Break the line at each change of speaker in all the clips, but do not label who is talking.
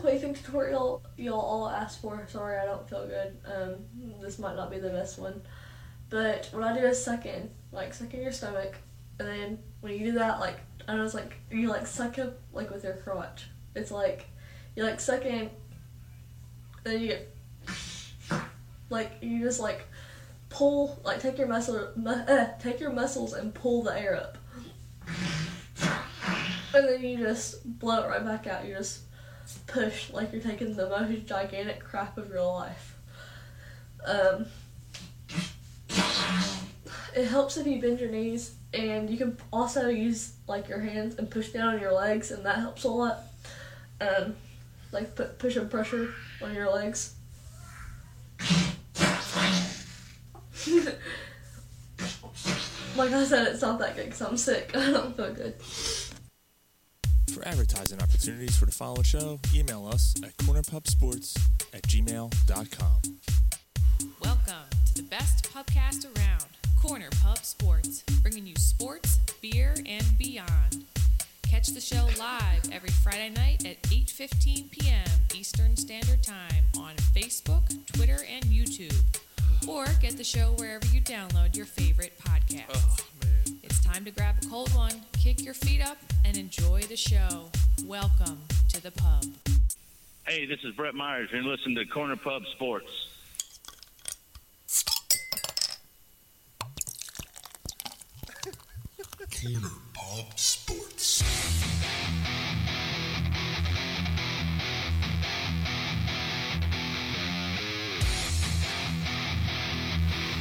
quaking tutorial y'all all asked for. Sorry, I don't feel good. Um, this might not be the best one. But what I do is suck in, like suck in your stomach, and then when you do that, like I know it's like you like suck up like with your crotch. It's like you like suck in, then you get like you just like pull like take your muscle mu- uh, take your muscles and pull the air up, and then you just blow it right back out. You just push like you're taking the most gigantic crap of your life. Um, it helps if you bend your knees and you can also use like your hands and push down on your legs and that helps a lot um, like put push and pressure on your legs like i said it's not that good because i'm sick i don't feel good
For advertising opportunities for the following show, email us at cornerpubsports at gmail.com.
Welcome to the best pubcast around, Corner Pub Sports, bringing you sports, beer, and beyond. Catch the show live every Friday night at 8:15 p.m. Eastern Standard Time on Facebook, Twitter, and YouTube. Or get the show wherever you download your favorite podcasts. It's time to grab a cold one, kick your feet up, and enjoy the show. Welcome to the pub.
Hey, this is Brett Myers. You're listening to Corner Pub Sports.
Corner Pop Sports.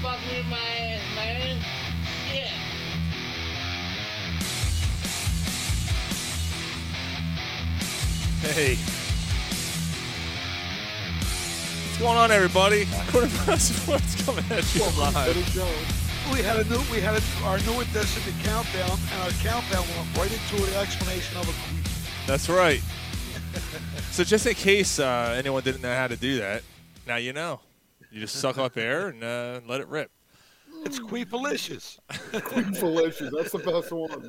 Fuck me in my ass, man. Yeah.
Hey. What's going on, everybody? Corner Pub Sports coming at you live.
We had a new, we had a, our new edition to countdown, and our countdown went right into an explanation of a quiz.
That's right. so, just in case uh, anyone didn't know how to do that, now you know. You just suck up air and uh, let it rip.
It's queefalicious.
Delicious. That's the best one.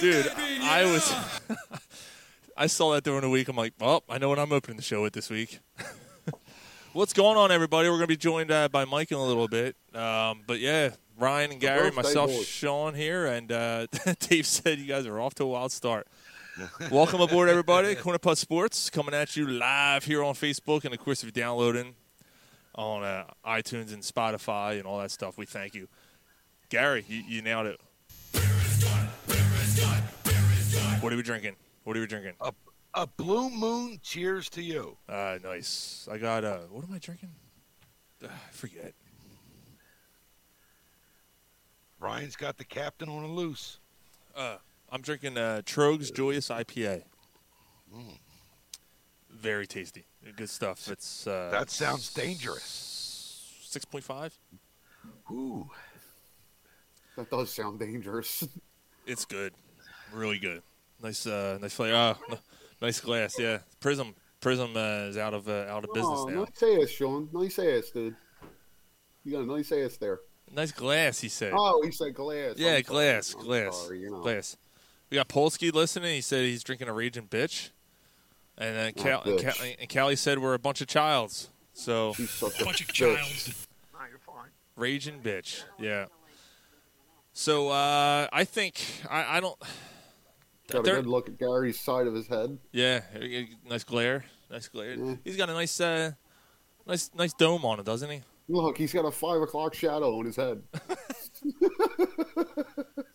Dude, I was. I saw that during the week. I'm like, well, I know what I'm opening the show with this week. What's going on, everybody? We're going to be joined uh, by Mike in a little bit. Um, but yeah, Ryan and Gary,
birthday
myself,
boy.
Sean here, and uh, Dave said you guys are off to a wild start. Welcome aboard, everybody. Corner Putt Sports coming at you live here on Facebook. And of course, if you're downloading on uh, iTunes and Spotify and all that stuff, we thank you. Gary, you, you nailed it. What are we drinking? What are we drinking?
A, a blue moon. Cheers to you.
Uh, nice. I got, uh, what am I drinking? Uh, I forget.
Ryan's got the captain on a loose.
I'm drinking uh, Trogues Joyous IPA. Very tasty. Good stuff. It's, uh,
That sounds dangerous.
6.5.
Ooh,
That does sound dangerous.
It's good, really good. Nice, uh, nice flavor. Ah, n- nice glass. Yeah, Prism. Prism uh, is out of uh, out of business
Oh,
now.
nice ass, Sean. Nice ass, dude. You got a nice ass there.
Nice glass, he said.
Oh, he said glass. I'm
yeah,
sorry.
glass,
I'm
glass,
sorry, you know.
glass. We got Polsky listening. He said he's drinking a raging bitch, and then Cal- and,
bitch.
Cal- and Callie said we're a bunch of childs. So
He's such a bunch of child.
Raging bitch. Yeah. So uh, I think I, I don't.
Got a
They're-
good look at Gary's side of his head.
Yeah, nice glare, nice glare.
Yeah.
He's got a nice, uh, nice, nice dome on it, doesn't he?
Look, he's got a five o'clock shadow on his head.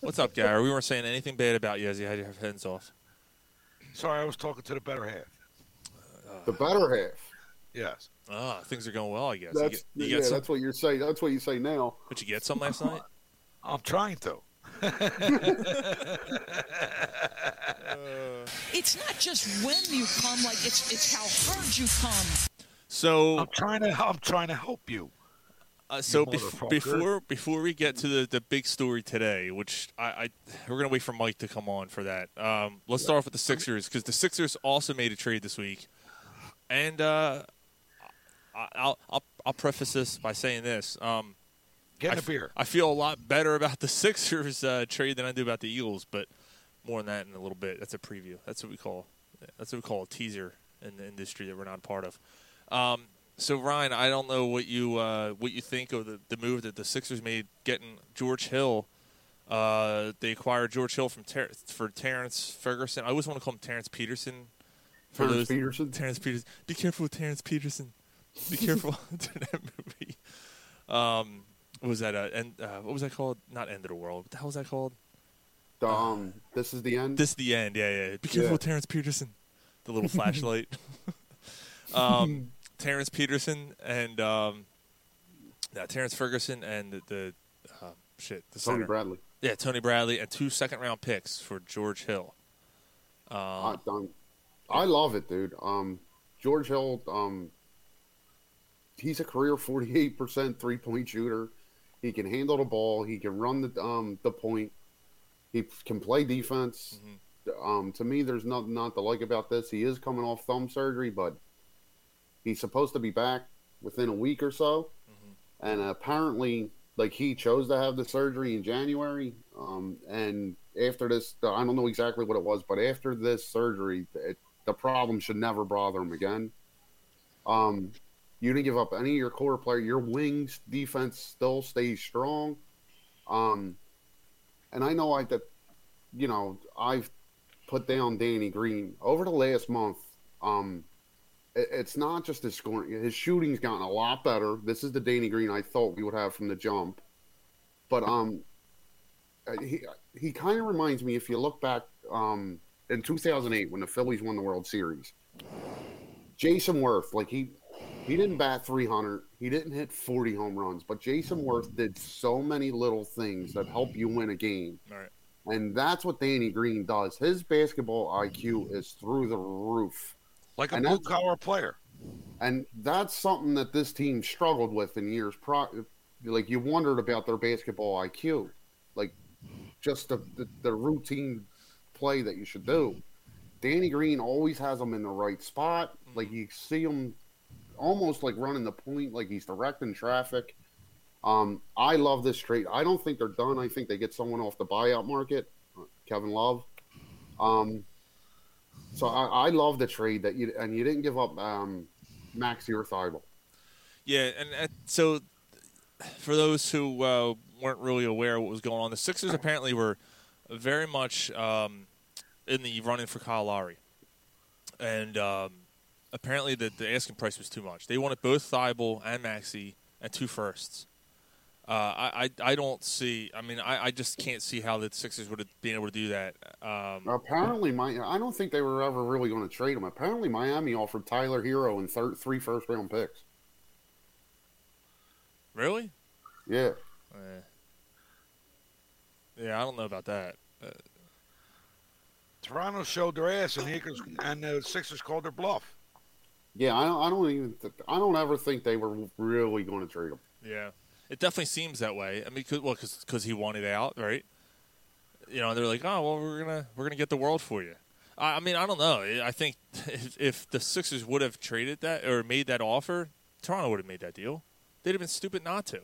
What's up, Gary? We weren't saying anything bad about you as you had your hands off.
sorry, I was talking to the better half.
Uh,
The better half.
Yes,
Ah, things are going well, I guess. You
That's
get, you
yeah.
get some,
That's what you're saying. That's what you say now.
but you get some last night.
I'm trying to.
It's not just when you come, like it's it's how hard you come.
So,
I'm trying to. I'm trying to help you.
uh, so bef-
motherfucker.
before before we get to the, the big story today, which I, I we're gonna wait for Mike to come on for that. Um, let's start off with the Sixers because the Sixers also made a trade this week, and uh, I, I'll, I'll I'll preface this by saying this. Um,
Get
I
in a
f-
beer.
I feel a lot better about the Sixers uh, trade than I do about the Eagles, but more on that in a little bit. That's a preview. That's what we call That's what we call a teaser in the industry that we're not part of. Um, so Ryan, I don't know what you uh, what you think of the, the move that the Sixers made getting George Hill. Uh, they acquired George Hill from Ter- for Terrence Ferguson. I always want to call him Terrence Peterson. For
Terrence Peterson?
Terrence Peterson. Be careful with Terrence Peterson. Be careful after that movie. Um, what was that? Uh, and uh, what was that called? Not End of the World. What the hell was that called?
The, um, this is the end.
This is the end. Yeah, yeah. Be careful
Yeah.
with Terrence Peterson. The little flashlight. um, Terrence Peterson and um, no, Terrence Ferguson and the, the uh, shit. The
Tony
center.
Bradley.
Yeah, Tony Bradley and two second round picks for George Hill.
I, um, I love it, dude. Um, George Hill, um, he's a career forty-eight percent three-point shooter. He can handle the ball. He can run the um, the point. He can play defense. Um, to me, there's nothing not to like about this. He is coming off thumb surgery, but he's supposed to be back within a week or so. And apparently, like he chose to have the surgery in January. Um, and after this, I don't know exactly what it was, but after this surgery, it, the problem should never bother him again. Um, you didn't give up any of your core player. Your wings defense still stays strong. Um, and I know I that, you know, I've put down Danny Green over the last month. Um, it- it's not just his scoring; his shooting's gotten a lot better. This is the Danny Green I thought we would have from the jump, but um, uh, he he kind of reminds me if you look back um in 2008 when the Phillies won the World Series. Jason Worth, like he he didn't bat 300, he didn't hit 40 home runs, but Jason Worth did so many little things that help you win a game.
All right.
And that's what Danny Green does. His basketball IQ is through the roof.
Like a
And
blue
that's-
collar player.
And that's something that this team struggled with in years pro like you wondered about their basketball IQ. Like just the, the, the routine play that you should do. Danny Green always has them in the right spot. Like you see him almost like running the point, like he's directing traffic. Um, I love this trade. I don't think they're done. I think they get someone off the buyout market, uh, Kevin Love. Um, so I, I love the trade that you and you didn't give up um, Maxi or Thibault.
Yeah, and uh, so for those who uh, weren't really aware what was going on, the Sixers apparently were very much um, in the running for Kyle Lowry, and um, apparently the, the asking price was too much. They wanted both Thibault and Maxi and two firsts. Uh, I, I I don't see. I mean, I, I just can't see how the Sixers would have been able to do that. Um,
Apparently, my I don't think they were ever really going to trade him. Apparently, Miami offered Tyler Hero and thir- three first round picks.
really?
Yeah,
Eh. Yeah, I don't know about that. Uh,
Toronto showed their ass, and Hickers and the Sixers called their bluff.
yeah. I don't, I don't even th- I don't ever think they were really going to trade him.
Yeah, it definitely seems that way. I mean, cause, well, because he wanted out, right? You know, they're like, oh, well, we're gonna we're gonna get the world for you. I, I mean, I don't know. I I think if, if the Sixers would have traded that or made that offer, Toronto would have made that deal. They'd have been stupid not to.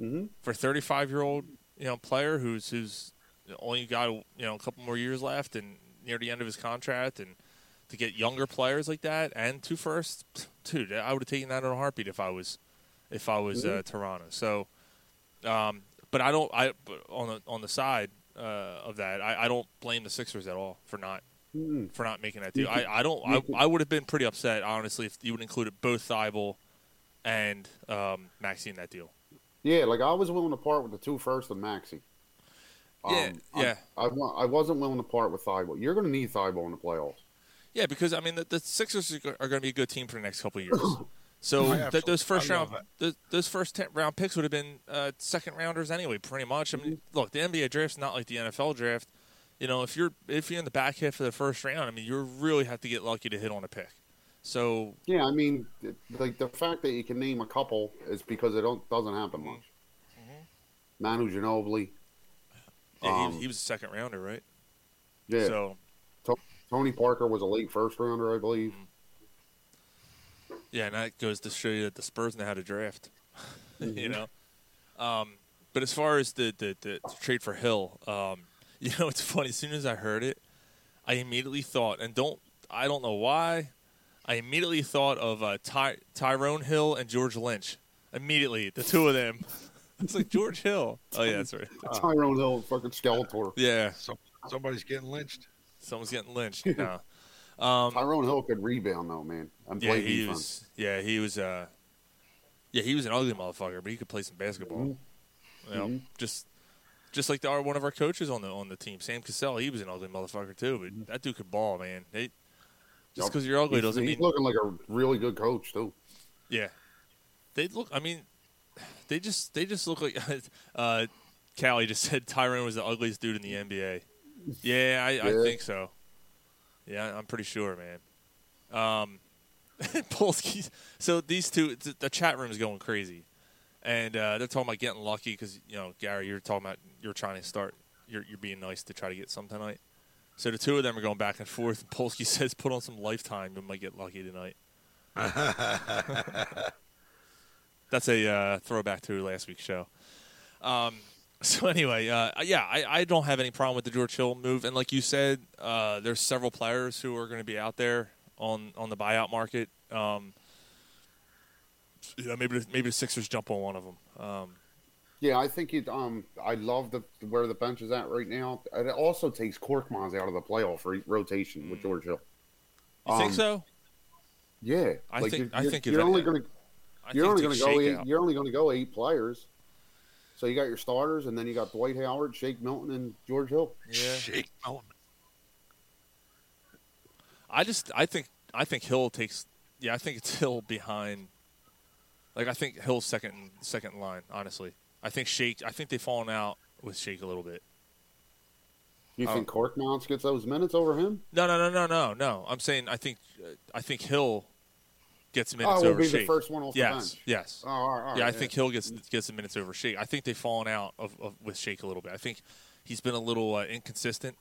Mhm.
For a thirty-five-year-old, you know, player who's who's only got you know a couple more years left and near the end of his contract, and to get younger players like that and two firsts, pfft, dude, I would have taken that in a heartbeat if I was if I was uh, Toronto. So, um, but I don't. I but on the on the side uh, of that, I, I don't blame the Sixers at all for not for not making that deal. I, I don't. I, I would have been pretty upset honestly if you would included both Thibault and um, Maxi in that deal.
Yeah, like I was willing to part with the two first and Maxi. Um,
Yeah, yeah.
I, I, wa- I wasn't willing to part with Thibault. You're going to need Thibault in the playoffs.
Yeah, because I mean the, the Sixers are going to be a good team for the next couple of years. So
Oh, I
that those
absolutely-
first
I
round,
love
th those first ten round picks would have been uh, second rounders anyway, pretty much. I mean, look, the NBA draft's not like the NFL draft. You know, if you're if you're in the back half of the first round, I mean, you really have to get lucky to hit on a pick. So
Yeah, I mean, it- like the fact that you can name a couple is because it don't doesn't happen much.
Mm-hmm.
Manu Ginobili,
yeah, he,
Um,
he was a second rounder, right?
yeah.
So
To- Tony Parker was a late first rounder, I believe.
Yeah, and that goes to show you that the Spurs know how to draft. you know, um, but as far as the the, the trade for Hill, um, you know, it's funny. As soon as I heard it, I immediately thought, and don't I don't know why. I immediately thought of uh, Ty- Tyrone Hill and George Lynch. Immediately, the two of them. It's like George Hill. Oh yeah, that's right.
Tyrone Hill, and fucking Skeletor.
Yeah,
Some, somebody's getting lynched.
someone's getting lynched. No.
Tyrone Hill could rebound though, man. I'm
Um, Yeah,
playing
he
defense.
was. Yeah, he was. Uh, yeah, he was an ugly motherfucker, but he could play some basketball. You know, just just like the, our one of our coaches on the on the team, Sam Cassell. He was an ugly motherfucker too, but that dude could ball, man. They, just
Yup.
because you're ugly
He's-
doesn't
he's
mean
looking like a really good coach too.
yeah. They look. I mean, they just they just look like. Uh, Callie just said Tyrone was the ugliest dude in the NBA. Yeah, I, I
Yeah.
think so. Yeah, I'm pretty sure, man. Um, Polsky. So these two, th- the chat room is going crazy, and uh, they're talking about getting lucky because you know Gary, you're talking about you're trying to start, you're you're being nice to try to get some tonight. So the two of them are going back and forth. Polsky says, "Put on some lifetime, you might get lucky tonight." That's a uh, throwback to last week's show. Um, so anyway, uh, yeah, I, I don't have any problem with the George Hill move, and like you said, uh, there's several players who are going to be out there on on the buyout market. Um, you know, maybe the, maybe the Sixers jump on one of them. Um,
Yeah, I think it. Um, I love the where the bench is at right now. It also takes Korkmaz out of the playoff re- rotation with George Hill.
Mm. you think
Um,
so?
Yeah,
I think-
you're,
I
you're-
think if
you're
any-
only going to
I
you're only
think
going
it's
to
a
go eight,
shakeout.
you're only going to go eight players. So you got your starters, and then you got Dwight Howard, Shake Milton, and George Hill.
Yeah.
Shake Milton.
I just I think I think Hill takes yeah I think it's Hill behind like I think Hill's second second line honestly I think Shake I think they've fallen out with Shake a little bit
You
Oh.
think Korkmaz gets those minutes over him?
no no no no no no I'm saying I think uh, I think Hill gets minutes
Oh, will
over
be
Shake
the first one off
yes
the bench.
yes
Oh, all right, all right,
yeah I think Hill gets gets the minutes over Shake I think they've fallen out of, of with Shake a little bit I think he's been a little uh, inconsistent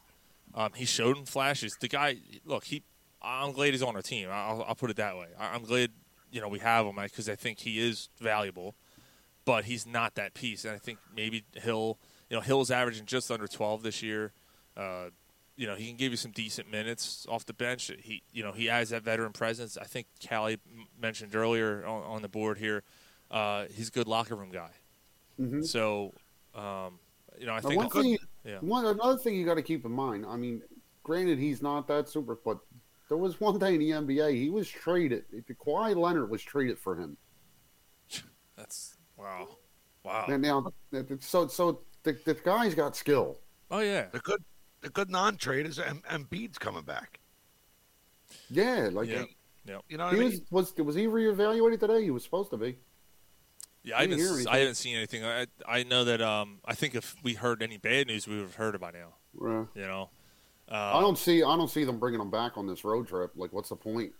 um, he showed him flashes the guy look he I'm glad he's on our team I- I'll, I'll put it that way I, I'm glad you know we have him because I think he is valuable but he's not that piece. And I think maybe Hill, you know, Hill's averaging just under 12 this year. Uh, you know, he can give you some decent minutes off the bench. He, you know, he has that veteran presence. I think Callie m- mentioned earlier on, on the board here, uh, he's a good locker room guy. So, um, you know, I
Now,
think
Mm-hmm. one thing,
yeah.
one another thing you got to keep in mind. I mean, granted, he's not that super, but there was one day in the NBA he was traded. Kawhi Leonard was traded for him.
that's wow, wow.
And now, so so the, the guy's got skill.
oh yeah,
The good, the good non-trade is M- Embiid's coming back.
Yeah, like
yeah,
You know what
he
I mean?
was, was was he reevaluated today? He was supposed to be.
yeah. I haven't,
Didn't hear
s- I
anything.
haven't seen anything. I, I know that. Um, I think if we heard any bad news, we would have heard it by now.
Yeah.
You know,
Uh, I
Um,
don't see I don't see them bringing him back on this road trip. Like, what's the point?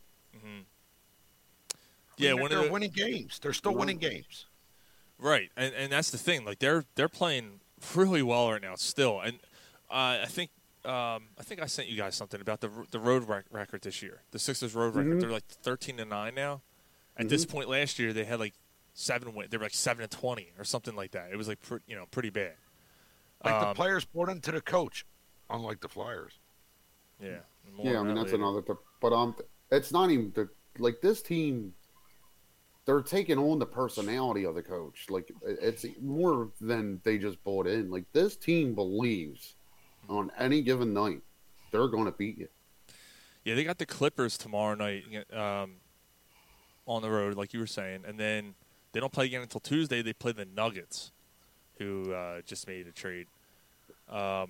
yeah.
they're,
One of
they're
the,
winning games. They're still winning games.
Right, and and that's the thing. Like they're they're playing really well right now still, and uh, I think um, I think I sent you guys something about the the road rec- record this year. The Sixers road
Mm-hmm.
record. They're like thirteen to nine now. At this point last year, they had like seven. Win- they were like seven to twenty or something like that. It was like pre- you know pretty bad.
Like
Um,
the players bought into the coach, unlike the Flyers.
Yeah.
yeah, I mean that's another. Th- but um, it's not even the like this team. They're taking on the personality of the coach. Like it- it's more than they just bought in. Like this team believes on any given night they're going to beat you.
Yeah, they got the Clippers tomorrow night um, on the road, like you were saying, and then they don't play again until Tuesday. They play the Nuggets, who uh, just made a trade. Um, that,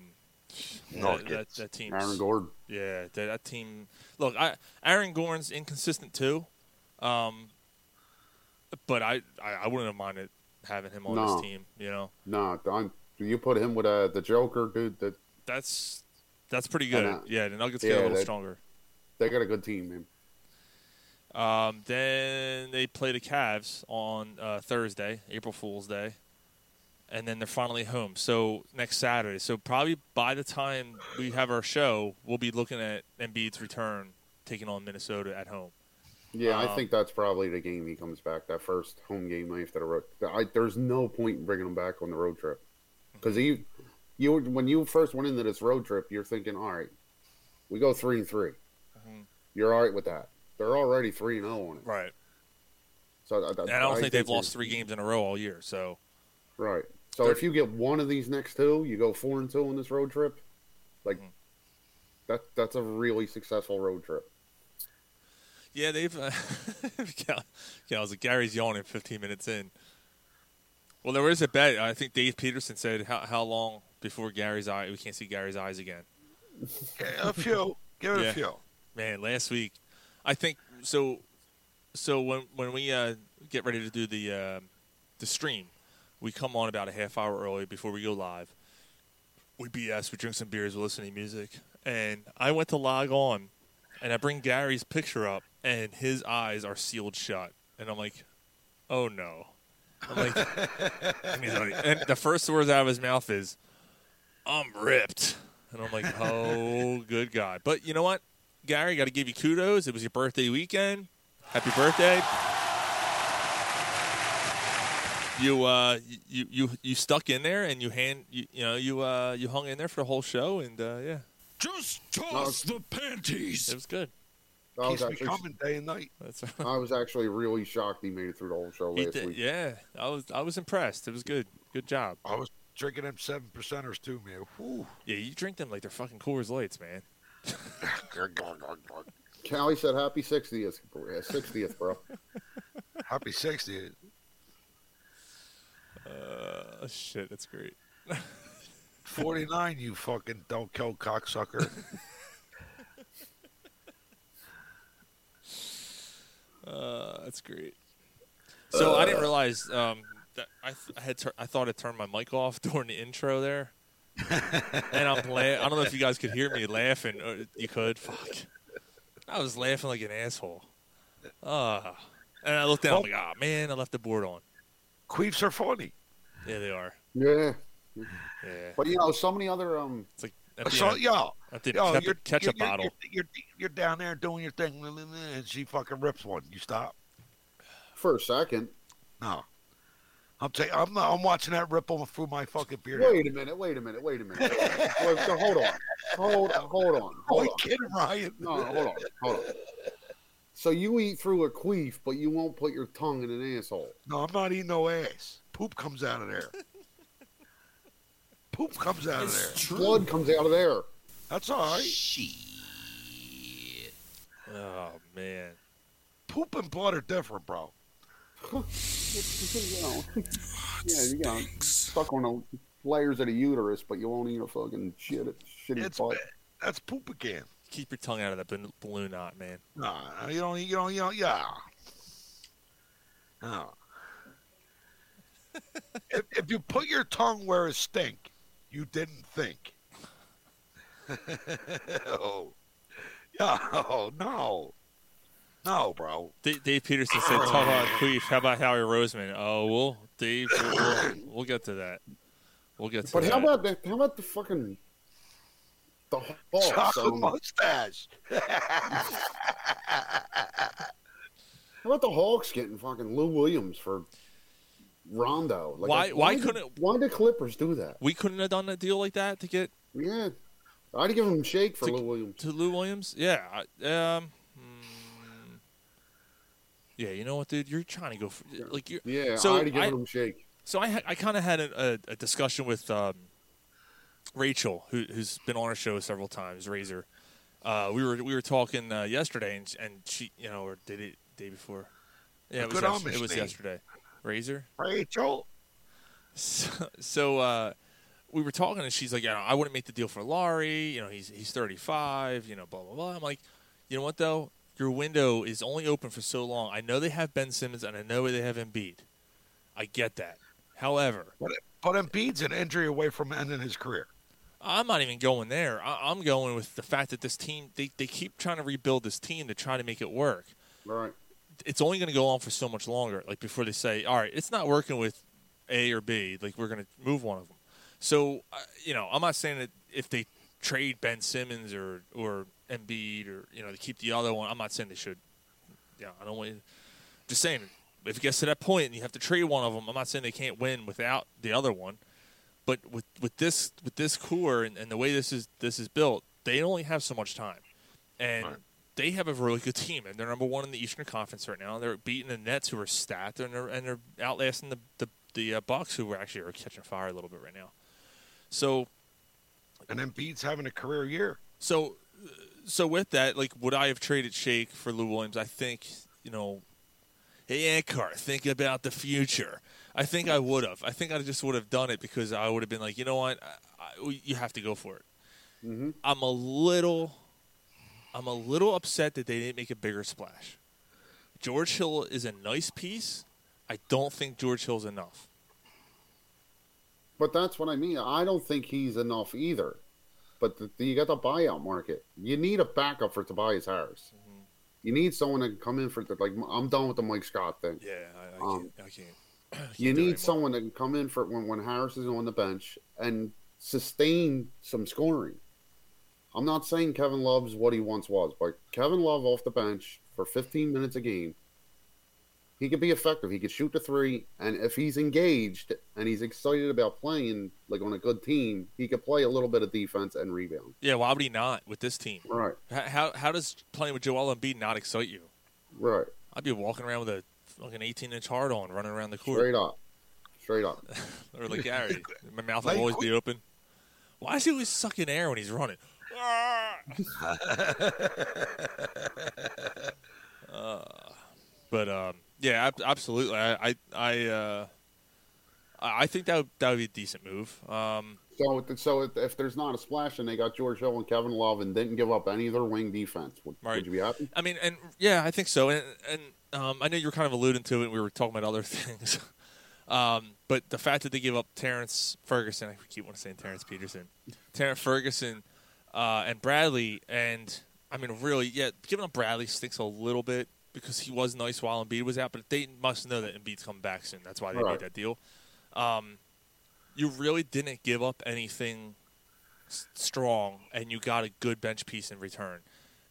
that,
Nuggets.
that team's
Aaron Gordon.
yeah, that, that team. Look, I, Aaron Gordon's inconsistent too, um, but I, I I wouldn't have minded having him on
No.
this team. You know,
Nah, I'm, you put him with uh, the Joker, dude. That
that's that's pretty good.
know.
yeah, the Nuggets
Yeah,
get a little
they-
stronger.
they got a good team, man.
Um, then they play the Cavs on uh, Thursday, April Fool's Day, and then they're finally home. So next Saturday. So probably by the time we have our show, we'll be looking at Embiid's return, taking on Minnesota at home.
Yeah,
Um,
I think that's probably the game he comes back. That first home game after the road. I, there's no point in bringing him back on the road trip because he, you when you first went into this road trip, you're thinking, all right, we go three and 3 You're all right with that. They're already three and zero on it.
Mm-hmm. Right.
So I, I-
And I don't
I
think they've
you're-
lost three games in a row all year. So
Right. So if you get one of these next two, you go four and two on this road trip. Like
Mm-hmm.
that that's a really successful road trip.
yeah, they've. Uh, Cal, Cal was like, Gary's yawning 15 minutes in. Well, there was a bet. I think Dave Peterson said, "How how long before Gary's eye? We can't see Gary's eyes again."
A few. Give it
Yeah.
a few.
Man, last week, I think so. So when when we uh, get ready to do the uh, the stream, we come on about a half hour early before we go live. We BS, we drink some beers, we listen to music, and I went to log on, and I bring Gary's picture up, and his eyes are sealed shut, and I'm like, oh no, I'm like, and, he's like- and the first words out of his mouth is, I'm ripped. And I'm like, oh, good God. But you know what? Gary, got to give you kudos. It was your birthday weekend. Happy birthday. You uh you you you stuck in there and you hand you, you know you uh you hung in there for the whole show and uh yeah
Just toss the panties.
it was good
I was,
Keeps me
actually,
coming day and night.
that's
I was actually really shocked he made it through the whole show
he
last
did,
week.
yeah I was I was impressed it was good good job
I was drinking them seven percenters too, man. Whew.
yeah you drink them like they're fucking Coors Lights man
Gurg, gurg, gurg, gurg.
Callie said happy sixtieth sixtieth, bro.
Happy sixty.
oh shit that's great
Forty nine, you fucking don't kill cocksucker.
Uh, that's great. So I didn't realize um, that I, th- I had tur- I thought I turned my mic off during the intro there, and I'm la- I don't know if you guys could hear me laughing. Or you could. Fuck. I was laughing like an asshole. Uh, and I looked down. I'm like, ah, man, I left the board on.
Queefs are funny.
Yeah, they are.
Yeah.
Yeah.
But you know, so many other um
It's like empty,
So, yo,
empty
yo,
ketchup,
you're,
ketchup
you're,
bottle.
You're, you're, you're down there doing your thing, and she fucking rips one. You stop.
for a second.
No, I'm saying I'm not, I'm watching that ripple through my fucking beard.
Wait a minute, wait a minute, wait a minute. Wait, so hold on. Hold hold on.
oh,
Hold
you
on.
kidding, Ryan?
No, hold on, hold on. So you eat through a queef, but you won't put your tongue in an asshole.
No, I'm not eating no ass. Poop comes out of there. Poop comes out of there.
Blood comes out of there.
That's all right.
Oh man.
Poop and blood are different, bro.
you know, yeah, you got stuck on the layers of the uterus, but you won't eat a fucking shit shitty
It's
butt.
that's poop again.
Keep your tongue out of that bal- balloon knot, man.
Nah, you don't. You don't. You don't. Yeah. No. if, if you put your tongue where it stink, you didn't think. oh. Yeah. Oh no. No, bro.
D- Dave Peterson said, "Talk about Queef. How about Howie Roseman? Oh, well, Dave, we'll, we'll, we'll get to that. We'll get to
But
that.
how about the how about the fucking the hoss?
Chocolate
Um, how
mustache.
about the Hawks getting fucking Lou Williams for Rondo? Like,
Why-
like,
why
did-
couldn't-
why did Clippers do that?
we couldn't have done a deal like that to get
Yeah, I'd give him a shake for
To-
Lou Williams.
to Lou Williams? Yeah, I, um, mm, yeah. You know what, dude? You're trying to go for, like you.
Yeah,
So
I'd give
I-
him a shake.
So I ha- I kind of had a, a, a discussion with um, Rachel, who, who's been on our show several times, Razor. Uh, we were we were talking uh, yesterday, and, and she, you know, or did it day before? Yeah, it was,
Good
yes-
Amish
it was
name.
yesterday. Razor.
Rachel.
So, so uh, we were talking, and she's like, you know, I wouldn't make the deal for Laurie. You know, he's he's 35. You know, blah blah blah. I'm like, you know what though? Your window is only open for so long. I know they have Ben Simmons, and I know they have Embiid. I get that. However,
But but Embiid's an injury away from ending his career.
I'm not even going there. I, I'm going with the fact that this team they, they keep trying to rebuild this team to try to make it work.
All right.
it's only going to go on for so much longer. Like before they say, all right, it's not working with A or B. Like we're going to move one of them. So uh, you know, I'm not saying that if they trade Ben Simmons or or Embiid or you know they keep the other one, I'm not saying they should. Yeah, I don't want. Just saying, if it gets to that point and you have to trade one of them, I'm not saying they can't win without the other one. But with with this with this core and, and the way this is this is built, they only have so much time, and they have a really good team, and they're number one in the Eastern Conference right now. They're beating the Nets, who are stacked, and they're and they're outlasting the the, the uh, Bucks, who are actually are catching fire a little bit right now. So,
And Embiid's having a career year.
so, so with that, like, would I have traded Shake for Lou Williams? I think you know, hey Ankar, think about the future. I think I would have. I think I just would have done it because I would have been like, you know what, I, I, you have to go for it. I'm a little, I'm a little upset that they didn't make a bigger splash. George Hill is a nice piece. I don't think George Hill's enough.
But that's what I mean. I don't think he's enough either. But th you got the buyout market. You need a backup for Tobias Harris.
Mm-hmm.
You need someone to come in for the, like. I'm done with the Mike Scott thing.
Yeah, I, I
Um,
can't. I can't.
you
do it
need
anymore.
someone that can come in for when, when Harris is on the bench and sustain some scoring. I'm not saying Kevin Love's what he once was, but Kevin Love off the bench for 15 minutes a game, he could be effective. He could shoot the three, and if he's engaged and he's excited about playing, like on a good team, he could play a little bit of defense and rebound.
Yeah, why would he not with this team?
Right,
How how, how does playing with Joel Embiid not excite you?
right,
I'd be walking around with a fucking 18 inch hard on, running around the court,
straight up, straight up.
or like Gary, my mouth
Like,
will always
we-
be open. Why is he always sucking air when he's running? Ah. Ah. But um, yeah, ab- absolutely. I I I, uh, I I think that would, that would be a decent move. Um,
So, if- so if, if there's not a splash and they got George Hill and Kevin Love and didn't give up any of their wing defense, would,
Right.
would you be happy?
I mean, and yeah, I think so. And and um, I know you were kind of alluding to it. We were talking about other things, um, but the fact that they give up Terrence Ferguson, I keep wanting to say Terrence Peterson, Terrence Ferguson, uh, and Bradley, and I mean, really, yeah, giving up Bradley stinks a little bit because he was nice while Embiid was out, but they must know that Embiid's coming back soon. That's why they
Right.
made that deal. Um, you really didn't give up anything s- strong, and you got a good bench piece in return.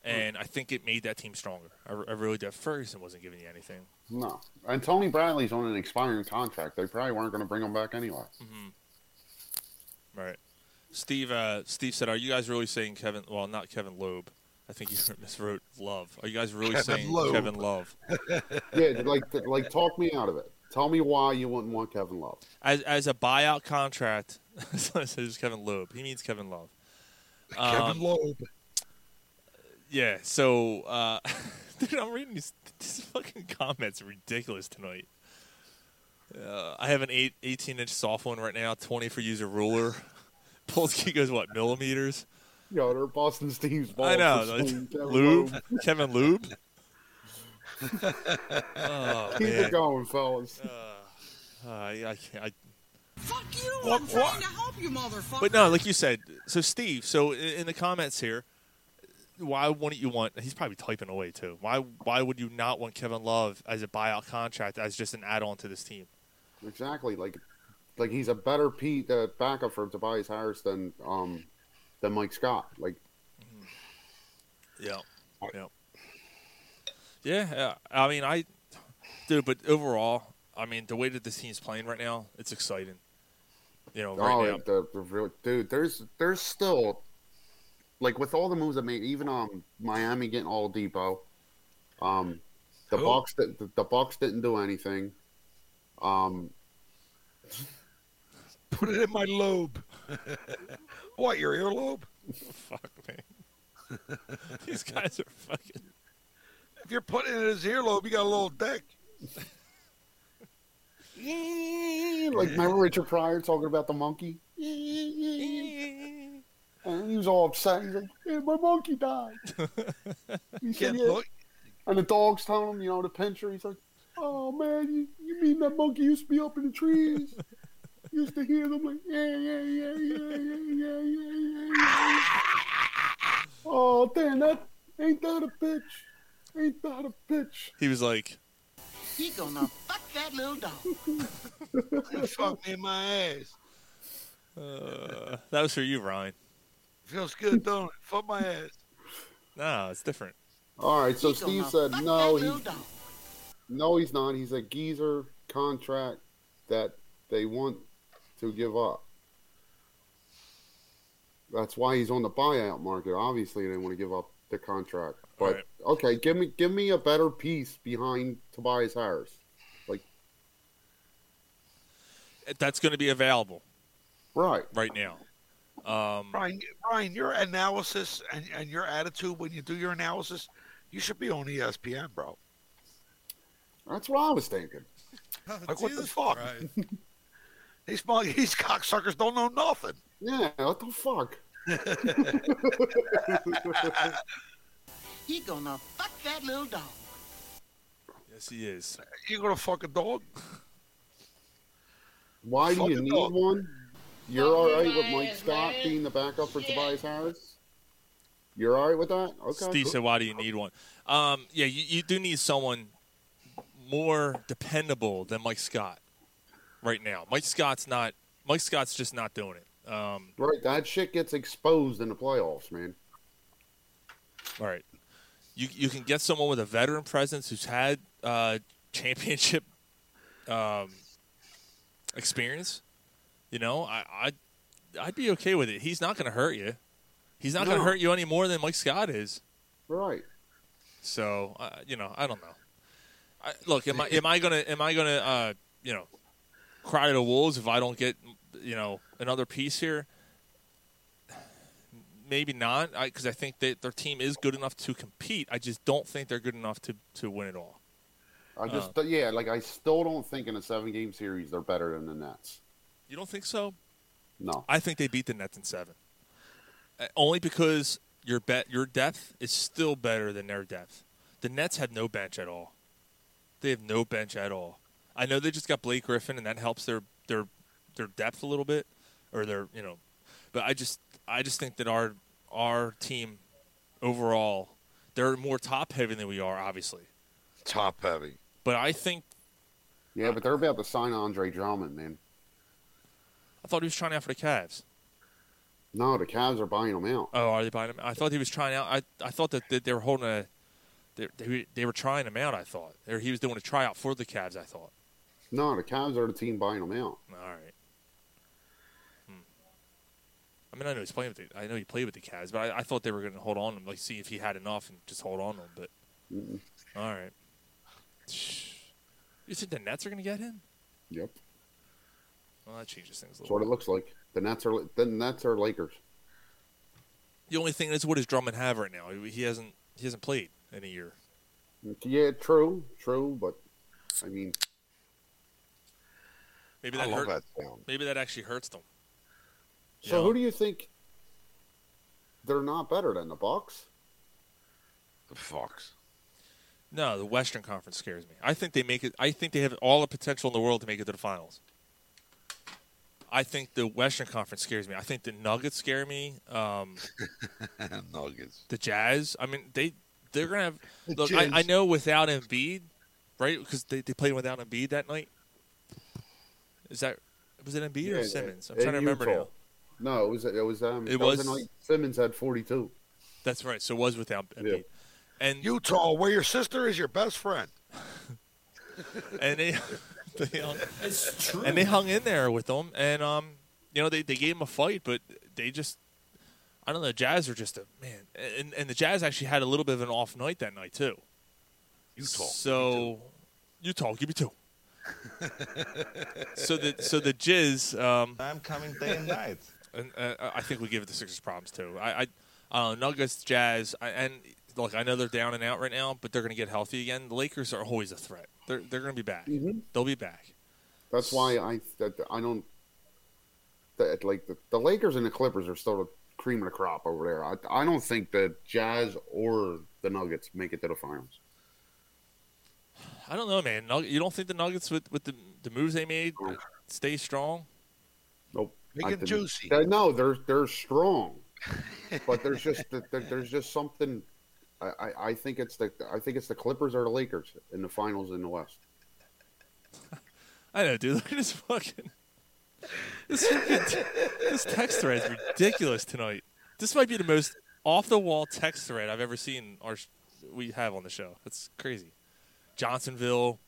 Hmm.
And I think it made that team stronger. I, r- I really did. Ferguson wasn't giving you anything.
No. And Tony Bradley's on an expiring contract. They probably weren't going to bring him back anyway.
Right. Steve uh, Steve said, Are you guys really saying Kevin? Well, not Kevin Loeb. I think you miswrote Love. Are you guys really
Kevin
saying
Loeb.
Kevin Love?
Yeah, like like talk me out of it. Tell me why you wouldn't want Kevin Love.
As, as a buyout contract, this is Kevin Loeb. He means Kevin Love.
Kevin Loeb.
Yeah, so, uh, dude, I'm reading these, these fucking comments are ridiculous tonight. Uh, I have an eight, 18 inch soft one right now, 20 for user ruler. Polsky goes, what, millimeters?
Yo, they're Boston Steve's balls.
I know.
Oh, for
like,
swinging Kevin
lube?
Love.
Kevin Lube? oh,
Keep
man.
it going, fellas.
Uh, I, I can't, I,
Fuck you!
What-
I'm trying
what?
to help you, motherfucker.
But no, like you said, so Steve, so in, in the comments here, why wouldn't you want? He's probably typing away too. Why why would you not want Kevin Love as a buyout contract as just an add on to this team?
Exactly. Like like he's a better Pete uh, backup for Tobias Harris than um than Mike Scott. Like
Yeah, yeah, yeah. I mean, I dude, but overall, I mean, the way that this team's playing right now, it's exciting. You know, right
oh,
now,
the, the real dude. There's there's still like with all the moves I made, even um Miami getting all depot. Um, the
Who?
Bucks did- the, the Bucks didn't do anything. Um,
Put it in my lobe. what, your earlobe?
fuck me. These guys are fucking.
If you're putting it in his earlobe, you got a little dick.
like remember Richard Pryor talking about the monkey? And he was all upset. He's like, "Yeah, my monkey died." He said,
Can't
"Yeah."
look.
And the dog's telling him, you know, the pincher. He's like, "Oh man, you, you mean that monkey used to be up in the trees?" Used to hear them like, yeah, yeah, yeah, yeah, yeah, yeah, yeah, yeah, yeah. Oh, damn, that ain't that a bitch? Ain't that a bitch?
He was like,
He gonna fuck that little dog.
You fuck me in my ass.
uh, "That was for you, Ryan."
Feels good, don't it? Fuck my ass.
No, it's different.
All right, so
He gonna
Steve said,
fuck
"No,
that
he's
little dog.
No, he's not. He's a geezer contract that they want to give up. That's why he's on the buyout market. Obviously, they want to give up. the contract. But okay, give me give me a better piece behind Tobias Harris.
That's going to be available
Right.
right now. Um,
Brian, Brian, your analysis and, and your attitude when you do your analysis, you should be on E ESPN, bro.
That's what I was thinking.
Like what the fuck? these mug, these cocksuckers don't know nothing.
Yeah, what the fuck?
He gonna fuck that little dog.
Yes, he is.
You're gonna fuck a dog.
Why do you
Fucking
need
dog.
one? You're all right with Mike
Tobias
Scott
Harris.
being the backup for
Shit.
Tobias Harris. You're all right with that? Okay.
Steve said, "Why do you need one?" Um, yeah, you, you do need someone more dependable than Mike Scott right now. Mike Scott's not. Mike Scott's just not doing it. Um,
Right, that shit gets exposed in the playoffs, man.
all right, you you can get someone with a veteran presence who's had uh, championship um, experience. You know, I I'd, I'd be okay with it. He's not going to hurt you. He's not going
No.
to hurt you any more than Mike Scott is.
Right.
So uh, you know, I don't know. I, look, am I am I gonna am I gonna uh, you know cry to the wolves if I don't get you know another piece here? Maybe not, because I, think that their team is good enough to compete. I just don't think they're good enough to, to win it all.
I just
Oh.
yeah, like I still don't think in a seven game series they're better than the Nets.
You don't think so?
No.
I think they beat the Nets in seven, Uh, only because your bet your depth is still better than their depth. The Nets have no bench at all. They have no bench at all. I know they just got Blake Griffin, and that helps their their their depth a little bit, or their you know, but I just I just think that our our team overall they're more top heavy than we are, obviously.
Top heavy.
But I think
Yeah, but they're about to sign Andre Drummond, man.
I thought he was trying out for the Cavs.
No, the Cavs are buying him out.
Oh, are they buying him? I thought he was trying out. I I thought that, that they were holding a. They, they, they were trying him out. I thought, or he was doing a tryout for the Cavs. I thought.
No, the Cavs are the team buying him out.
All right. Hmm. I mean, I know he's playing with. The, I know he played with the Cavs, but I, I thought they were going to hold on to him, like see if he had enough and just hold on to him. But all right. You think the Nets are going to get him?
Yep.
Well, that changes things a
That's
little.
what it looks like. The Nets are the Nets are Lakers.
The only thing is, what does Drummond have right now? He, he hasn't. He hasn't played in a year.
Yeah, true, true, but I mean,
Maybe
I
that hurt.
love that sound.
Maybe that actually hurts them.
so
Yeah.
who do you think they're not better than the Bucks?
The fucks.
No, the Western Conference scares me. I think they make it. I think they have all the potential in the world to make it to the finals. I think the Western Conference scares me. I think the Nuggets scare me. Um,
Nuggets.
the Jazz. I mean, they they're gonna have. Look,
Jazz.
I, I know without Embiid, right? Because they, they played without Embiid that night. Is that was it Embiid
Yeah,
or
yeah.
Simmons? I'm
In
trying to remember
Utah.
now.
No, it was it was um
It
that was,
was-
like Simmons had forty two.
That's right. So it was without Embiid, and
Utah, where your sister is your best friend.
and they, they hung, and they hung in there with them, and um, you know they, they gave him a fight, but they just I don't know. Jazz are just a man, and and the Jazz actually had a little bit of an off night that night too.
Utah.
So Utah, give me two. so the so the Jizz, um,
I'm coming day and night.
and, uh, I think we give the Sixers problems too. I, I, I don't know, Nuggets, Jazz, I, and look, I know they're down and out right now, but they're going to get healthy again. The Lakers are always a threat. They're they're going to be back. They'll be back.
That's why I that I don't that like the, the Lakers and the Clippers are still the cream of the crop over there. I I don't think the Jazz or the Nuggets make it to the finals.
I don't know, man. Nug- You don't think the Nuggets with, with the the moves they made uh, stay strong?
Nope.
Make
I
it
didn't-
juicy.
They- no, they're they're strong, but there's just there, there's just something. I, I, I think it's the I think it's the Clippers or the Lakers in the finals in the West.
I know, dude. Look at this fucking this fucking this text thread is ridiculous tonight. This might be the most off the wall text thread I've ever seen. Our sh- we have on the show. That's crazy. Johnsonville.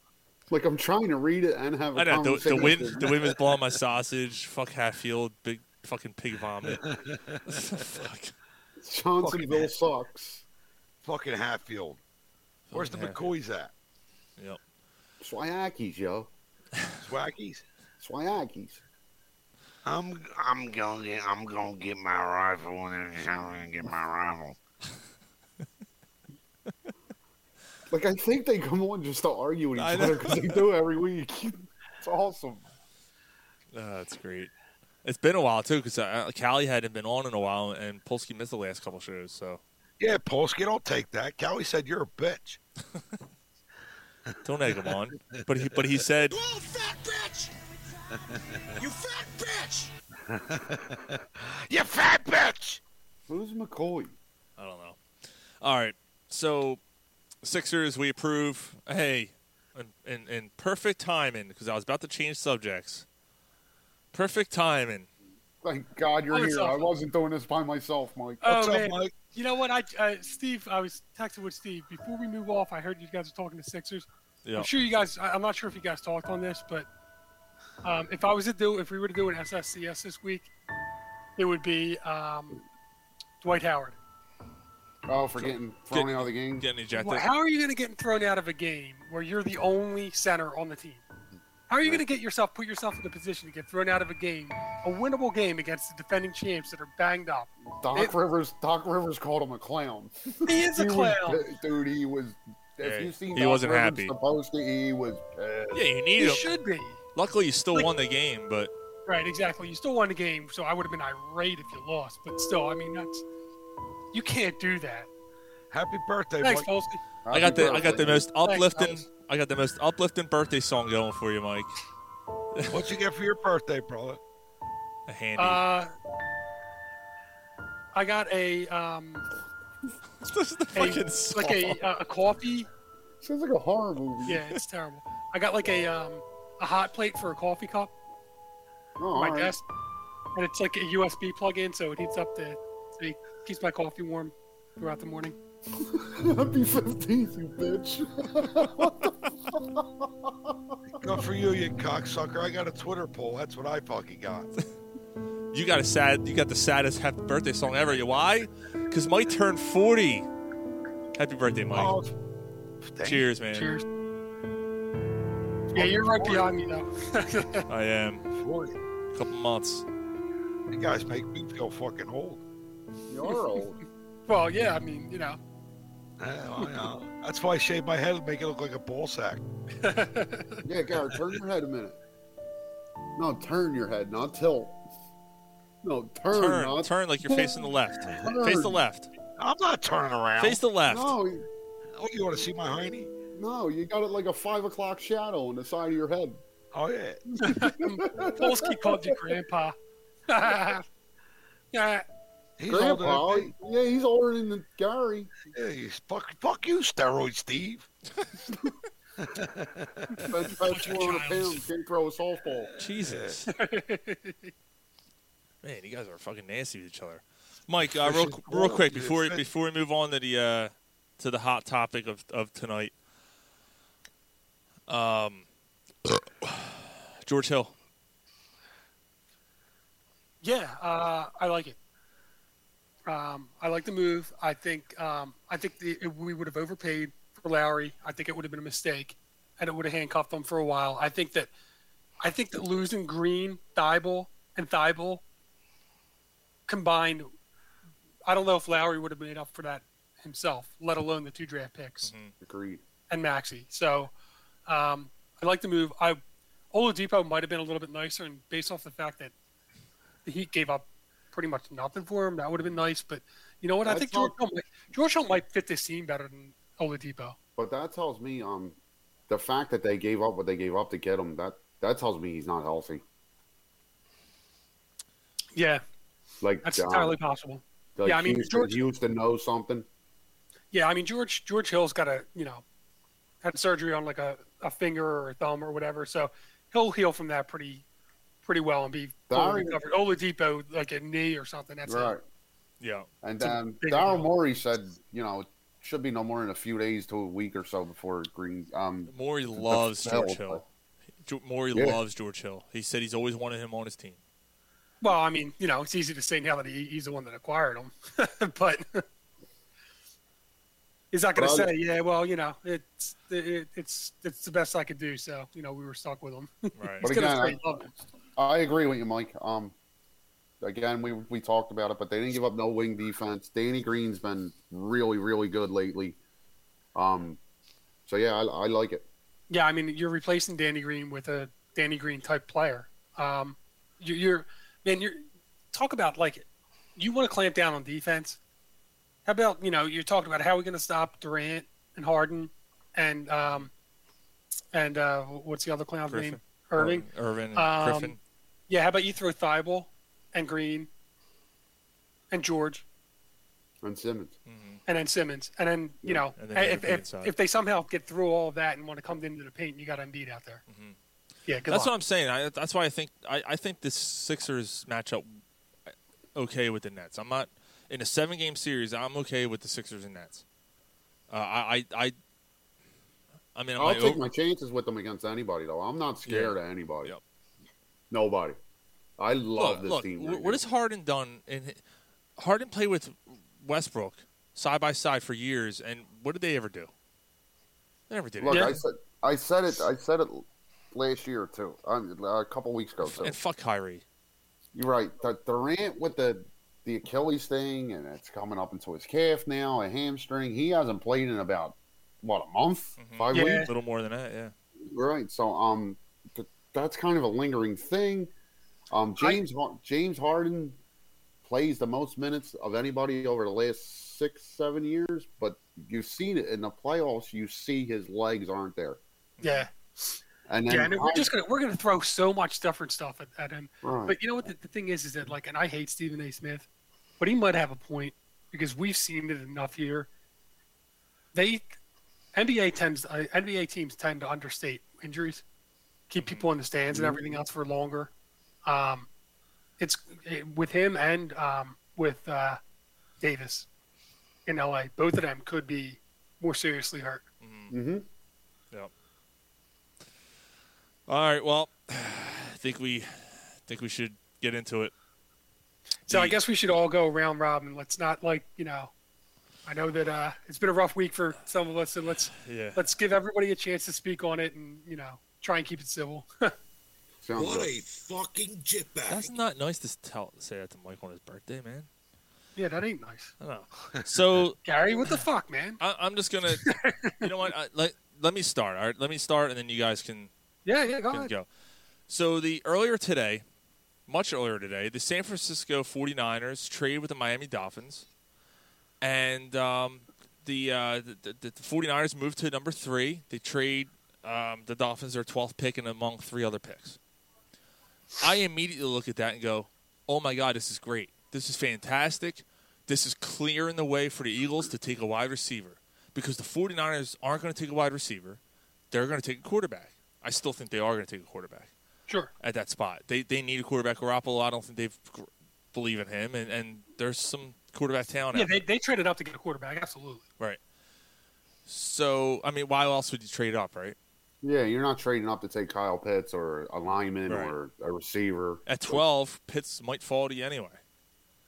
Like I'm trying to read it and have a
I know the, the
conversation.
wind. The wind was blowing my sausage. Fuck Hatfield. Big fucking pig vomit. Fuck.
Johnsonville sucks.
fucking Hatfield. Where's the
Fucking
McCoys at?
Yep.
Swayakis, yo.
Swaggies.
Swayakis.
I'm I'm gonna get I'm gonna get my rifle and then I'm gonna get my rifle.
Like, I think they come on just to argue with each
I
other
know.
because they do every week. It's awesome.
Oh, that's great. It's been a while too, because uh, Callie hadn't been on in a while, and Polsky missed the last couple shows. So
Yeah, Polsky, don't take that. Cowie said you're a bitch.
don't egg him on. But he, but he said,
You fat bitch!
you fat bitch.
Who's McCoy?
I don't know. All right, so Sixers, we approve. Hey, in, in, in perfect timing, because I was about to change subjects. Perfect timing.
Thank God you're
Oh, it's
here. I
awesome.
wasn't doing this by myself, Mike.
Oh man, you know what? I uh, Steve, I was texting with Steve before we move off. I heard you guys are talking to Sixers.
Yeah.
I'm sure you guys. I, I'm not sure if you guys talked on this, but um, if I was to do, if we were to do an SSCS this week, it would be um, Dwight Howard.
Oh, for getting thrown out of the game.
Getting ejected.
Well, how are you going to get thrown out of a game where you're the only center on the team? How are you going to get yourself, put yourself in the position to get thrown out of a game, a winnable game against the defending champs that are banged up?
Doc
It-
Rivers. Doc Rivers called him a clown.
He is a
was
clown.
pi- dude. He was. If
Yeah,
you seen
he
Doc
wasn't
Rivers
happy.
Supposed to, he was. Pissed.
Yeah, you need
you
him.
should be.
Luckily, you still
Like-
won the game, but
Right, exactly. You still won the game, so I would have been irate if you lost. But still, I mean, that's you can't do that.
Happy birthday,
Thanks,
Mike.
Folsky.
I got the I got the most
Thanks,
uplifting
guys.
I got the most uplifting birthday song going for you, Mike.
What'd you get for your birthday, brother?
A handy.
Uh, I got a um, a,
fucking song.
like a uh, a coffee.
Sounds like a horror movie.
Yeah, it's terrible. I got like a um, a hot plate for a coffee cup
Oh,
for my
all right.
desk, and it's like a USB plug-in, so it heats up the, so it keeps my coffee warm throughout the morning.
Happy fifteenth, you bitch.
Good for you, you cocksucker. I got a Twitter poll. That's what I fucking got.
You got a sad. You got the saddest happy birthday song ever. You why? Because Mike turned forty. Happy birthday, Mike!
Oh, dang.
Cheers, man.
Cheers. Yeah, you're right beyond me though.
I am.
40.
A couple months.
You guys make me feel fucking old.
You're old.
well, yeah, I mean, you know.
Eh, well, you know, That's why I shave my head and make it look like a ball sack.
Yeah, Garrett, turn your head a minute. No, turn your head, not tilt. No, turn.
Turn,
not
turn like you're facing the left.
Turn.
Face the left.
I'm not turning around.
Face the left.
No,
Oh, you want to see my hiney?
no, you got it like a five o'clock shadow on the side of your head.
Oh yeah.
Polsky called you grandpa. yeah,
He's
Grandpa,
older than me.
yeah, he's older than Gary.
Yeah, he's fuck, fuck you, steroid Steve.
That's about 200 pounds. Can't throw a softball.
Jesus. Man, you guys are fucking nasty with each other. Mike, uh, real, real quick before we, before we move on to the uh, to the hot topic of of tonight. Um, George Hill.
yeah, uh, I like it. Um, I like the move. I think um, I think the, we would have overpaid for Lowry. I think it would have been a mistake, and it would have handcuffed them for a while. I think that I think that losing Green, Thibault, and Thibault combined, I don't know if Lowry would have made up for that himself, let alone the two draft picks.
Agreed.
and Maxi. So um, I like the move. I Oladipo might have been a little bit nicer, and based off the fact that the Heat gave up pretty much nothing for him, that would have been nice. But you know what? I
That's
think
not-
George Hill, might, George Hill might fit this team better than Oladipo.
But that tells me um, the fact that they gave up what they gave up to get him, that, that tells me he's not healthy.
Yeah,
Like,
that's
um,
entirely possible.
like
yeah, I mean,
Houston,
George-
Houston knows something.
Yeah, I mean George George Hill's got a you know had surgery on like a, a finger or a thumb or whatever, so he'll heal from that pretty pretty well and be fully
Sorry.
recovered. Oladipo like a knee or something. That's
right.
it.
Yeah.
And
It's a
um,
big
Daryl
deal.
Morey said, you know, it should be no more than a few days to a week or so before Green. Um,
Morey loves
fell,
George Hill. Jo- Morey
Yeah.
loves George Hill. He said he's always wanted him on his team.
Well, I mean, you know, it's easy to say now that he, he's the one that acquired him, but He's not going to
But I-
say, yeah, well, you know, it's it, it's it's the best I could do. So you know, we were stuck with him.
Right.
He's
But
gonna
again,
say,
I-
"Love him."
I agree with you, Mike. Um, again, we we talked about it, but they didn't give up no wing defense. Danny Green's been really, really good lately. Um, so yeah, I, I like it.
Yeah, I mean, you're replacing Danny Green with a Danny Green type player. Um, you, you're, man, you're talk about like, you want to clamp down on defense. How about you know you're talking about how we going to stop Durant and Harden and um, and uh, what's the other clown's
Griffin.
name? Irving.
Irvin and
Um,
Griffin.
Yeah, how about you throw Thibault and Green and George
And Simmons.
and then Simmons, and then you
Yeah,
know
and then
if,
everything
if,
inside.
if they somehow get through all of that and want to come into the paint, you got Embiid out there.
Mm-hmm.
Yeah, good
that's
luck.
what I'm saying. I, that's why I think I, I think this Sixers matchup okay with the Nets. I'm not in a seven game series. I'm okay with the Sixers and Nets. Uh, I, I I I mean, oh, am
I'll
I
take
over-
my chances with them against anybody, though. I'm not scared of anybody. Nobody. I
look,
love this
look,
team.
wh- What has Harden done? And Harden played with Westbrook side by side for years, and what did they ever do? They never did.
Look, I
anything.
said, I said it. I said it last year too. Um, a couple weeks ago too.
and fuck Kyrie.
You're right. Dur- Durant with the the Achilles thing, and it's coming up into his calf now, a hamstring. He hasn't played in about what a month, five
Yeah.
weeks,
little more than that. Yeah.
right? So, um, th- that's kind of a lingering thing. Um, James Har- James Harden plays the most minutes of anybody over the last six seven years, but you've seen it in the playoffs. You see his legs aren't there,
Yeah,
and then
yeah, and we're
Harden-
just gonna we're gonna throw so much different stuff at, at him.
Right.
But you know what the, the thing is is that like, and I hate Stephen A. Smith, but he might have a point because we've seen it enough here. They NBA tends uh, NBA teams tend to understate injuries, keep people in the stands and everything else for longer. Um, it's it, with him and um, with uh, Davis in LA. Both of them could be more seriously hurt.
Mhm.
Yep. All right. Well, I think we think we should get into it.
So I guess we should all go round robin. Let's not like you know. I know that uh, it's been a rough week for some of us, so let's
Yeah.
let's give everybody a chance to speak on it and you know try and keep it civil.
Sounds
What
good.
a fucking jitbag.
That's not nice to tell say that to Mike on his birthday, man.
yeah, that ain't nice.
I don't know. So
Gary, what the fuck, man?
I, I'm just gonna. You know what? I, let let me start. All right. Let me start, and then you guys can
Yeah, yeah, go
can
ahead.
go. So the earlier today, much earlier today, the San Francisco 49ers traded with the Miami Dolphins, and um, the, uh, the, the the 49ers moved to number three. They trade um, the Dolphins their 12th pick and among three other picks. I immediately look at that and go, "Oh my God, this is great! This is fantastic! This is clearing the way for the Eagles to take a wide receiver because the 49ers aren't going to take a wide receiver; they're going to take a quarterback. I still think they are going to take a quarterback
Sure.
at that spot. They they need a quarterback. Garoppolo, I don't think they believe in him, and, and there's some quarterback talent.
Yeah,
out
they, they traded up to get a quarterback. Absolutely.
there. right. So I mean, why else would you trade up, right?
Yeah, you're not trading up to take Kyle Pitts or a lineman
Right.
or a receiver.
At 12, Pitts might fall to you anyway.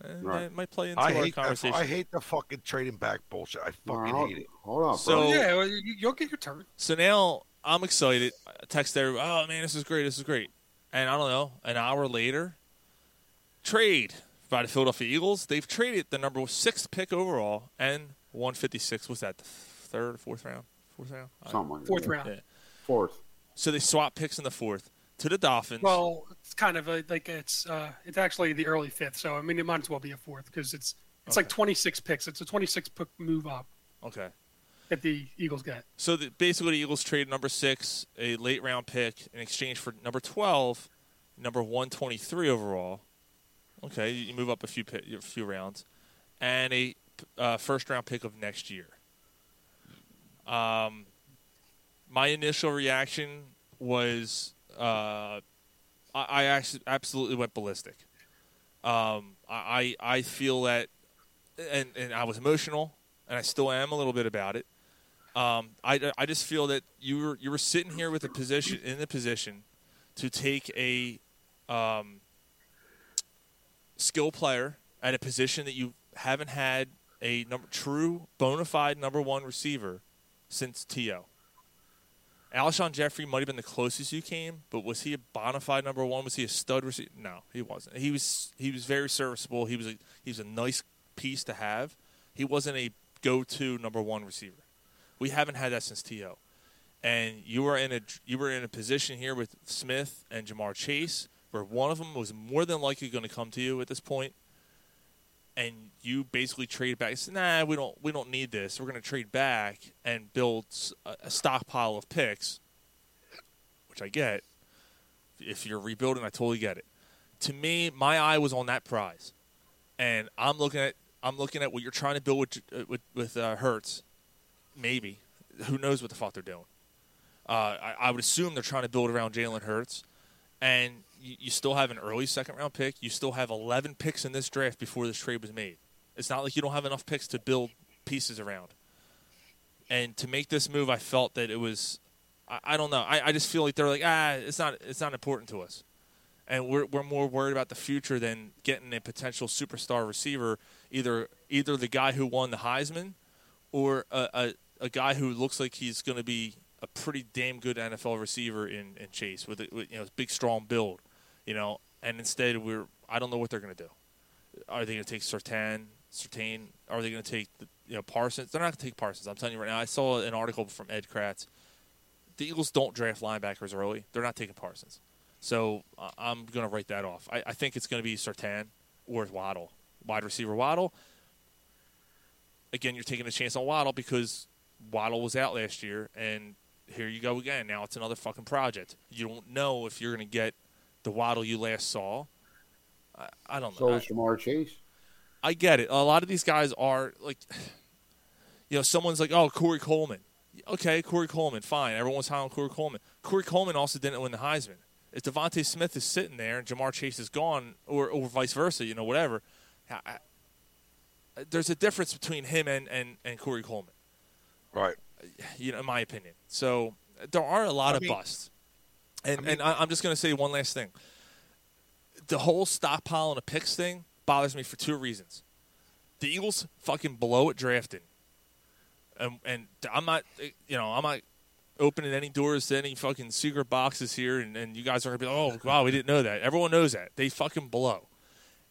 Eh,
Right.
That might play into
I
our
hate that.
conversation.
I hate the fucking trading back bullshit. I fucking
Hold-
hate it.
Hold up.
So-
bro.
Oh, yeah, well, you, you'll get your turn.
So now I'm excited. I text everybody, oh man, this is great, this is great. And I don't know, an hour later, trade by the Philadelphia Eagles. They've traded the number sixth pick overall and 156. Was that the third or fourth round? Fourth round? I-
something like
Fourth
that.
round.
Yeah.
Fourth.
So they swap picks in the fourth to the Dolphins.
Well, it's kind of a, like it's uh, it's actually the early fifth. So I mean, it might as well be a fourth because it's it's like 26 picks. It's a 26 pick move up
okay.
that the Eagles get.
So the, basically, the Eagles trade number six, a late round pick, in exchange for number 12, number 123 overall. Okay, you you move up a few pi- a few rounds, and a uh, first round pick of next year. Um, my initial reaction was uh, I, I actually absolutely went ballistic. Um, I I I feel that, and and I was emotional, and I still am a little bit about it. Um, I, I just feel that you were you were sitting here with a position in the position to take a um, skill player at a position that you haven't had a number, true bona fide number one receiver since T.O. Alshon Jeffrey might have been the closest you came, but was he a bona fide number one? Was he a stud receiver? No, he wasn't. He was he was very serviceable. He was a he was a nice piece to have. He wasn't a go to number one receiver. We haven't had that since T.O. And you were in a you were in a position here with Smith and Jamar Chase where one of them was more than likely going to come to you at this point, and you basically trade back. Said, nah, we don't we don't need this. We're going to trade back and build a, a stockpile of picks, which I get. If you're rebuilding, I totally get it. To me, my eye was on that prize, and I'm looking at I'm looking at what you're trying to build with uh, with, with uh, Hertz. Maybe who knows what the fuck they're doing. Uh, I, I would assume they're trying to build around Jalen Hurts, and you, still have an early second round pick. You still have 11 picks in this draft before this trade was made. It's not like you don't have enough picks to build pieces around. And to make this move, I felt that it was, I, I don't know. I, I just feel like they're like, ah, it's not, it's not important to us. And we're, we're more worried about the future than getting a potential superstar receiver, either either the guy who won the Heisman or a, a, a guy who looks like he's going to be a pretty damn good NFL receiver in, in Chase with, a, with you know big strong build you know. And instead, we're I don't know what they're going to do. Are they going to take Sertan? Sertain? Are they going to take the, you know Parsons? They're not going to take Parsons. I'm telling you right now. I saw an article from Ed Kratz. The Eagles don't draft linebackers early. They're not taking Parsons. So uh, I'm going to write that off. I, I think it's going to be Sertan or Waddle, wide receiver Waddle. Again, you're taking a chance on Waddle because Waddle was out last year, and here you go again. Now it's another fucking project. You don't know if you're going to get the Waddle you last saw. I, I don't
so
know.
So is Jamar Chase.
I get it. A lot of these guys are like, you know, someone's like, oh, Corey Coleman. Okay, Corey Coleman, fine. Everyone's high on Corey Coleman. Corey Coleman also didn't win the Heisman. If Devontae Smith is sitting there and Jamar Chase is gone, or, or vice versa, you know, whatever, I, I, there's a difference between him and, and, and Corey Coleman.
Right.
You know, in my opinion. So there are a lot of mean, busts. And I mean, and I, am just going to say one last thing. The whole stockpile and a picks thing bothers me for two reasons. The Eagles fucking blow at drafting, and and I'm not you know I'm not opening any doors to any fucking secret boxes here, and, and you guys are gonna be oh wow we didn't know that. Everyone knows that they fucking blow.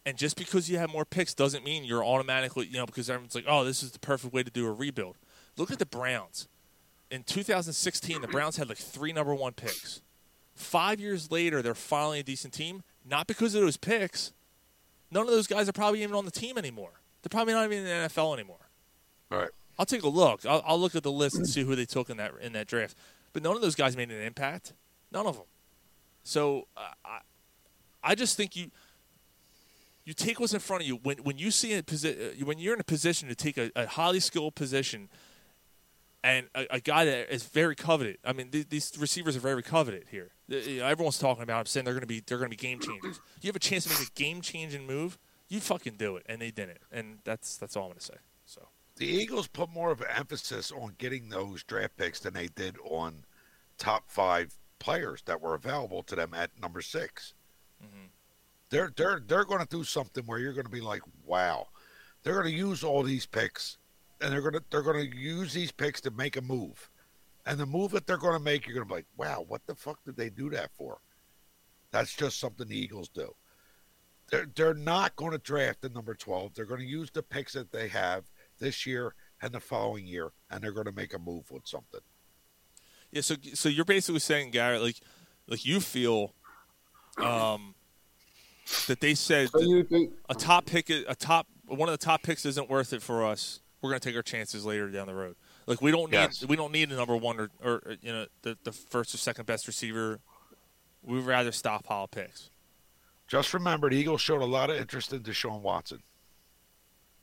And just because you have more picks doesn't mean you're automatically, you know, because everyone's like, oh, this is the perfect way to do a rebuild. Look at the Browns. In 2016, the Browns had like three number one picks five years later, they're finally a decent team, not because of those picks. None of those guys are probably even on the team anymore. They're probably not even in the NFL anymore.
All right.
I'll take a look. I'll, I'll look at the list and see who they took in that in that draft. But none of those guys made an impact. None of them. So uh, I, I just think you, you take what's in front of you. When when you see a posi- uh, when you're in a position to take a, a highly skilled position, and a, a, guy that is very coveted. I mean, th- these receivers are very coveted here. You know, everyone's talking about. Them, saying they're going to be they're going to be game changers. You have a chance to make a game changing move. You fucking do it, and they didn't. And that's that's all I'm going to say. So
the Eagles put more of an emphasis on getting those draft picks than they did on top five players that were available to them at number 6 they mm-hmm. They're they're they're going to do something where you're going to be like, wow. They're going to use all these picks and they're gonna they're gonna use these picks to make a move, and the move that they're gonna make, you're gonna be like, wow, what the fuck did they do that for? That's just something the Eagles do. They're they're not gonna draft the number twelve. They're gonna use the picks that they have this year and the following year, and they're gonna make a move with something.
Yeah, so so you're basically saying, Garrett, like like you feel, um. That they said
so that think-
a top pick, a top one of the top picks isn't worth it for us we're going to take our chances later down the road. Like we don't need yes. we don't need a number one or, or you know the, the first or second best receiver. We'd rather stockpile picks.
Just remember, the Eagles showed a lot of interest in Deshaun Watson,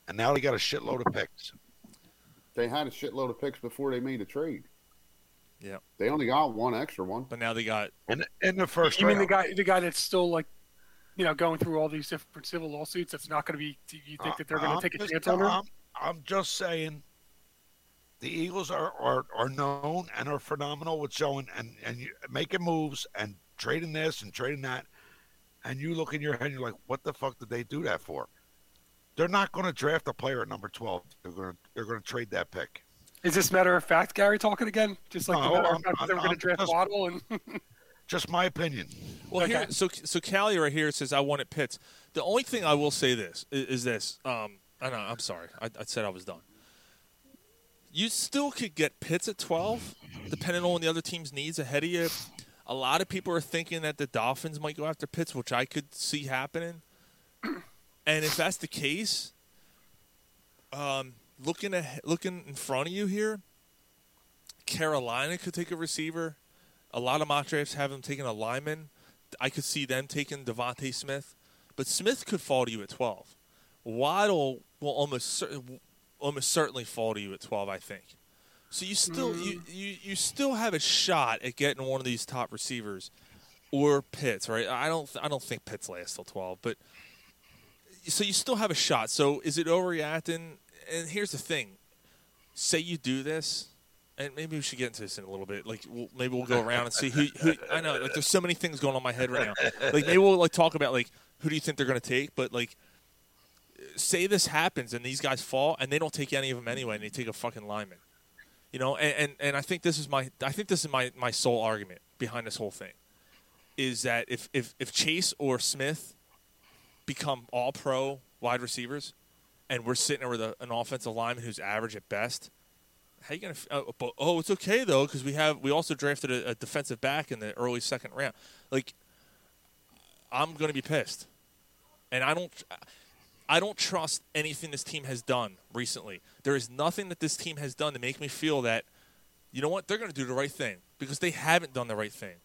and now they got a shitload of picks.
They had a shitload of picks before they made a trade.
Yeah,
they only got one extra one,
but now they got
in, in the first.
You
round.
mean the guy the guy that's still like you know going through all these different civil lawsuits? That's not going to be. You think that they're going to
Uh,
Uh-huh.
I'm
take a
just,
chance on her?
I'm, I'm just saying the Eagles are, are, are known and are phenomenal with showing and, and making moves and trading this and trading that. And you look in your head and you're like, what the fuck did they do that for? They're not going to draft a player at number twelve. They're going to they're going to trade that pick.
Is this matter of fact Gary talking again? Just like
No,
the matter
I'm-
of fact that they were
I'm-
going to
I'm
draft
just-
Waddle and
Just my opinion.
Well, here, so so Callie right here says I wanted Pitts. The only thing I will say this is, is this. Um, I know, I'm sorry. I, I said I was done. You still could get Pitts at 12, depending on the other team's needs ahead of you. A lot of people are thinking that the Dolphins might go after Pitts, which I could see happening. And if that's the case, um, looking ahe looking in front of you here, Carolina could take a receiver. A lot of mock drafts have them taking a lineman. I could see them taking Devontae Smith, but Smith could fall to you at twelve. Waddle will almost cer- almost certainly fall to you at twelve. I think. So you still you, you you still have a shot at getting one of these top receivers, or Pitts, right? I don't I don't think Pitts lasts till twelve, but so you still have a shot. So is it overreacting? And here's the thing: say you do this, and maybe we should get into this in a little bit. Like we'll, maybe we'll go around and see who, who. I know, like there's so many things going on in my head right now. Like maybe we'll like talk about like who do you think they're going to take, but like say this happens and these guys fall and they don't take any of them anyway, and they take a fucking lineman. You know, and, and, and I think this is my I think this is my, my sole argument behind this whole thing is that if, if, if Chase or Smith become all pro wide receivers and we're sitting there with a, an offensive lineman who's average at best, how you gonna? f- Oh, but, oh it's okay though because we have we also drafted a, a defensive back in the early second round. Like, I'm gonna be pissed, and I don't, I don't trust anything this team has done recently. There is nothing that this team has done to make me feel that, you know what, they're gonna do the right thing because they haven't done the right thing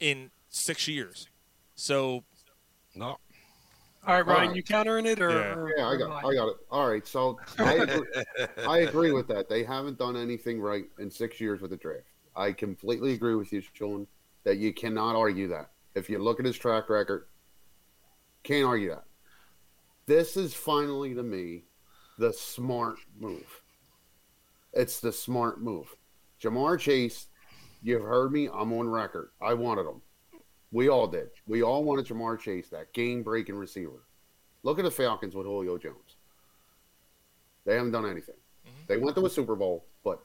in six years. So,
no,
All right, Ryan,
Alright.
you countering it or?
Yeah.
or-
Uh-huh. Yeah, I
or
got,
not?
I got it. All right, so I agree, I agree with that. They haven't done anything right in six years with the draft. I completely agree with you, Sean, that you cannot argue that. If you look at his track record, can't argue that. This is finally, to me, the smart move. It's the smart move. Jamar Chase, you've heard me. I'm on record. I wanted him. We all did. We all wanted Jamar Chase, that game breaking receiver. Look at the Falcons with Julio Jones. They haven't done anything. They went to a Super Bowl, but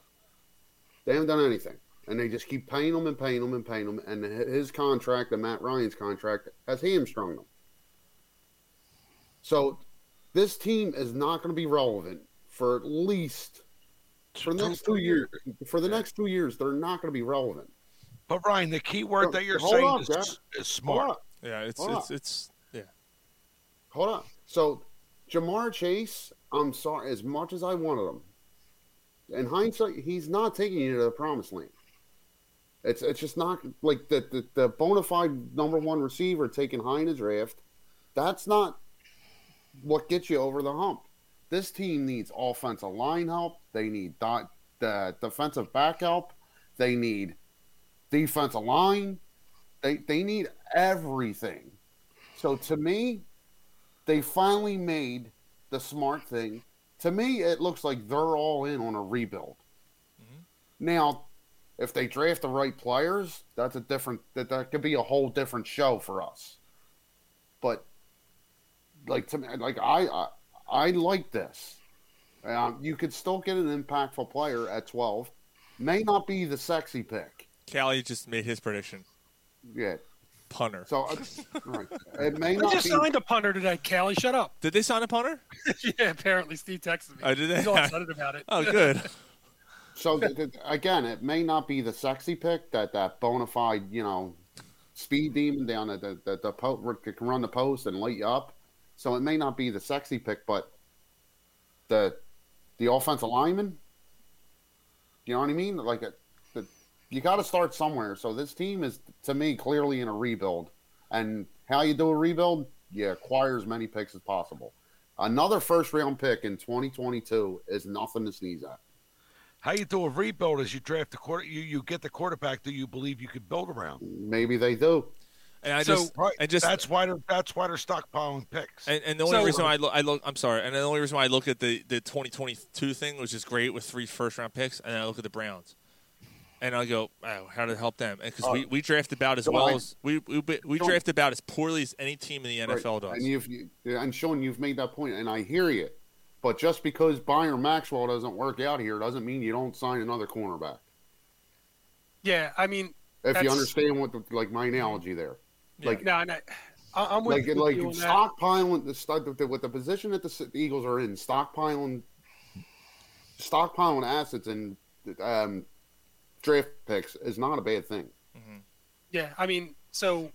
they haven't done anything. And they just keep paying him and paying him and paying him. And his contract and Matt Ryan's contract has hamstrung them. So this team is not going to be relevant for at least for the next two years. For the next two years, they're not going to be relevant.
But Ryan, the key word that you're
Hold
saying
on,
is,
Jack.
is smart.
Hold on.
yeah, it's
Hold
it's,
on.
it's yeah.
Hold on. So, Jamar Chase, I'm sorry, as much as I wanted him, in hindsight, he's not taking you to the promised land. It's it's just not like the the, the bona fide number one receiver taken high in a draft. That's not what gets you over the hump. This team needs offensive line help. They need dot, the defensive back help. They need defensive line. They they need everything. So to me, they finally made the smart thing. To me, it looks like they're all in on a rebuild. Now, if they draft the right players, that's a different that that could be a whole different show for us. But like to me, like I I, I like this. Um, you could still get an impactful player at twelve. May not be the sexy pick.
Callie just made his prediction.
Yeah.
Punter.
So uh, right. it may
We
not
just
be.
signed a punter today, Callie. Shut up.
Did they sign a punter?
yeah, apparently Steve texted me.
Oh, did they?
He's all excited about it.
Oh, good.
So th- th- again, it may not be the sexy pick that that bona fide, you know, speed demon down at the the, the po- that can run the post and light you up. So it may not be the sexy pick, but the the offensive lineman. You know what I mean? Like a, the, you got to start somewhere. So this team is to me clearly in a rebuild, and how you do a rebuild, you acquire as many picks as possible. Another first round pick in 2022 is nothing to sneeze at.
How you do a rebuild is you draft the quarter, you, you get the quarterback that you believe you could build around.
Maybe they do.
And I
so
just
right,
and just
that's why they're that's why they're stockpiling picks.
And, and the only
So-
reason I look, I look, I'm sorry, and the only reason why I look at the, the 2022 thing, which is great with three first round picks, and then I look at the Browns, and I go, oh, how to help them? Because
Oh.
we, we draft about as
Don't
well
mind-
as we we, we
Don't-
draft about as poorly as any team in the NFL
Right.
does.
And you've you, and Sean, you've made that point, and I hear you. But just because Byron Maxwell doesn't work out here doesn't mean you don't sign another cornerback.
Yeah, I mean,
If you
that's-
understand what the, like my analogy there, like
no, no, I, am with,
like
with
like
you on that.
stockpiling the stuff with the, with the position that the S- Eagles are in, stockpiling stockpiling assets and um, draft picks is not a bad thing.
Yeah, I mean, so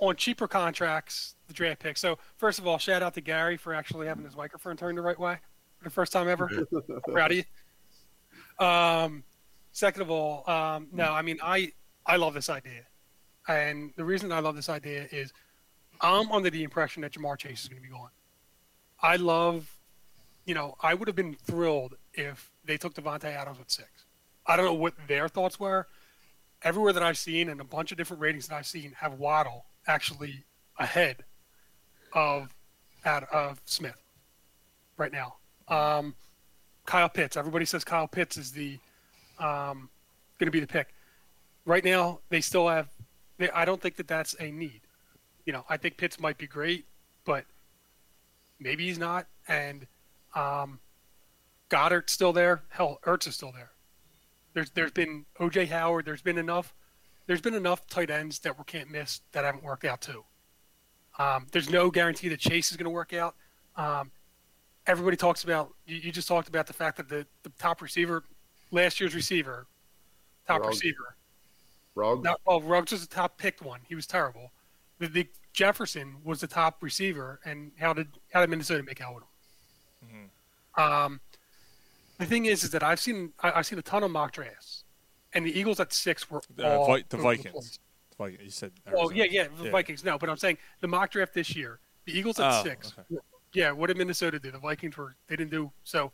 on cheaper contracts, the draft pick. So first of all, shout out to Gary for actually having his microphone turned the right way for the first time ever. I'm proud of you. Um, second of all, um, no, I mean, I I love this idea, and the reason I love this idea is I'm under the impression that Jamar Chase is going to be gone. I love, you know, I would have been thrilled if they took Devontae Adams at six. I don't know what their thoughts were. Everywhere that I've seen and a bunch of different ratings that I've seen have Waddle actually ahead of out of Smith right now. Um, Kyle Pitts. Everybody says Kyle Pitts is the um, going to be the pick. Right now, they still have. They, I don't think that that's a need. You know, I think Pitts might be great, but maybe he's not. And um, Goddard's still there. Hell, Ertz is still there. There's there's been OJ Howard. There's been enough. There's been enough tight ends that we can't miss that haven't worked out too. Um, there's no guarantee that Chase is going to work out. Um, everybody talks about. You, you just talked about the fact that the, the top receiver, last year's receiver, top
Ruggs.
receiver.
Ruggs?
Not, well, Ruggs was the top picked one. He was terrible. The, the Jefferson was the top receiver, and how did how did Minnesota make out with him?
Mm-hmm.
Um, the thing is, is that I've seen I, I've seen a ton of mock drafts, and the Eagles at six were
Uh,
all
Vi- the
over
Vikings. The Vikings. You said.
place. Well,
Arizona.
yeah, yeah, the Vikings. No, but I'm saying the mock draft this year, the Eagles at
Oh,
six.
okay.
were- Yeah, what did Minnesota do? The Vikings were they didn't do so.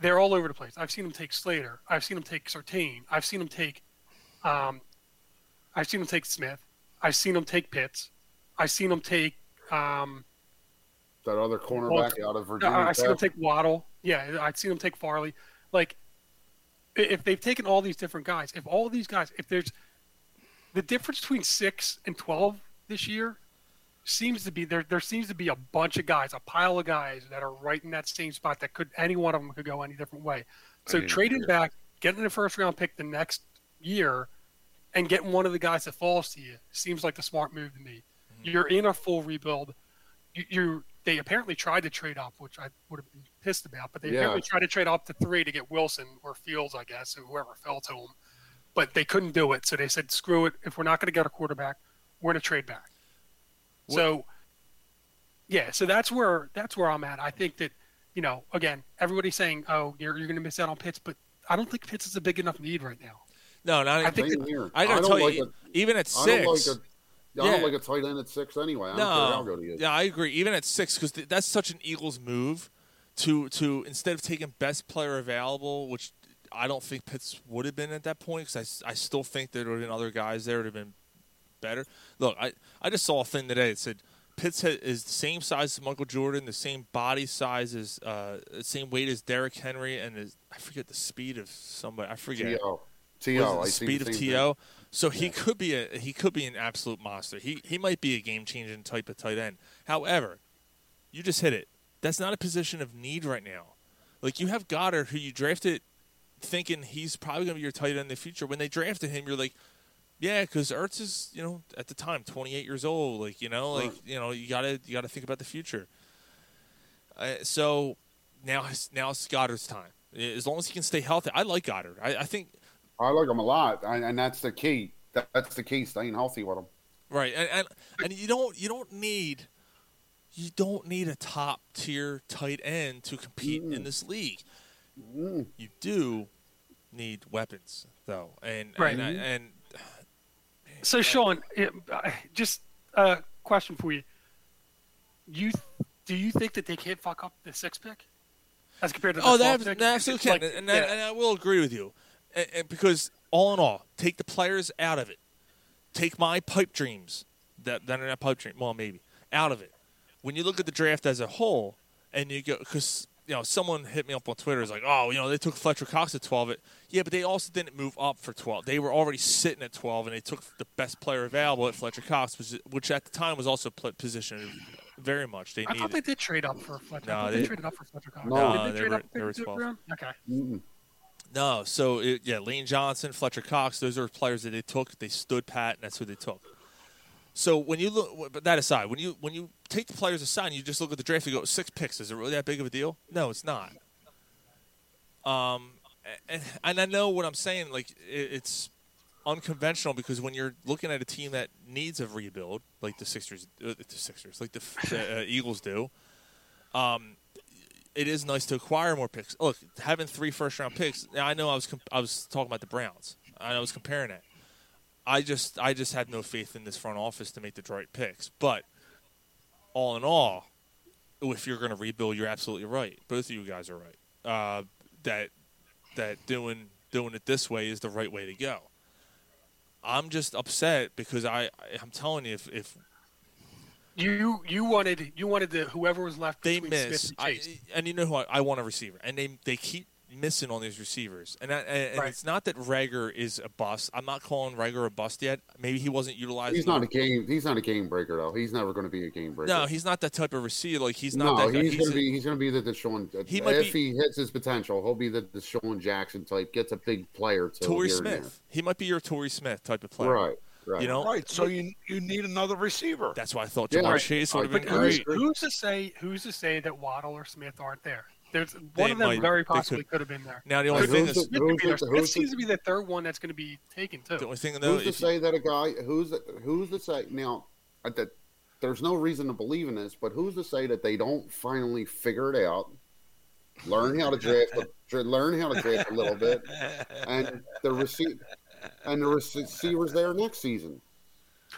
They're all over the place. I've seen them take Slater. I've seen them take Sartain. I've seen them take, um, I've seen them take Smith. I've seen them take Pitts. I've seen them take um,
That other cornerback
well,
out of Virginia.
I- I've seen
Tech.
them take Waddle. Yeah, I've seen them take Farley. Like, i- if they've taken all these different guys, if all these guys, if there's the difference between six and twelve this year, seems to be there. There seems to be a bunch of guys, a pile of guys that are right in that same spot. That could any one of them could go any different way. So
didn't
trading
hear.
back, getting a first round pick the next year, and getting one of the guys that falls to you seems like the smart move to me. You're in a full rebuild. You, you they apparently tried to trade up, which I would have been pissed about, but they
Yeah.
apparently tried to trade up to three to get Wilson or Fields, I guess, or whoever fell to them. But they couldn't do it, so they said, "Screw it! If we're not going to get a quarterback, we're going to trade back." So, yeah, so that's where that's where I'm at. I think that you know, again, everybody's saying, "Oh, you're you're going to miss out on Pitts," but I don't think Pitts is a big enough need right now.
No, not.
I think
Same
that-
here.
I gotta
don't
tell
like
you, e,
a-
even at
I don't
six-
like a, I
Yeah.
don't like a tight end at six anyway. I don't care how
No,
good he is.
yeah, I agree. Even at six, because th- that's such an Eagles move to to instead of taking best player available, which I don't think Pitts would have been at that point, because I, s- I still think there would have been other guys there that would have been better. Look, I I just saw a thing today that said Pitts ha- is the same size as Michael Jordan, the same body size as uh, the same weight as Derrick Henry, and is, I forget the speed of somebody. I forget.
T.O..
What is it,
T.O. I
the
see the
speed of
same
To. So he could be a he could be an absolute monster. He he might be a game changing type of tight end. However, you just hit it. That's not a position of need right now. Like you have Goddard, who you drafted thinking he's probably going to be your tight end in the future. When they drafted him, you're like, yeah, because Ertz is you know at the time 28 years old. Like you know, like you know, you gotta you gotta think about the future. Uh, so now it's- now it's Goddard's time. As long as he can stay healthy, I like Goddard. I, I think
I like him a lot, and, and that's the key. That, that's the key. Staying healthy with him.
Right, and, and and you don't you don't need you don't need a top tier tight end to compete in this league. You do need weapons though, and
Right.
and, I- and
So, Sean, it, I- just a question for you. You do you think that they can't fuck up the six pick as compared to the
oh,
twelve
that,
pick?
that absolutely can,
Like,
and, I, and I will agree with you, and, and because all in all, take the players out of it, take my pipe dreams that that are not pipe dream, well maybe out of it. When you look at the draft as a whole, and you go because you know, someone hit me up on Twitter. Is like, oh, you know, they took Fletcher Cox at twelve. It, yeah, but they also didn't move up for twelve. They were already sitting at twelve, and they took the best player available at Fletcher Cox, which, which at the time was also pl- positioned very much. They
I
needed.
thought they did trade up for Fletcher.
No,
I thought
they-
they traded up for Fletcher Cox.
No,
Did
they
trade
were-
up
they were 12.
round? Okay.
No, so it, yeah, Lane Johnson, Fletcher Cox, those are players that they took. They stood pat, and that's who they took. So when you look, but that aside, when you when you take the players aside, and you just look at the draft. You go six picks. Is it really that big of a deal? No, it's not. Um, a- and and I know what I'm saying. Like it, it's unconventional because when you're looking at a team that needs a rebuild, like the Sixers, uh, the Sixers, like the, the uh, Eagles do, um, it is nice to acquire more picks. Look, having three first round picks. Now I know I was comp- I was talking about the Browns. and I was comparing it. I just I just had no faith in this front office to make the right picks. But all in all, if you're going to rebuild, you're absolutely right. Both of you guys are right. Uh, that that doing doing it this way is the right way to go. I'm just upset because I I- I'm telling you if if
You you wanted you wanted the whoever was left
they
between Smith
miss.
and
I,
Chase.
and you know who I, I want a receiver, and they they keep missing on these receivers. And I, and, and
Right.
it's not that Rager is a bust. I'm not calling Rager a bust yet. Maybe he wasn't utilized.
He's not a game. He's not a game breaker though. He's never going to be a game breaker.
No, he's not that type of receiver. Like he's not.
no,
that guy.
he's,
a-
gonna be he's gonna be the Deshaun. uh,
He might
if he hits his potential, he'll be the Deshaun Jackson type. Gets a big player to
Torrey
here and
Smith. He might be your Torrey Smith type of player.
Right, right.
You know.
Right, so you you need another receiver.
That's why I thought
Yeah,
Jamar
right.
Chase would have
But
been
who's,
great.
who's to say who's to say that Waddle or Smith aren't there? There's one
They
of them
might-
very
they
possibly
could.
could have been there.
Now, the only thing
Smith could
is-
be there.
who's the-
Smith
who's the-
seems to be the third one that's going to be taken too.
The only thing
there. Who's to say that a guy who's who's to say now uh, that there's no reason to believe in this, but who's to say that they don't finally figure it out, learn how to draft, a- dra- learn how to draft a little bit, and the receive and the receivers there next season.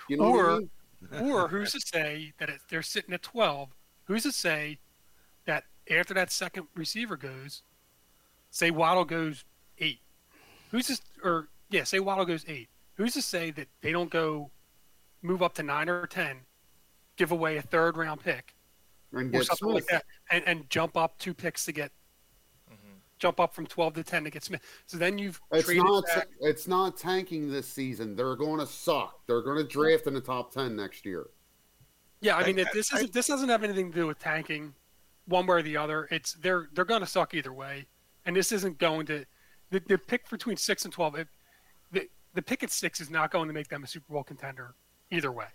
You know what I
or
mean?
or who's to say that it, they're sitting at 12 who's to say that after that second receiver goes say waddle goes eight who's to or yeah say waddle goes eight who's to say that they don't go move up to nine or ten give away a third round pick
And
or
get
something like
Smith.
that and, and jump up two picks to get jump up from 12 to 10 to get smith so then you've
It's
traded
not.
back-
It's not tanking this season. They're going to suck. They're going to draft in the top ten next year.
Yeah, I mean, it, this isn't this doesn't have anything to do with tanking, one way or the other. It's they're they're going to suck either way, and this isn't going to the, the pick between six and twelve. If the the pick at six is not going to make them a Super Bowl contender either way.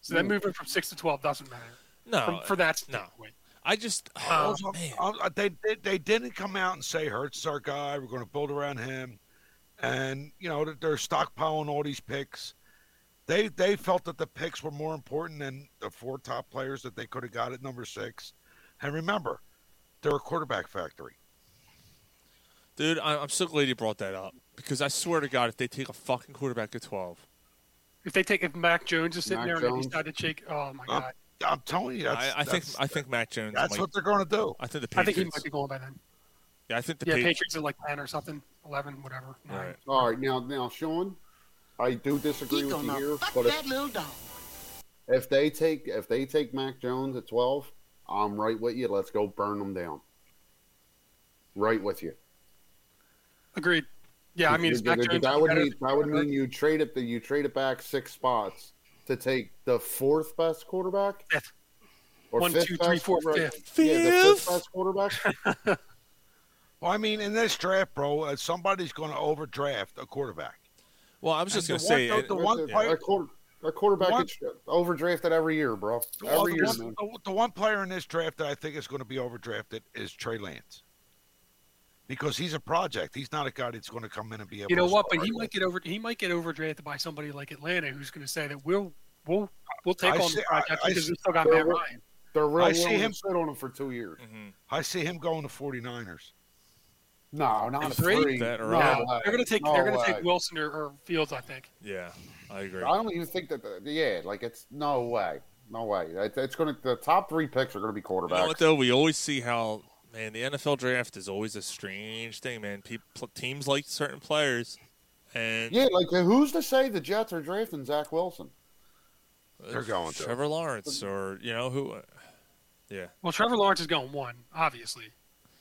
So then
Mm.
moving from six to twelve doesn't matter.
No,
from, for that
no.
standpoint.
I just oh,
Also, uh, they, they they didn't come out and say Hurts is our guy. We're going to build around him, and you know they're- they're stockpiling all these picks. They they felt that the picks were more important than the four top players that they could have got at number six. And remember, they're a quarterback factory.
Dude, I, I'm so glad you brought that up because I swear to God, if they take a fucking quarterback at 12,
If they take if Mac Jones is sitting
Mac
there and
Jones.
he decided to shake, oh my
I'm-
god,
I'm telling you, that's,
I, I think
that's-
I think Mac Jones.
that's
might-
what they're going to do.
I think the
I think
Patriots.
he might be going by then.
yeah, I think the
yeah,
Patri-
Patriots are like ten or something, eleven, whatever. nine.
All right. Now, now, Sean, I do disagree with you here, but if,
little dog.
if they take if they take Mac Jones at twelve, I'm right with you. Let's go burn them down. Right with you.
Agreed. Yeah, I mean, it's Mac
that,
Jones.
that would
better
mean
than-
that would mean you trade it you trade it back six spots to take the fourth best quarterback.
Fifth.
Or
One,
fifth
two, three,
best
four,
quarterback?
fifth.
Yeah, the fifth
Fifth.
best quarterback.
Well, I mean, in this draft, bro, uh, somebody's going to overdraft a quarterback.
Well, I was
just And gonna the say, one- it- the one
Our
player-
quarter- our quarterback
One-
gets overdrafted every year, bro.
The,
Every
the
year,
one,
man.
the- the one player in this draft that I think is going to be overdrafted is Trey Lance. Because he's a project. He's not a guy that's going to come in and be able
you know
to
what? But
start.
he might get over. He might get overdrafted by somebody like Atlanta, who's going to say that we'll we'll we'll take
I
on
see-
the project
I- I
because
see-
we still got
they're
Matt
real-
Ryan.
They're real
I see
willing to
him-
sit on him for two years.
Mm-hmm.
I see him going to 49ers.
No, not
And
a three.
No,
No way.
they're going to take
No
they're going to
way.
take Wilson or, or Fields, I think.
Yeah, I agree.
I don't even think that. The, yeah, like it's no way, no way. It, it's gonna. The top three picks are gonna be quarterbacks.
You know what though? We always see how man the NFL draft is always a strange thing, man. People, teams like certain players, and
yeah, like who's to say the Jets are drafting Zach Wilson?
they're going to.
Trevor Lawrence or you know who? uh, Yeah,
Well, Trevor Lawrence is going one, obviously.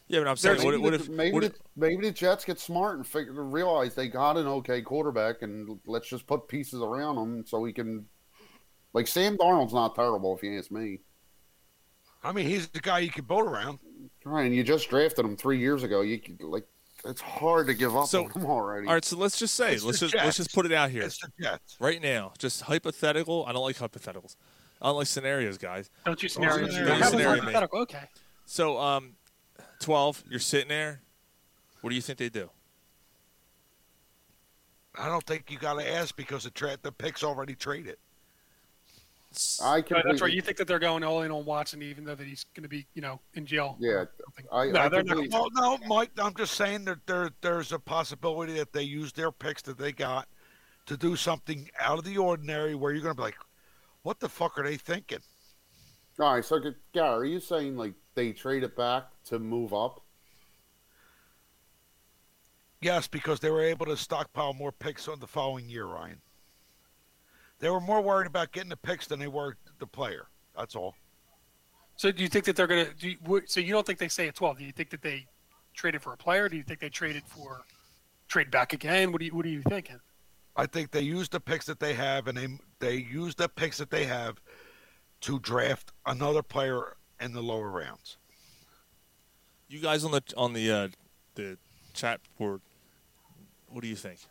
Yeah, but I'm saying, what,
maybe
what
the,
if
maybe,
what
the,
if-
maybe the Jets get smart and figure, realize they got an okay quarterback, and let's just put pieces around him so he can. Like Sam Darnold's not terrible, if you ask me.
I mean, he's the guy you can build around.
Right, and you just drafted him three years ago. You could, like, it's hard to give up
So-
on him already.
All right, so let's just say,
It's
let's
the
just let's
Jets.
just put it out here
It's the
right now. Just hypothetical. I don't like hypotheticals. I don't like scenarios, guys.
Don't you scenario?
Don't
That
you
was
scenario me.
hypothetical. Okay.
So, um, twelve. You're sitting there. What do you think they do?
I don't think you got to ask because the tra- the picks already traded.
I
Right, that's right.
completely-
You think that they're going all in on Watson, even though that he's going to be, you know, in jail?
Yeah, I,
No,
I
they're not
completely-
Well, no, Mike. I'm just saying that there there's a possibility that they use their picks that they got to do something out of the ordinary where you're going to be like, what the fuck are they thinking?
All right, so G- Gary, are you saying like they trade it back to move up?
Yes, because they were able to stockpile more picks on the following year, Ryan. They were more worried about getting the picks than they were the player. That's all.
So do you think that they're going to? You, so you don't think they stay at twelve? Do you think that they traded for a player? Do you think they traded for trade back again? What do you What are you thinking?
I think they use the picks that they have, and they they use the picks that they have to draft another player in the lower rounds.
You guys on the on the uh, the chat board, what do you think?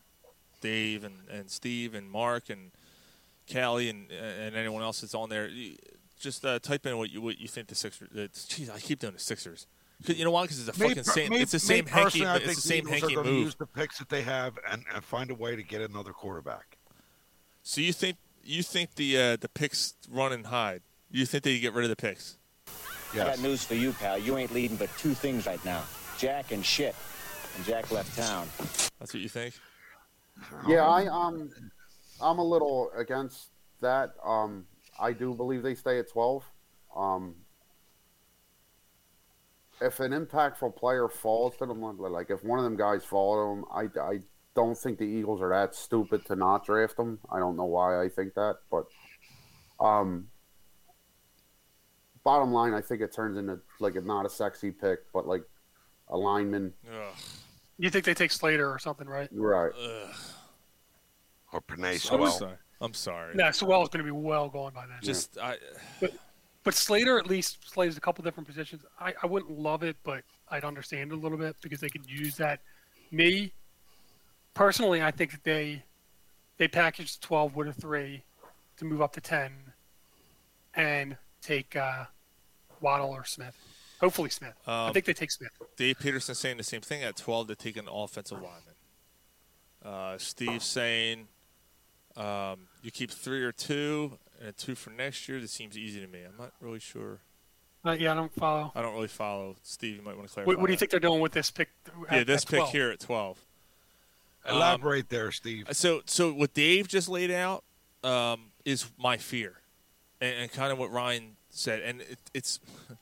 Dave and, and Steve and Mark and Callie and and anyone else that's on there, you- just uh, type in what you what you think the Sixers. Uh, geez, I keep doing the Sixers. 'Cause you know why? Because it's the
Me
fucking
per-
same.
me-
it's the
me
same hanky.
personally, I
It's the
think
same
Eagles are
hanky
gonna
move.
Use the picks that they have and, and find a way to get another quarterback.
so you think you think the uh, the picks run and hide? You think they get rid of the picks?
I got news for you, pal. You ain't leading but two things right now Jack and shit. And Jack left town.
That's what you think?
Yeah, I um, I'm a little against that. Um, I do believe they stay at twelve. Um, if an impactful player falls to them, like if one of them guys fall to them, I, I don't think the Eagles are that stupid to not draft them. I don't know why I think that, but um, bottom line, I think it turns into like a, not a sexy pick, but like a lineman,
You think they take Slater or something, right?
right?
Or Panay
I'm
Sewell.
sorry. I'm sorry.
No, Sewell's going to be well gone by then.
Just I.
But, but Slater at least plays a couple different positions. I, I wouldn't love it, but I'd understand a little bit because they could use that. Me, personally, I think that they they packaged 12 with a 3 to move up to 10 and take uh, Waddle or Smith. Hopefully Smith. I
Um,
think they take Smith.
Dave Peterson saying the same thing at 12 to take an offensive lineman. Uh, Steve saying um, you keep three or two and a two for next year. This seems easy to me. I'm not really sure.
Uh, yeah, I don't follow.
I don't really follow. Steve, you might want to clarify.
What, what do you
that.
think they're doing with this pick? at-
Yeah, this
at
pick
12?
here at 12. Um,
Elaborate there, Steve.
so, so what Dave just laid out um, is my fear, and, and kind of what Ryan said, and it, it's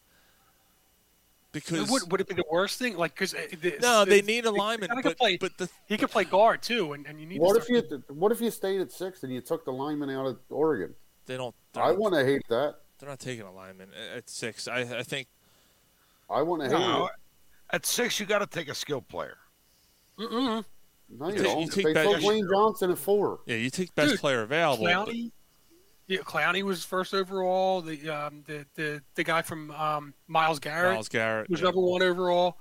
because
would, would it be the worst thing? Like, uh, because
No, they need a lineman,
He
but-
could play, he could play guard too, and, and you need.
What
to
if you what if you stayed at six and you took the lineman out of Oregon?
they don't. they're
I
not-
want to hate that.
They're not taking a lineman at- at six. I, I think
I want to hate
No,
it.
at six, you got to take a skill player.
Mm-mm.
No, you,
You take-
don't.
you take
they
back-
took Lane Johnson at four.
Yeah, you take best
Dude,
player available. but-
Clowney, yeah, Clowney was first overall. The um, the, the the guy from um, Miles Garrett,
Miles Garrett,
was
yeah.
number one overall.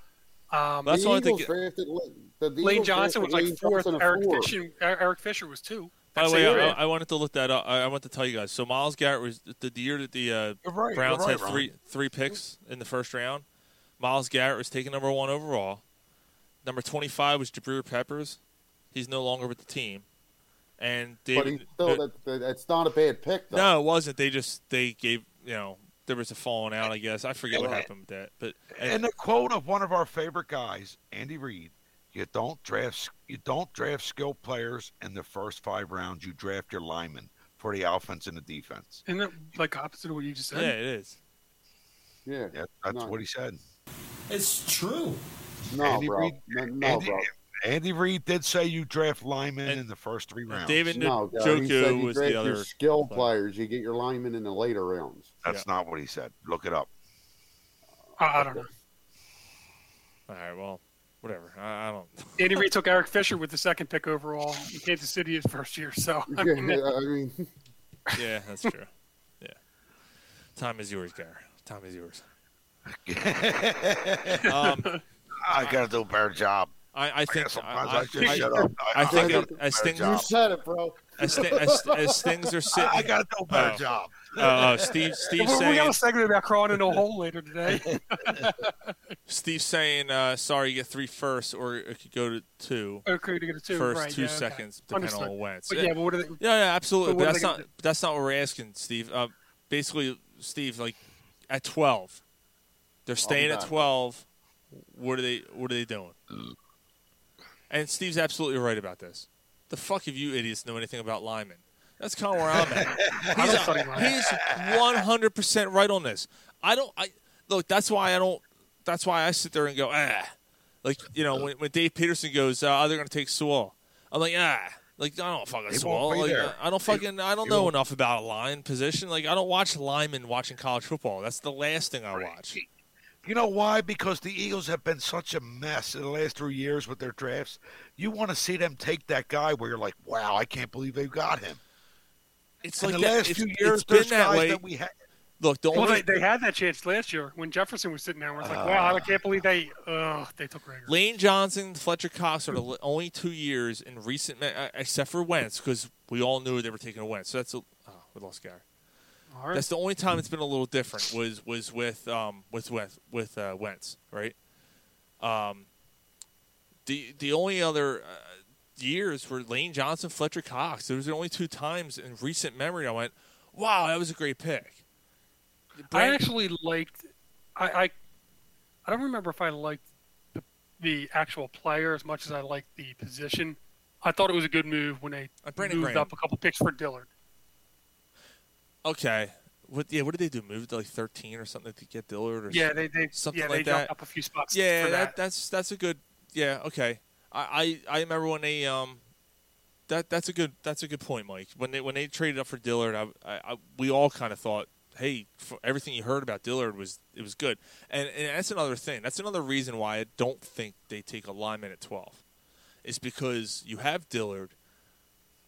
Um,
That's
the
why I
Eagles
think-
drafted Lane- the
Lane
Eagles
Johnson was
drafted
like
Lane
fourth.
Johnson at
Eric
four.
Fisher, Er, Eric Fisher was two.
By the
That's
way, uh,
it.
I, I wanted to look that up. I, I want to tell you guys. So Miles Garrett was the, the year that the uh,
You're right,
Browns
you're right,
had three three picks in the first round. Miles Garrett was taken number one overall. Number twenty five was Jabril Peppers. He's no longer with the team. And
But
David, uh,
he still, that, that, that's not a bad pick, though.
no, it wasn't. They just they gave you know there was a falling out. I guess I forget what
And-
happened with that. But
And the quote of one of our favorite guys, Andy Reid, you don't draft you don't draft skilled players in the first five rounds. You draft your linemen for the offense and the defense.
Isn't that like opposite of what you just
yeah,
said?
it is.
Yeah,
that's
No.
what he said.
It's true.
No,
Andy
bro.
Reid,
No, no,
Andy,
bro.
Andy Reid did say you draft linemen in the first three rounds.
David
No, guy, he said
Njoku
you
was the
draft your
other.
skill
player.
players. You get your linemen in the later rounds.
that's not what he said. Look it up.
I, I don't know.
All right, well, whatever. I, I don't.
Andy Reid took Eric Fisher with the second pick overall in Kansas City his first year. So I
Yeah,
mean,
I mean,
Yeah, that's true. yeah. Time is yours, Gar. Time is yours. um,
I gotta do a better job.
I, I think
guess
I,
sometimes
I-
I should
I-
shut up.
I
I-
think
I gotta do a
as
better
things
job. You
said it, bro.
As, thi- as, as things are sitting,
I gotta do a better
Oh.
job.
Oh, oh, Steve, Steve
we, we got
saying,
a segment about crawling in a hole later today.
Steve saying, uh, sorry, you get three firsts, or it could go to two.
okay, to get a two.
First
right,
two
yeah, okay.
seconds, depending on
Understood.
Wentz.
But yeah, but what are they?
Yeah, yeah, absolutely.
But
But
what are
that's
they
not
gonna
that's not what we're asking, Steve. Uh, basically, Steve, like at twelve, they're staying at
done.
twelve. What are they? What are they doing? And Steve's absolutely right about this. The fuck if you idiots know anything about linemen? That's kind of where I'm at. He's a- He's one hundred percent right on this. I don't. I look. That's why I don't. That's why I sit there and go ah, like you know when, when Dave Peterson goes, uh, oh, they're gonna take Sewell. I'm like ah, like I don't fucking
He
Sewell.
won't be
Like,
there.
I don't fucking. I don't
he
know
won't.
enough about a line position. Like I don't watch linemen watching college football. That's the last thing I watch.
You know why? Because the Eagles have been such a mess in the last three years with their drafts. You want to see them take that guy where you're like, wow, I can't believe they got him.
It's
In
like
the
that-
last
it's-
few
it's
years,
been
there's
that
guys
way.
that we had.
Look, the
Well,
only
they, they had that chance last year when Jefferson was sitting there. and was like, wow, I can't believe they uh, they took Rager.
Lane Johnson, Fletcher Cox are the li- only two years in recent, me- uh, except for Wentz, because we all knew they were taking a Wentz. So that's a, oh, we lost Gary.
All right.
That's the only time it's been a little different. Was was with um with with with uh, Wentz, right? Um, the the only other uh, years were Lane Johnson, Fletcher Cox. Those are the only two times in recent memory I went, wow, that was a great pick.
I
Brand-
actually liked. I, I I don't remember if I liked the, the actual player as much as I liked the position. I thought it was a good move when they
Uh,
moved
Brandon Graham.
up a couple picks for Dillard.
Okay. What yeah? What did they do? Move to like thirteen or something to get Dillard or
Yeah,
some-
they they
something
yeah,
like
they
that.
jumped up a few spots.
yeah,
for that.
that's that's a good. Yeah, okay. I, I I remember when they um, that that's a good that's a good point, Mike. When they when they traded up for Dillard, I, I, I we all kind of thought, hey, for everything you heard about Dillard was it was good, and and that's another thing. That's another reason why I don't think they take a lineman at twelve, is because you have Dillard.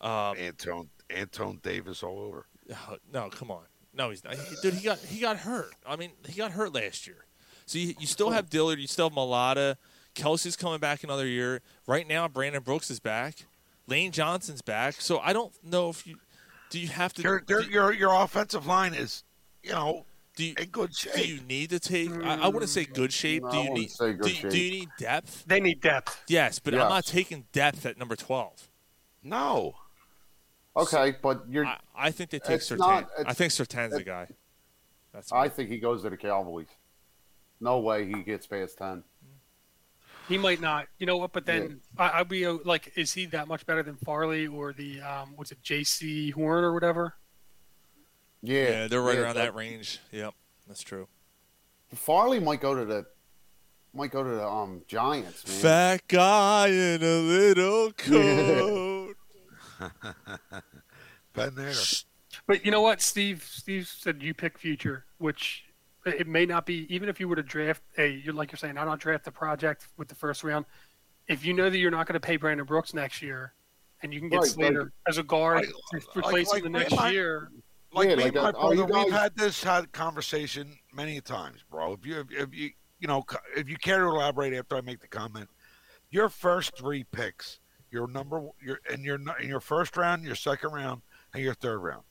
Um,
Anton, Anton Davis all over.
Oh, no, come on. No, he's not. He- dude, he got he got hurt. I mean, he got hurt last year. So you, you
Oh.
still have Dillard, you still have Malata. Kelsey's coming back another year. Right now, Brandon Brooks is back. Lane Johnson's back. So I don't know if you do you have to
Your, your,
do,
your, your offensive line is, you know,
do you,
in good
do
shape.
you need to take? I, I wouldn't say good shape.
Mm, No,
do
I
you
wouldn't
need?
say good
do, you- do
shape.
you need depth?
They need depth.
Yes, but I'm
Yes.
not taking depth at number twelve.
no.
okay, but you're.
I, I think they take
It's
Sertan.
not-
I
it's-
think Sertan's the
it-
guy. That's
I think he goes to the Cowboys. No way he gets past ten.
He might not. You know what? But
Yeah.
then I, I'd be uh, like, is he that much better than Farley or the um, what's it, J.C. Horn or whatever?
Yeah,
yeah, they're right
yeah,
around that range. Yep, that's true.
Farley might go to the might go to the um Giants, man.
Fat guy in a little coat.
coat.
Been there.
But you know what, Steve? Steve said you pick future, which it may not be. Even if you were to draft a, you're like you're saying, I don't draft the project with the first round. If you know that you're not going to pay Brandon Brooks next year, and you can get
Right,
Slater
like-
as a guard
Like-
to replace
like-
him the
like
next
my-
year,
Like
Yeah,
me and
like
my
that- all
brother,
you
we've
guys-
had this had conversation many times, bro. If you, if you, you know, co- if you care to elaborate after I make the comment, your first three picks, your number, your in your nu- in your first round, your second round, and your third round.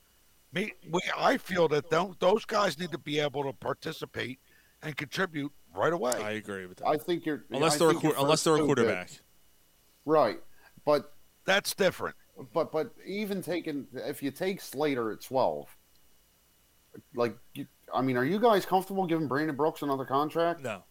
Me, we, I feel that tho- those guys need to be able to participate and contribute right away.
I agree with that.
I think you're
unless
I
they're a,
think your
quar- unless
first
they're a
two
quarterback.
picks- right? But
That's different.
but but even taking if you take Slater at twelve, like you, I mean, are you guys comfortable giving Brandon Brooks another contract?
No,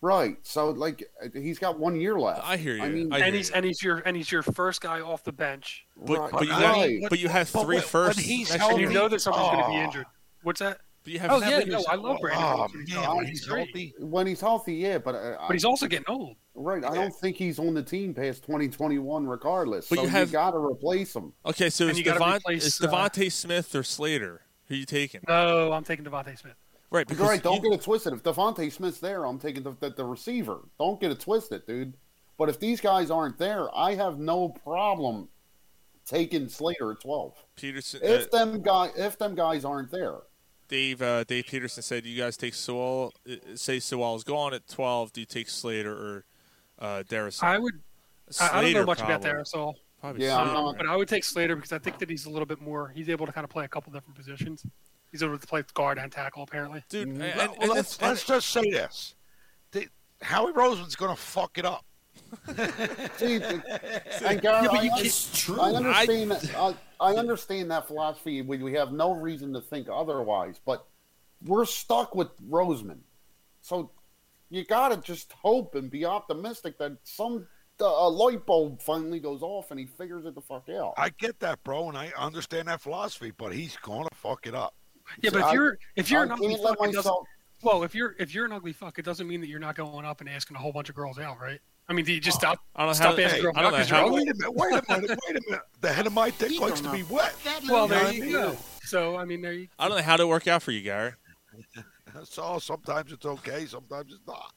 Right. So like he's got one year left.
I hear you.
I mean,
I hear
and he's
you.
and he's your and he's your first guy off the bench,
but,
right,
but you
I-
have
right.
but you have
But
three
when- when
firsts
he's
next
healthy-
and
year.
you know that somebody's going to be
Aw.
injured. What's that?
But you have
Oh,
never-
yeah, no, I love Brandon
Oh,
Brooks.
man,
Oh,
when
he's
he's
great.
healthy.
when he's healthy, yeah. But uh,
But he's also getting old.
right. I
yeah.
don't think he's on the team past twenty twenty one, regardless.
But
so
you have-
got to replace him.
Okay, so
And
it's
you gotta
Devon,
replace,
it's
uh,
Devontae Smith or Slater. Who you taking?
No, I'm taking Devontae Smith.
Right,
because right. Don't get it twisted. If Devontae Smith's there, I'm taking the, the, the receiver. Don't get it twisted, dude. But if these guys aren't there, I have no problem taking Slater at twelve.
Peterson.
If uh, them guy, if them guys aren't there,
Dave uh, Dave Peterson said, "You guys take Sewell. uh, Say Sewell's gone at twelve. Do you take Slater or uh, Darisaw?"
I would. I, I don't know much probably. about Darisaw.
Probably
yeah, Slater, not,
but I would take Slater because I think that he's a little bit more. He's able to kind of play a couple different positions. He's able to play guard and tackle, apparently.
Dude, and,
well, and, and, let's, let's just say this: the, Howie Roseman's going to fuck it up.
See, and Garrett, yeah, I, it's true. I understand. I... That, I, I understand that philosophy. We, we have no reason to think otherwise, but we're stuck with Roseman, so you gotta just hope and be optimistic that some uh, a light bulb finally goes off and he figures it the fuck out.
I get that, bro, and I understand that philosophy, but he's gonna fuck it up.
Yeah, but if you're if you're I, an ugly fuck, myself... doesn't, well, if you're if you're an ugly fuck, it doesn't mean that you're not going up and asking a whole bunch of girls out, right? I mean, do you just stop?
I don't
stop
know
asking
how, hey, I don't
know how,
Wait a minute! Wait a minute! Wait a minute! The head of my dick
you
likes to be wet.
Well, there you go. So I mean, there you.
I don't know how to work out for you, Gary.
so sometimes it's okay, sometimes it's not.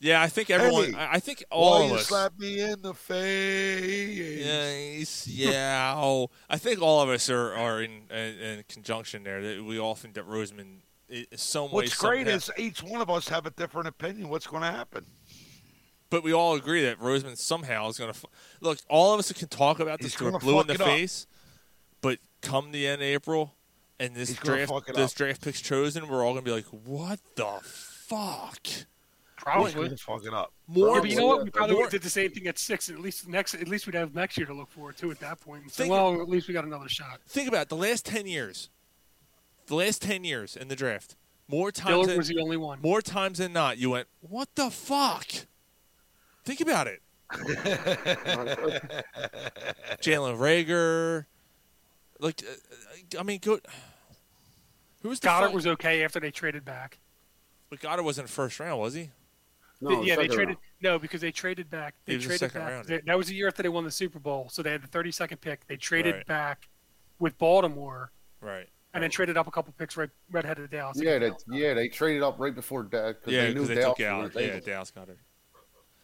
yeah, I think everyone.
Hey,
I think all
why
of
you
us.
Slap me in the face.
Yeah, oh, I think all of us are, are in, in, in conjunction there. That we often that Roseman is some way.
What's great
somehow,
is each one of us have a different opinion. What's going to happen?
But we all agree that Roseman somehow is going to look. All of us can talk about this to blue in the face, up. but come the end of April and this
He's gonna
draft
fuck it
this
up.
draft pick's chosen, we're all going to be like, what the fuck?
He's
Probably.
gonna fuck it up.
More
Yeah, but you know what? We probably
more-
would've did the same thing at six. and At least next, at least we'd have next year to look forward to at that point. So,
Think-
well, at least we got another shot.
think about it, the last 10 years the last 10 years in the draft more times
Dillard
than,
was the only one.
more times than not you went what the fuck think about it jalen rager like uh, i mean go who was the
Goddard
fuck-
was okay after they traded back.
but goddard wasn't first round was he
No,
yeah, they
second
traded
round.
no because they traded back. They
It was a
traded
second
back.
round.
They- that was the year after they won the Super Bowl, so they had the 32nd pick. They traded
Right.
back with Baltimore
right
and then traded up a couple picks right, right ahead of Dallas.
Yeah, they, yeah, they traded up right before Dak because
yeah
they knew
because they,
Dallas
took out
was
yeah
able-
dallas goddard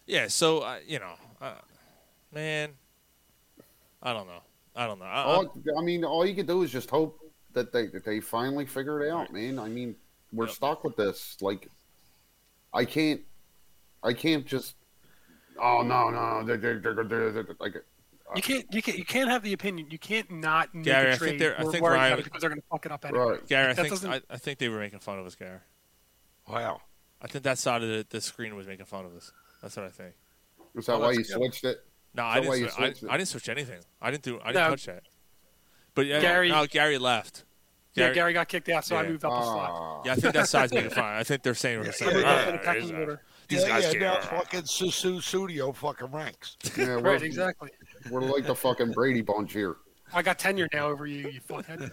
yeah so uh, you know uh, man i don't know i don't know I, I'm-
All,
Uh-huh.
I mean, all you can do is just hope that they that they finally figure it out, man. I mean, we're
Yep.
stuck with this. Like, I can't, I can't just. Oh no, no, they're, they're, they're, they're, they're, like,
You can't, you can't, you can't have the opinion. You can't not make
Gary, I
a
think
trade.
they're- I
or
think
worry
Ryan-
about it because they're going to fuck it up anyway.
right.
Gary, I
That
think
doesn't-
I, I think they were making fun of us, Gary.
Wow.
I think that side of the, the screen was making fun of us. That's what I think.
Is that
Oh,
why
that's
you
good.
switched it?
No,
Is
I
that why
didn't.
you
Switch, I,
switched it?
I didn't switch anything. I didn't do. I didn't
No.
touch that. But yeah,
Gary-
no, Gary left.
yeah, Gary got kicked out, so I
Yeah.
moved up a slot.
Ah.
Yeah, I think that side's making fun. I think they're saying we're saying.
Everybody
"All
got
right,
attacked in
here's
the
that."
order.
These
yeah,
guys
yeah,
can't-
now fucking Susu Studio fucking ranks.
Yeah, we're,
Right, exactly.
we're like the fucking Brady Bunch here.
I got tenure now over you, you fuckhead.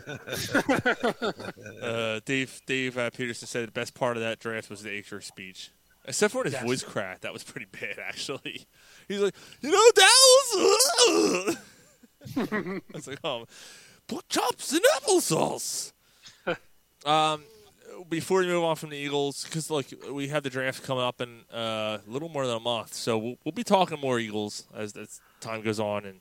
Uh, Dave Dave uh, Peterson said the best part of that draft was the Acre speech, except for when his
Yes.
voice cracked. That was pretty bad, actually. He's like, you know, Dallas. I was like, um, put chops in applesauce. um, before we move on from the Eagles, because like we have the draft coming up in uh, a little more than a month, so we'll, we'll be talking more Eagles as, as time goes on, and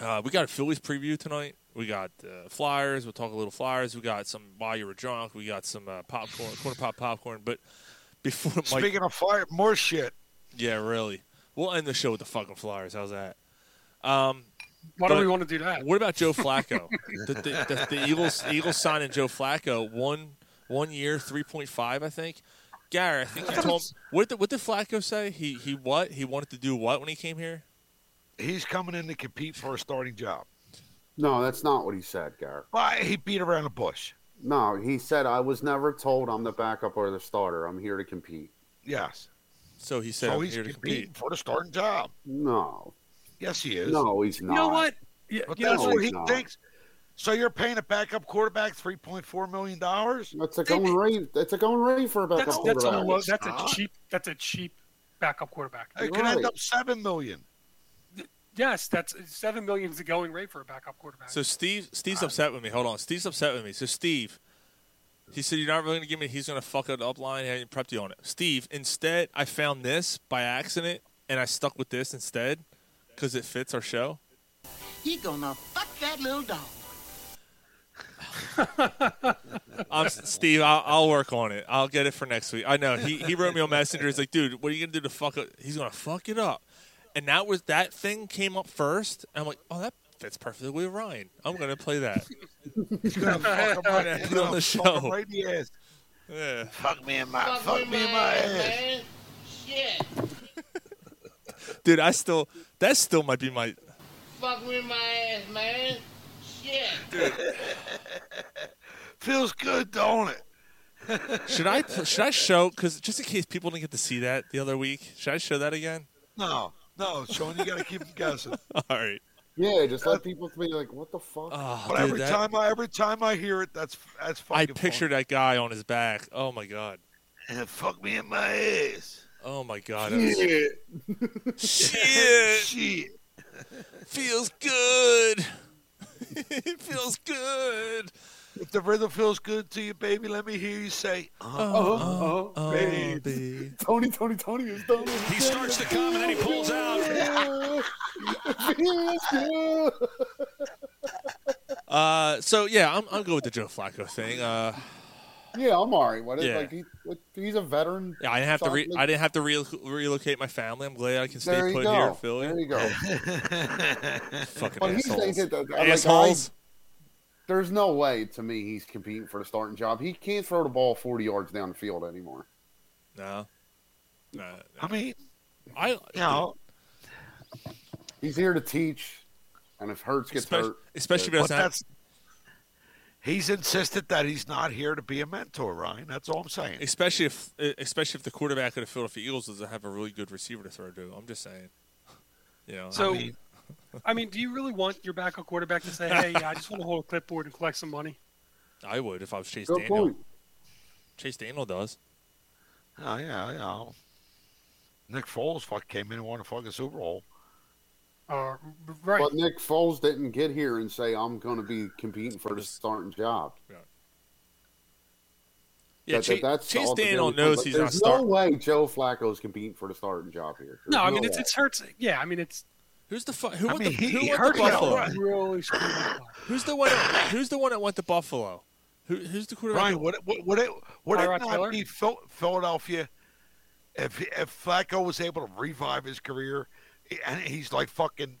uh, we got a Phillies preview tonight. We got uh, Flyers. We'll talk a little Flyers. We got some while you were drunk. We got some uh, popcorn, corner pop popcorn. But before Mike,
Speaking of fire, more shit.
yeah, really, we'll end the show with the fucking Flyers. How's that?
Why
But-
do we want to do that?
What about Joe Flacco? the, the, the, the Eagles Eagles signing Joe Flacco one one year three point five I think. Gary, I think you told what did, what did Flacco say? He he what he wanted to do what when he came here?
He's coming in to compete for a starting job.
No, that's not what he said, Gar.
But he beat around the bush.
No, he said I was never told I'm the backup or the starter. I'm here to compete.
Yes.
So he said
So
I'm
he's
here to
competing
compete.
for the starting job.
No,
Yes, he is.
no, he's not.
You know what? Yeah,
But
you know
that's
what?
no,
what
he's
he
not.
thinks. So you're paying a backup quarterback three point four million dollars?
That's a going rate. That's a going rate for a backup
That's that's a
quarterback.
low, that's a
Huh?
cheap that's a cheap backup quarterback.
It could end
Right.
up seven million.
Yes, that's seven million is the going rate for a backup quarterback.
So Steve, Steve's upset with me. Hold on, Steve's upset with me. So Steve, he said you're not really going to give me. He's going to fuck it up line. I didn't prep you on it. Steve, instead, I found this by accident, and I stuck with this instead because it fits our show.
You gonna fuck that little dog.
I'm Steve. I'll, I'll work on it. I'll get it for next week. I know he, he wrote me on Messenger. He's like, dude, what are you gonna do to fuck up? He's gonna fuck it up. And that was that thing came up first. And I'm like, oh, that fits perfectly with Ryan. I'm gonna play that.
He's gonna fuck him right,
Put it on the
fuck him
show.
right in the ass.
Yeah.
Fuck me in my fuck,
Fuck
me in my ass.
man. Shit.
Dude, I still that still might be my
Fuck me in my ass, man. Shit.
Feels good, don't it?
should I should I show because just in case people didn't get to see that the other week, should I show that again?
No, no, Sean, you gotta keep him guessing.
All right.
Yeah, just let people be like, what the fuck?
Oh,
But every time I every time I hear it, that's that's
Ah, I
fucking.
picture that guy on his back. Oh my god.
And fuck me in my ass.
Oh my god. that was-
Shit.
Shit.
Shit.
Feels good. it feels good.
If the rhythm feels good to you, baby, let me hear you say,
Oh,
"Oh,
oh,
baby."
baby.
Tony, Tony, Tony is done. He
starts to come and then he pulls out.
Uh, so yeah, I'm I'm good with the Joe Flacco thing. Uh,
yeah, I'm alright. What is
Yeah.
like? He, like, he's a veteran.
yeah, I didn't have to re-
Solid-
I didn't have to re- relocate my family. I'm glad I can stay
There you
put here in
go.
Philly. Oh,
There you go.
Fucking
But he's
assholes.
thinking that- like,
assholes.
There's no way to me he's competing for the starting job. He can't throw the ball 40 yards down the field anymore.
No. No.
I mean,
I you
know,
He's here to teach, and if Hurts gets
Especially-
hurt,
especially if he
But
doesn't have-
that's- He's insisted that he's not here to be a mentor, Ryan. That's all I'm saying.
Especially if especially if the quarterback of the Philadelphia Eagles doesn't have a really good receiver to throw to. I'm just saying. You know.
So,
I mean,
I mean, do you really want your backup quarterback to say, "Hey, yeah, I just want to hold a clipboard and collect some money"?
I would if I was Chase
Good
Daniel. Chase Daniel does.
Oh yeah, you know. Nick Foles fuck came in and won a fucking Super Bowl.
Uh, right.
But Nick Foles didn't get here and say, I'm going to be competing for the starting job.
Yeah. Yeah,
That- that-
Chase,
that's
Chase
all-
Daniel knows
like,
he's not
There's no
starting.
way Joe Flacco's competing for the starting job here. There's
No, I mean it's
way.
it's hurts. Yeah, I mean it's
Who's the fu- who
I
went
mean,
the,
he-
who
he
went
hurt
the
you,
Buffalo?
right? really screwed up.
Who's the one? Who's the one that went to Buffalo? Who, who's the quarterback?
Ryan, would it would, would it would
Tyrod
it not
Taylor?
be Phil, Philadelphia if if Flacco was able to revive his career and he's like fucking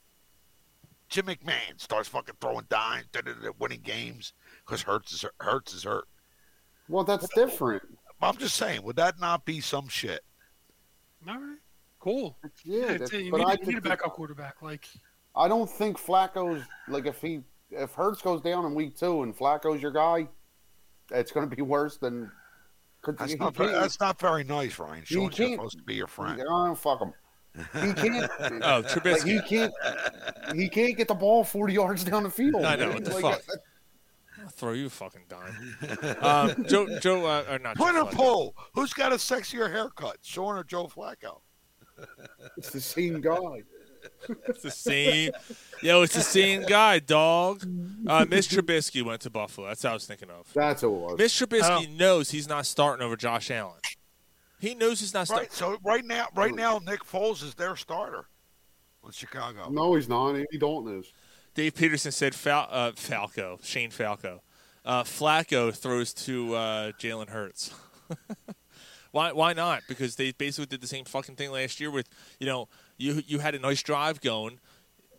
Jim McMahon starts fucking throwing dimes, da, da, da, winning games because Hurts is Hurts is hurt.
Well, that's different.
I'm just saying, would that not be some shit?
All right, cool.
Yeah,
it's-
that's-
you,
but
need,
I
you need a
think he-
backup quarterback. Like,
I don't think Flacco's like if he if Hurts goes down in week two and Flacco's your guy, it's going to be worse than. 'cause
That's
he
not very,
can't-
that's not very nice, Ryan.
he
Sean's
can't-
supposed to be your friend.
Oh, fuck him. He can't.
Oh, Trubisky.
like, he can't. He can't get the ball forty yards down the field.
I know
man.
what the
Like,
fuck. I'll throw you a fucking dime. um, Joe, Joe, uh, or not? Joe
Point or
Flacco.
poll. Who's got a sexier haircut, Sean or Joe Flacco?
It's the same guy.
It's the same. Yo, it's the same guy, dog. Uh, Mitch Trubisky went to Buffalo. That's what I was thinking of.
That's who it was.
Mitch Trubisky knows he's not starting over Josh Allen. He knows he's not starting.
Right. So right now, right now, Nick Foles is their starter on Chicago.
No, he's not. Andy Dalton is.
Dave Peterson said Fal- uh, Falco, Shane Falco. Uh, Flacco throws to uh, Jalen Hurts. why? Why not? Because they basically did the same fucking thing last year with you know you you had a nice drive going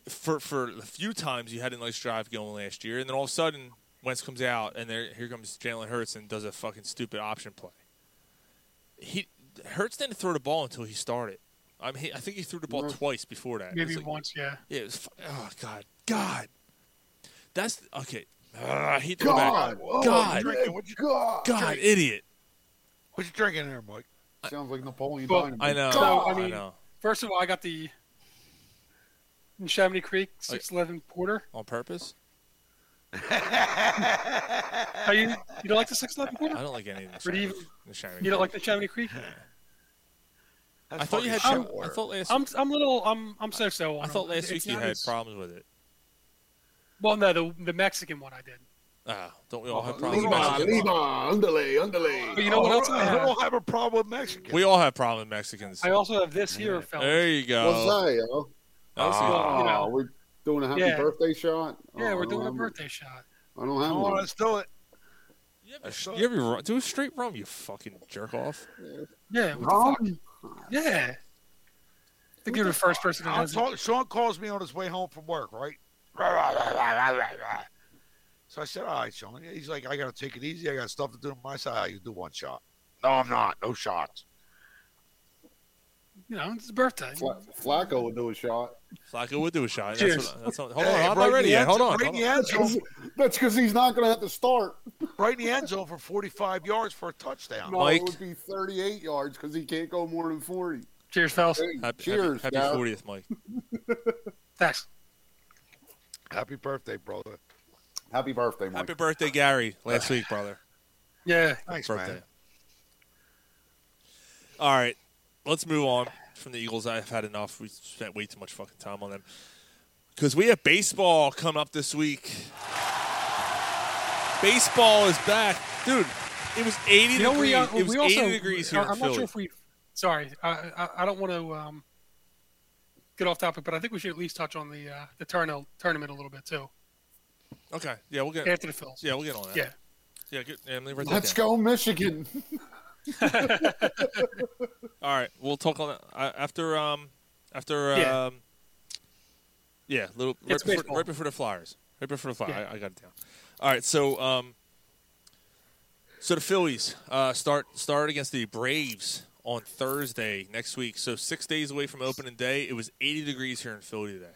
for for a few times you had a nice drive going last year, and then all of a sudden Wentz comes out and there here comes Jalen Hurts and does a fucking stupid option play. He Hurts didn't throw the ball until he started. I mean, he, I think he threw the ball twice before that. It
maybe
was like-
once, yeah.
yeah, it was. fu- Oh God, God. That's okay. Ah, I hate to go back.
God.
Oh,
Whoa,
God,
drinking. What you,
God.
God, idiot.
what you drinking there, Mike?
Sounds like Napoleon
Well,
Dynamite.
I know.
So,
I
I mean,
know.
First of all, I got the in Chamonix Creek
Like-
six eleven porter.
On purpose?
Are you you don't like the six eleven
I
porter?
don't like any of the
Or do you-
Shining- the Shining
You don't like
Force.
the Chamonix Creek?
That's
I thought you
fucking
had.
shit
some- I
water.
thought last.
I'm I'm little I'm I'm so so.
I thought last week you had problems with it.
Well, no, the the Mexican one I did.
Ah, don't we all
Oh,
have problems? with
Lima,
Mexicans?
Lima, underlay, underlay.
But you know what else I
I
have?
don't have a problem with Mexican.
We all have problems with Mexicans.
I also have this here, fellas.
There you go. Ah.
What's that, yo?
That was a good-
Oh,
you know.
we're doing a happy
Yeah.
birthday
Yeah,
shot. Oh, I
we're
don't
doing a
have one.
birthday shot.
I don't have
Come
one.
on, let's do it.
You ever ru- do a straight rum, you fucking jerk off.
Yeah. what
Rum?
the- Yeah. I think you're the first person that
I'll
has it.
talk, Sean calls me on his way home from work, right? So I said, all right, Sean. He's like, I got to take it easy. I got stuff to do on my side. You do one shot. No, I'm not. No shots.
You know, it's his birthday.
Fla- Flacco would do a shot.
Flacco would do a shot.
Cheers.
That's what, that's what, hold
Hey,
on, I'm
right
not
in
ready
the
yet.
end
Hold
zone-
on.
Right in
hold
the
on.
end zone.
That's because he's not going to have to start.
right in the end zone for 45 yards for a touchdown.
No,
Mike.
it would be 38 yards because he can't go more than 40.
Cheers, fellas.
Hey,
Happy,
cheers.
happy,
guys.
happy 40th, Mike.
Thanks.
Happy birthday, brother.
Happy birthday, Mike.
Happy birthday, Gary. Last week, brother.
Yeah.
uh, Thanks,
birthday.
man.
All right, let's move on from the Eagles. I've had enough. We spent way too much fucking time on them because we have baseball coming up this week. Baseball is back, dude. It was 80
You know,
degrees.
we, uh,
it was
we also,
80 degrees here
I- I'm
in
not
Philly.
sure if we. Sorry, I, I, I don't want to um, get off topic, but I think we should at least touch on the uh, the tournament tournament a little bit too
okay, yeah, we'll get.
after the fills.
Yeah, we'll get on that.
Yeah.
yeah, good. Yeah, leave right that
Let's
down.
go, Michigan.
All right, we'll talk on that uh, after um after
Yeah.
um yeah, little right
It's
before,
baseball.
right before the Flyers, right before the Flyers.
Yeah.
I, I got it down. All right, so um so the Phillies uh, start start against the Braves on Thursday next week. So six days away from opening day. It was 80 degrees here in Philly today,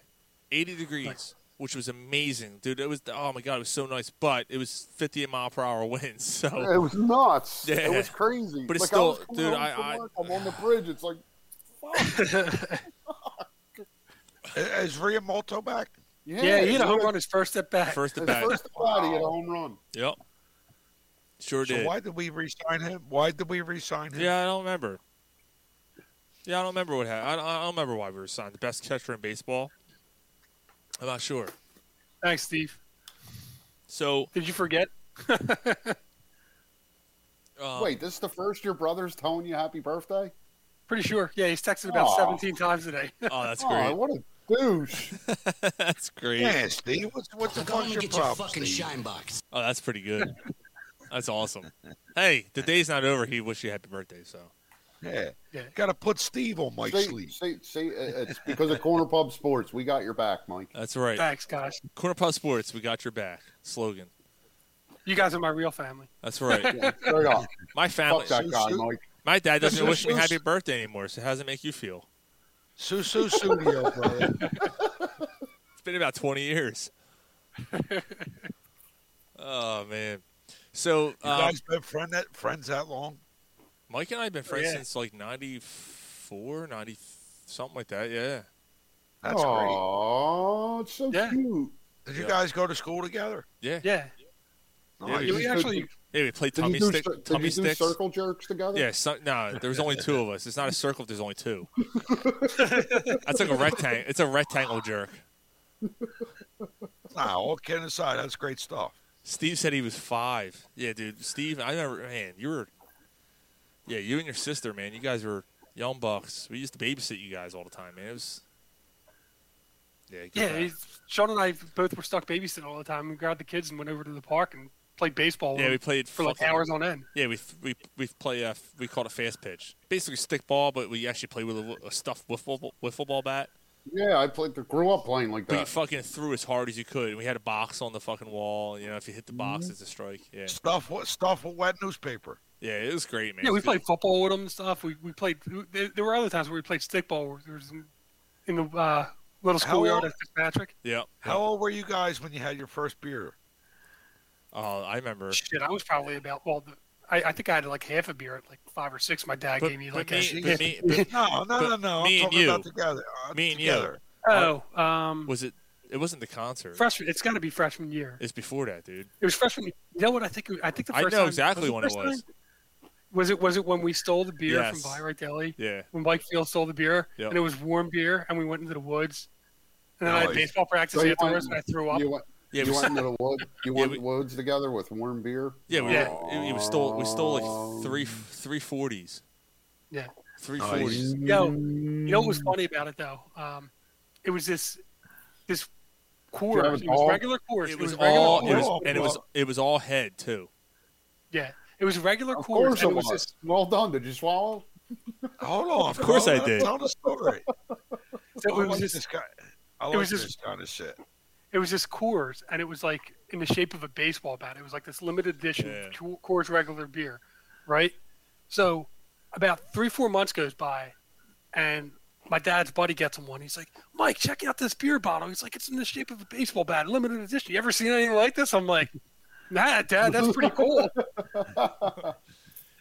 80 degrees, which was amazing, dude. It was oh my god, it was so nice. But it was 50 mile per hour winds, so
It was nuts.
Yeah.
It was crazy.
But it's
like,
still-
I was coming
dude,
home
I-
from
I-
work, I'm on the bridge. It's like,
Is Ria Molto back?
yeah,
Yeah, he had a home
dude,
run his first at bat.
first at
His
bat.
first body at a home run.
Yep, sure
So
did.
why did we resign him? Why did we resign him?
Yeah, I don't remember. Yeah, I don't remember what happened. I don't, I don't remember why we were signed. The best catcher in baseball. I'm not sure.
Thanks, Steve.
So
Did you forget?
um,
Wait, this is the first your brother's telling you happy birthday?
Pretty sure. Yeah, he's texted about
Aw.
17 times today.
Oh, that's
Oh,
great.
what a douche.
that's great.
Yeah, Steve. What's, what the fuck's your problem? Steve?
box.
Oh, that's pretty good. That's awesome. Hey, the day's not over. He wished you happy birthday. So
Yeah.
Yeah.
Got to put Steve on Mike's
See,
sleeve.
see, see, it- uh, it's because of Corner Pub Sports. We got your back, Mike.
that's right.
Thanks, guys.
Corner Pop Sports, we got your back. Slogan.
You guys are my real family.
That's right.
Yeah, straight up.
My family.
Fuck that guy, Mike.
My dad doesn't
Listen,
wish me
listen.
happy birthday anymore. So how does it make you feel?
Susu Studio, brother.
It's been about 20 years. oh man. So
You
um,
guys been friend that, friends that long?
Mike and I have been friends
yeah.
since like 94, 90, something like that. Yeah.
That's
Aw, it's so
Yeah.
cute.
great. Did you
Yeah.
guys go to school together?
Yeah.
Yeah.
Yeah,
Yeah,
you
we
just-
actually.
Yeah, we played
Did
tummy,
you do,
stick,
cir- did you
tummy
do
sticks.
circle jerks together?
Yeah, so, no, there was only two of us. It's not a circle if there's only two. That's like a rectangle. It's a rectangle jerk.
Nah, all kidding aside, that's great stuff.
Steve said he was five. Yeah, dude. Steve, I remember, man, you were, yeah, you and your sister, man, you guys were young bucks. We used to babysit you guys all the time, man. It was, yeah, good
Yeah,
time.
he's- Sean and I both were stuck babysitting all the time. We grabbed the kids and went over to the park and played baseball. with
yeah, we
them
played
for like
fucking-
hours on end.
Yeah, we we we play uh we call it a fast pitch, basically stick ball, but we actually play with a, a stuffed wiffle wiffle ball bat.
Yeah, I played. Grew up playing like
But you
that.
fucking threw as hard as you could. We had a box on the fucking wall. You know, if you hit the box, it's a strike. Yeah,
Stuff what stuff with wet newspaper.
yeah, it was great, man.
Yeah,
It
we
was
played
good.
football with them and stuff. We we played. There, there were other times where we played stickball. Where there was in, in the uh, little
How
schoolyard
old-
at Fitzpatrick.
Yeah.
How old were you guys when you had your first beer?
Oh, I remember.
Shit, I was probably about well. The, I, I think I had like half a beer at like five or six. My dad
But,
gave me
but
like
me,
a,
but me, but
No, no, no,
But
no.
me
I'm
and
talking
you.
about together. uh,
Me and you.
together.
oh um
was it? It wasn't the concert.
freshman. It's got to be freshman year.
It's before that, dude.
It was freshman. You know what I think? I think the
I
first
know
time-
exactly when it
the first
was.
time- Was it was it when we stole the beer
Yes.
from Buy Right Deli?
Yeah.
When Mike Field stole the beer
Yep.
and it was warm beer and we went into the woods. And then I had
Nice.
baseball practice
So you
afterwards and
went-
I threw up.
You went, you went into the woods. You went in the woods together with warm beer.
Yeah, we,
Oh.
It, it was stole. We stole like three three forties.
Yeah.
Three forties.
Yo, you know what was funny about it though? Um, it was this this
Did you
course.
have
It
it
was
all?
regular course.
It was
regular
all. It was,
course.
and it was it was all head too.
yeah. It was regular
Of
course.
course
and
it
it was
was.
this-
Well done. Did you swallow?
Hold on.
Of course
bro.
I
Let him
did.
Tell the story.
So
I
it was
like
this-
this guy. I
it
like
was
this
just-
kind of shit.
it was this Coors, and it was like in the shape of a baseball bat. It was like this limited edition
Yeah.
Co- Coors regular beer, right? So about three, four months goes by, and my dad's buddy gets him one. He's like, Mike, check out this beer bottle. He's like, it's in the shape of a baseball bat, limited edition. You ever seen anything like this? I'm like, nah, dad, that's pretty cool.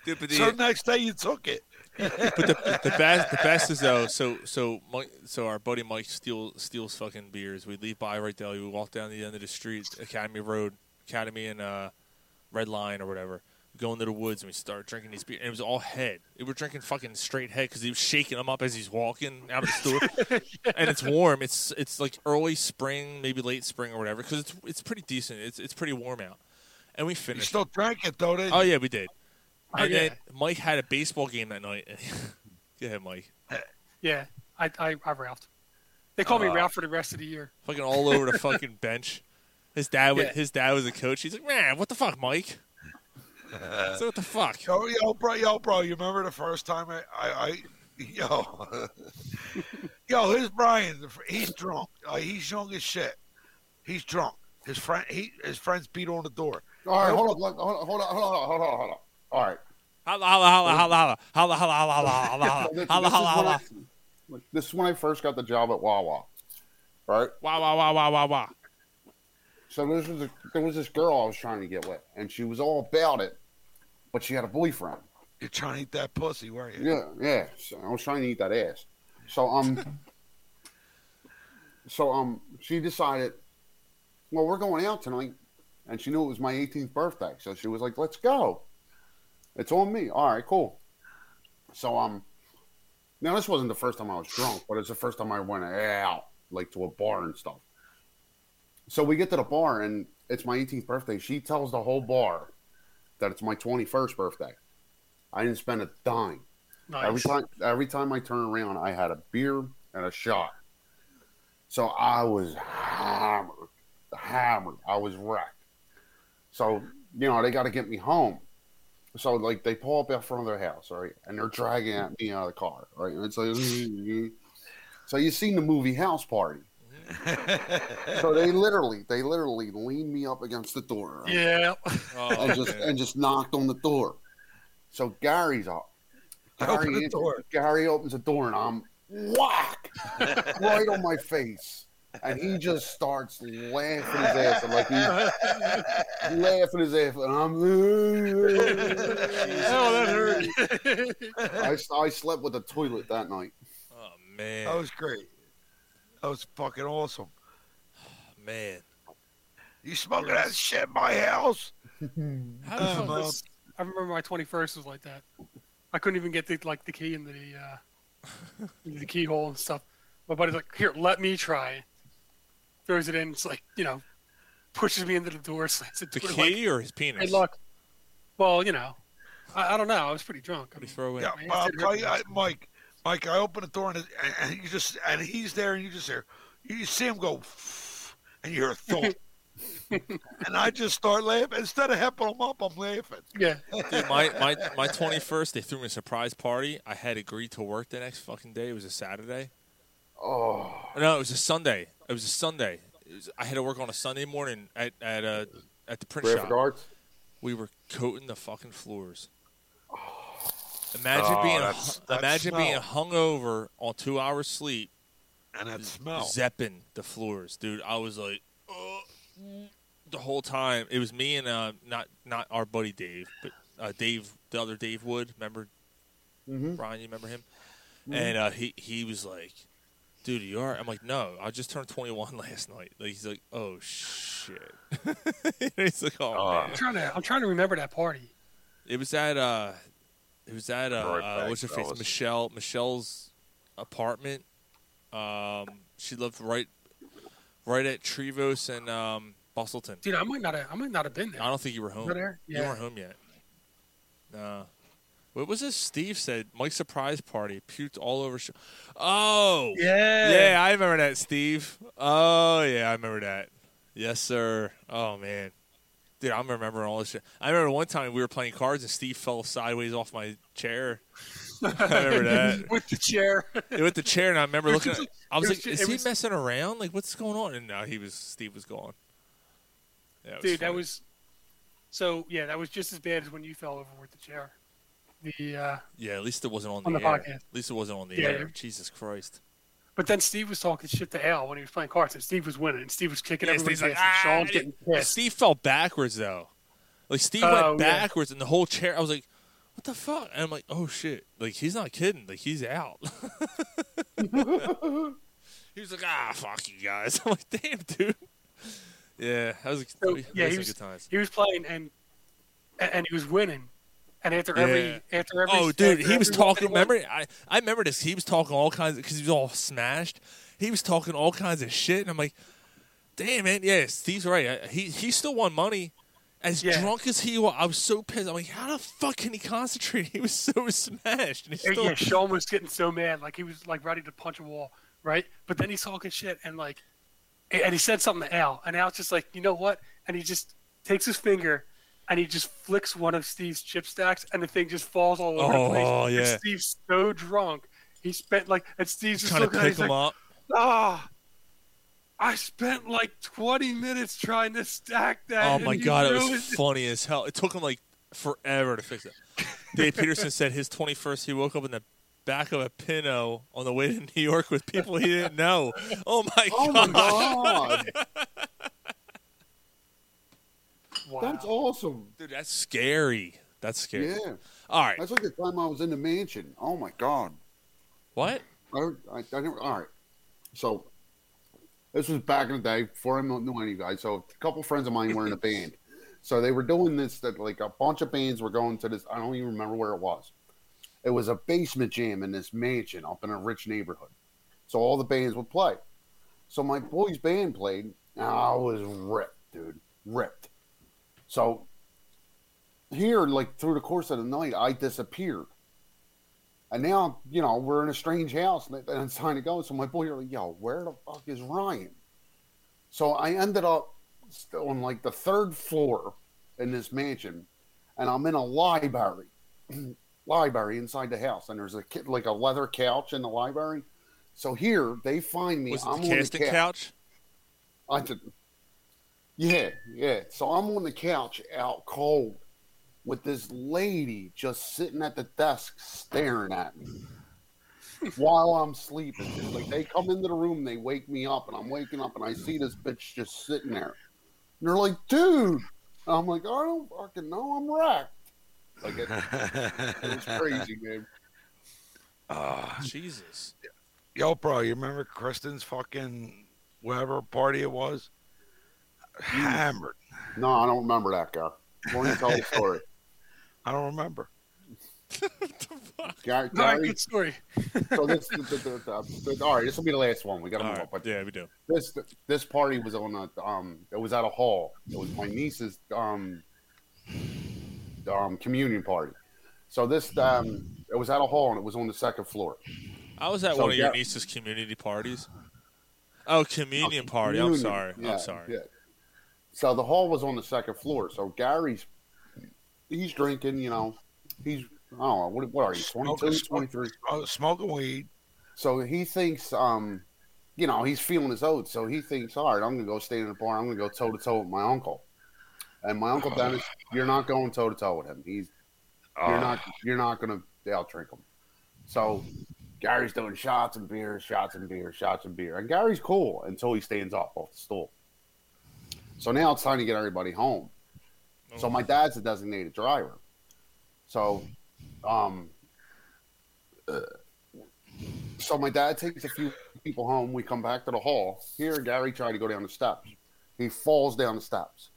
Dude, but
so
the-
next day you took it.
but the, the best the best is though. So so Mike, so our buddy Mike steals steals fucking beers. We leave by right there. We walk down the end of the street, Academy Road, Academy and uh, Red Line or whatever. We go into the woods and we start drinking these beers. And it was all head. We were drinking fucking straight head because he was shaking them up as he's walking out of the store. And it's warm. It's it's like early spring, maybe late spring or whatever. Because it's it's pretty decent. It's it's pretty warm out. And we finished.
still drank it though, didn't
Oh
you?
yeah, we did.
Oh,
and
yeah.
then Mike had a baseball game that night. Go ahead, Mike.
yeah, I, I, I Ralphed. They call me
Uh,
Ralph for the rest of the year.
Fucking all over the fucking bench. His dad was
Yeah.
his dad was a coach. He's like, man, what the fuck, Mike? So what the fuck?
Yo, yo, bro, yo, bro. You remember the first time I, I, I yo, yo, here's Brian. He's drunk. Like, he's young as shit. He's drunk. His friend, he, his friends beat on the door.
All right,
Yo,
hold on, let- hold on, hold on, hold on, hold on, hold on. All right.
Holla, holla, holla, holla, holla, holla, holla, holla, holla, holla, holla,
This- this is
holla,
when
holla.
I- look, This is when I first got the job at Wawa. Right?
Wah wah wah wah wah wah.
So there was a, there was this girl I was trying to get with, and she was all about it, but she had a boyfriend.
You're trying to eat that pussy, weren't you?
Yeah, yeah. So I was trying to eat that ass. So um, so um, she decided, well, we're going out tonight, and she knew it was my 18th birthday, so she was like, "Let's go." It's on me. All right, cool. So um, now this wasn't the first time I was drunk, but it's the first time I went out, like to a bar and stuff. So we get to the bar, and it's my 18th birthday. She tells the whole bar that it's my 21st birthday. I didn't spend a dime. Every time, every time I turn around, I had a beer and a shot. So I was hammered, hammered. I was wrecked. So you know they got to get me home. So like they pull up out front of their house, right, and they're dragging at me out of the car, right, and it's like, so you've seen the movie House Party. so they literally, they literally leaned me up against the door, right?
Yeah.
and just and just knocked on the door. So Gary's up.
Open the
answers-
door.
Gary opens the door and I'm whack right on my face. And he just starts laughing his ass off, like he's laughing his ass off, and I'm
Oh, that hurt.
I, I slept with the toilet that night.
Oh man.
That was great. That was fucking awesome.
Oh, Man.
You smoking that shit in my house?
How the
Uh,
Oh,
fuck
well.
was- I remember my 21st was like that. I couldn't even get the like the key into the uh, into the keyhole and stuff. My buddy's like, "Here, let me try." Throws it in. It's like you know, pushes me into the door, slams the
The
door. like,
key or his
Hey,
penis?
look. Well, you know, I, I don't know. I was pretty drunk. I mean,
throw in.
Yeah, but I'll tell you, I, Mike. Mike, I open the door and, and, and you just and he's there and you just hear you see him go and you hear a thump. and I just start laughing. Instead of helping him up, I'm laughing.
Yeah.
Dude, my my my twenty first, they threw me a surprise party. I had agreed to work the next fucking day. It was a Saturday.
Oh.
No, it was a Sunday. It was a Sunday. It was, I had to work on a Sunday morning at at uh, at the print
Graphic
shop.
arts?
We were coating the fucking floors. Imagine
Oh,
being
that's- that
imagine
smell.
being hungover on two hours sleep
and that smell.
zepping the floors, dude. I was like, "Ugh." the whole time. It was me and uh, not not our buddy Dave, but uh, Dave, the other Dave Wood. Remember
Mhm.
Brian? You remember him?
Mhm.
And uh, he he was like, "Dude, are you are." I'm like, "No, I just turned 21 last night." Like he's like, "Oh shit." he's like, "Oh."
I'm
man."
trying to. I'm trying to remember that party.
It was at uh It was at uh,
Right
uh
back,
what's her face?
fellas.
Michelle Michelle's apartment. Um, she lived right right at Trevose and um, Bustleton.
Dude, I might not have, I might not have been there.
I don't think you were home.
Were there?
You
Yeah.
weren't home yet. Uh, what was this? Steve said Mike's surprise party puked all over. Sh- oh,
Yeah.
yeah, I remember that, Steve. Oh yeah, I remember that. Yes, sir. Oh man, dude, I'm remembering all this shit. I remember one time we were playing cards and Steve fell sideways off my chair. I remember that.
with the chair.
It with the chair, and I remember
It
looking.
was
At,
just-
I was
it was
like,
ju-
"Is
it
he
was-
messing around? Like, what's going on?" And no, he was. Steve was gone. Yeah, it was
Dude, that
funny.
was so yeah, that was just as bad as when you fell over with the chair. The uh
Yeah, at least it wasn't on,
on
the,
the
air.
podcast.
At least it wasn't on the
Yeah.
air. Jesus Christ.
but then Steve was talking shit to Al when he was playing cards and Steve was winning and Steve was kicking
Yeah,
everybody's
Steve's like,
ass and
"Ah,
Sean's
I
getting
didn't-"
pissed.
Steve fell backwards though. Like Steve
Oh,
went
yeah.
backwards and the whole chair. I was like, "What the fuck?" And I'm like, "Oh shit!" Like he's not kidding. Like he's out. he was like, "Ah, fuck you guys." I'm like, "Damn, dude." Yeah, that was.
So,
that
yeah,
was
he
some
was,
good times.
he was playing and and and he was winning. And after every
Yeah.
after every
oh dude
after
he was
every one
talking
that he won-
remember I, I remember this he was talking all kinds because he was all smashed he was talking all kinds of shit and i'm like damn man yeah steve's right I, he, he still won money as drunk as he was i was so pissed i'm like how the fuck can he concentrate he was so smashed and he
Yeah,
still,
yeah, Sean was getting so mad, like he was like ready to punch a wall, right? But then he's talking shit and like, a- and he said something to Al, and Al's just like, you know what? And he just takes his finger, and he just flicks one of Steve's chip stacks, and the thing just falls all over the place.
Oh,
And
yeah.
Steve's so drunk, he spent like, and Steve's just
trying to
looking at
pick
him,
him
like,
up
ah. I spent like 20 minutes trying to stack that.
oh
and
my
you
god it was
ruined
funny as hell it took him like forever to fix it dave peterson said his 21st he woke up in the back of a pinot on the way to new york with people he didn't know oh my
Oh my
god
god,
Wow.
that's awesome.
Dude, that's scary. That's scary.
Yeah.
All right.
That's like the time I was in the mansion. Oh my god.
What?
I don't. I, I don't. All right. So this was back in the day before I knew any guys. So a couple friends of mine were in a band. So they were doing this that like a bunch of bands were going to this. I don't even remember where it was. It was a basement jam in this mansion up in a rich neighborhood. So all the bands would play. So my boy's band played, and I was ripped, dude, ripped. So here, like through the course of the night, I disappeared. And now, you know, we're in a strange house and, and it's time to go. So my boy, you're like, yo, where the fuck is Ryan? So I ended up st- on like the third floor in this mansion and I'm in a library, library inside the house. And there's a kid, like a leather couch in the library. So here they find me.
Was it
I'm
the
on
casting
the couch.
couch?
I did. Yeah, yeah. So I'm on the couch out cold with this lady just sitting at the desk staring at me while I'm sleeping. Just like they come into the room, they wake me up, and I'm waking up and I see this bitch just sitting there. And they're like, dude. And I'm like, I don't fucking know. I'm wrecked. Like it, it was crazy, man.
Ah.
Jesus.
Yo, bro, you remember Kristen's fucking whatever party it was? Hammered.
No, I don't remember that guy. Why don't you tell the story?
I don't remember.
Gary,
All right,
Gary-
good story.
so this, the, the, the, the, all right, this will be the last one. We got to
All
move
right.
up. But
Yeah, we do.
this this party was on a um, it was at a hall. It was my niece's um, um communion party. So this um, it was at a hall and it was on the second floor.
I was at
So,
one of your
yeah.
niece's community parties. Oh, communion party. I'm
Communion.
sorry.
Yeah,
I'm sorry.
yeah. So the hall was on the second floor. So Gary's he's drinking. You know, he's I don't know what, what are you 22, 23?
Oh, smoking weed.
So he thinks, um, you know, he's feeling his oats. So he thinks, all right, I'm going to go stand in the bar. I'm going to go toe to toe with my uncle. And my uncle Dennis, you're not going toe to toe with him. He's
Uh,
you're not you're not going to out drink him. So Gary's doing shots and beer, shots and beer, shots and beer. And Gary's cool until he stands up off the stool. So now it's time to get everybody home. So my dad's a designated driver. So, um, uh, so my dad takes a few people home. We come back to the hall. Here, Gary tried to go down the steps. He falls down the steps.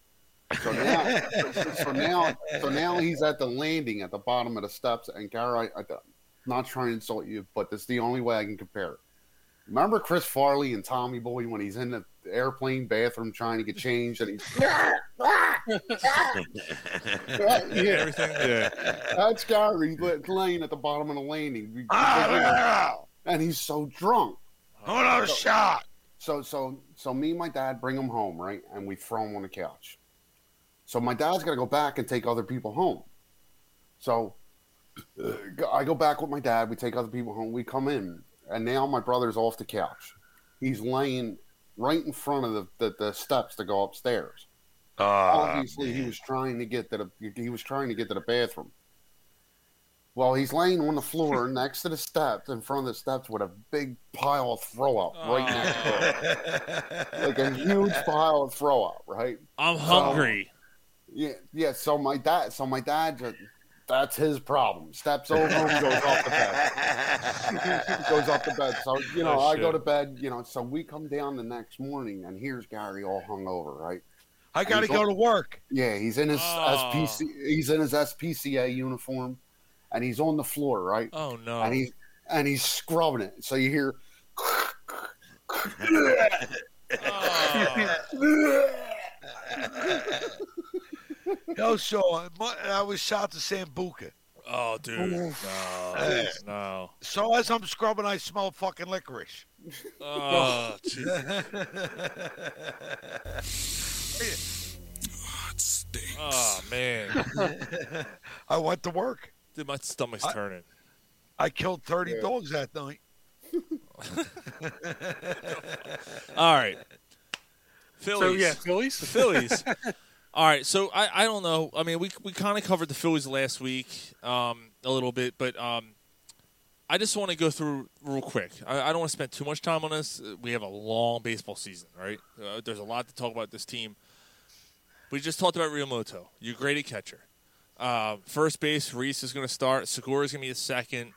So now, so now, so now he's at the landing at the bottom of the steps. And Gary, I, I, not trying to insult you, but that's the only way I can compare. it. Remember Chris Farley and Tommy Boy when he's in the airplane bathroom trying to get changed, and he's Right, yeah.
Everything, yeah.
that's Gary li- laying at the bottom of the landing, and he's so drunk.
Hold on,
So-
Oh, shot.
So so so me and my dad bring him home, right? And we throw him on the couch. So my dad's got to go back and take other people home. So uh, I go back with my dad. We take other people home. We come in, and now my brother's off the couch. He's laying right in front of the, the, the steps to go upstairs. Ah.
Ah,
Obviously, he was trying to get to the he was trying to get to the bathroom. Well, he's laying on the floor next to the steps, in front of the steps, with a big pile of throw up
Oh. Ah.
right next to him like a huge pile of throw up, right?
I'm
So-
hungry.
yeah, yeah. So my dad, so my dad, just, that's his problem. Steps over him, goes off the bed, goes off the bed. So you know,
Oh,
I go
shit.
to bed. You know, so we come down the next morning, and here's Gary all hungover, right?
I
And
gotta
he's
go
all-
to work.
Yeah, he's in his
Oh.
SPC. He's in his SPCA uniform, and he's on the floor, right?
Oh no!
And he's and he's scrubbing it. So you hear.
Oh.
Yo, so I, I was shot to Sambuca.
Oh, dude. No.
Oh.
Yes.
No.
So as I'm scrubbing, I smell fucking licorice.
Oh, Oh man.
I went to work.
Dude, my stomach's
I-
turning.
I killed 30
Yeah.
dogs that night.
All right. Phillies.
yeah, Phillies?
Phillies. All right. So I, I don't know. I mean, we we kind of covered the Phillies last week um, a little bit, but um, I just want to go through real quick. I, I don't want to spend too much time on this. Uh, We have a long baseball season, right? Uh, there's a lot to talk about this team. We just talked about Riomoto. You graded catcher. Uh, first base, Reese is going to start. Segura is going to be a second.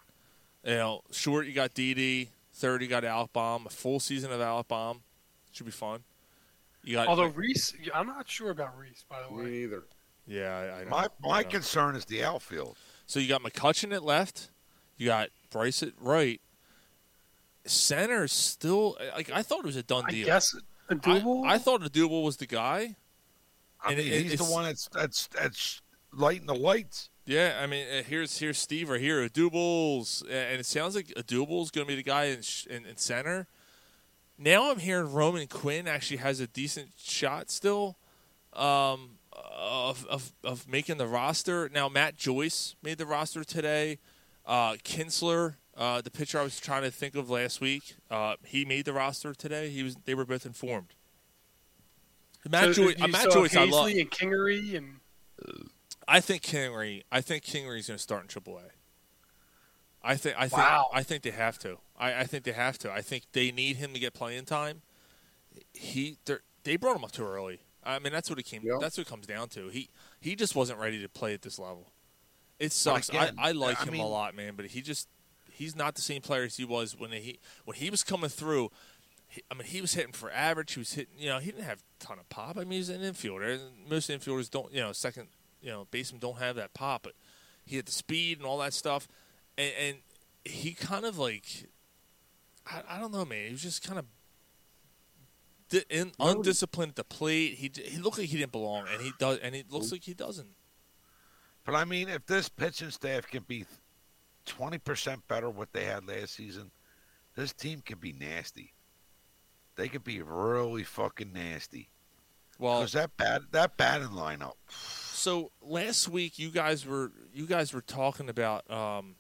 You know, short, you got DD. Third, you got Alpbom. A full season of Alpbom should be fun. You got
Although Reese, I'm not sure about Reese, by the way.
Me either.
yeah, I, I know.
My
I
my
know.
concern is the outfield.
So you got McCutcheon at left. You got Bryce at right. Center is still like I thought it was a done
I
deal.
guess a doable.
I, I thought a doable was the guy.
I
And
mean,
it-
he's the
it's-
one that's that's that's lighting the lights.
Yeah, I mean, uh, here's here's Steve right here. Adubles, uh, and it sounds like Adubles going to be the guy in, sh- in in center. Now I'm hearing Roman Quinn actually has a decent shot still um, of, of of making the roster. Now Matt Joyce made the roster today. Uh, Kinsler, uh, the pitcher I was trying to think of last week, uh, he made the roster today. He was they were both informed. Matt Joyce, uh, Matt Joyce, I
Hazley
love.
and Kingery and
I think Kingery. I think Kingery's going to start in AAA. I think. I think.
Wow.
I think they have to. I, I think they have to. I think they need him to get playing time. He they're- they brought him up too early. I mean, that's what it came.
Yeah.
That's what it comes down to. He he just wasn't ready to play at this level. It
But
sucks.
again,
I, I like
I
him
mean-
a lot, man. But he just he's not the same player as he was when he when he was coming through. he- I mean, he was hitting for average. He was hitting, you know, he didn't have a ton of pop. I mean, he was an infielder. Most infielders don't, you know, second, you know, basemen don't have that pop. But he had the speed and all that stuff, and, and he kind of like, I, I don't know, man. He was just kind of di- in, undisciplined at the plate. He d- he looked like he didn't belong, and he does, and he looks like he doesn't.
But I mean, if this pitching staff can be twenty percent better what they had last season, this team could be nasty. They could be really fucking nasty.
Well,
because that bat that batting lineup.
So last week you guys were you guys were talking about um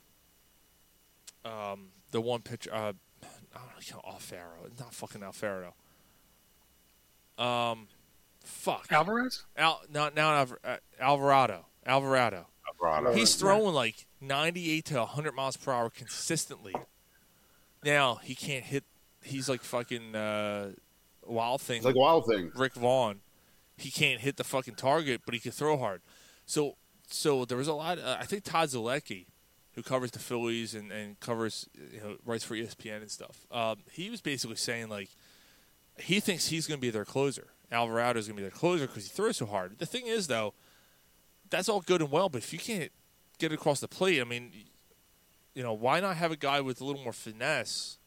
um the one pitcher uh I don't know Alfaro. It's not fucking Alfaro. Um fuck.
Alvarez.
Al no now Alvar- uh, Alvarado. Alvarado.
Alvarado.
He's throwing like 98 to 100 miles per hour consistently. Now he can't hit. He's like fucking uh, wild thing.
He's like Wild Thing.
Rick Vaughn. He can't hit the fucking target, but he can throw hard. So, so there was a lot. Uh, I think Todd Zalecki, who covers the Phillies and and covers you know writes E for ESPN and stuff. Um, he was basically saying like he thinks he's going to be their closer. Alvarado is going to be their closer because he throws so hard. The thing is, though, that's all good and well, but if you can't get across the plate, I mean, you know, why not have a guy with a little more finesse?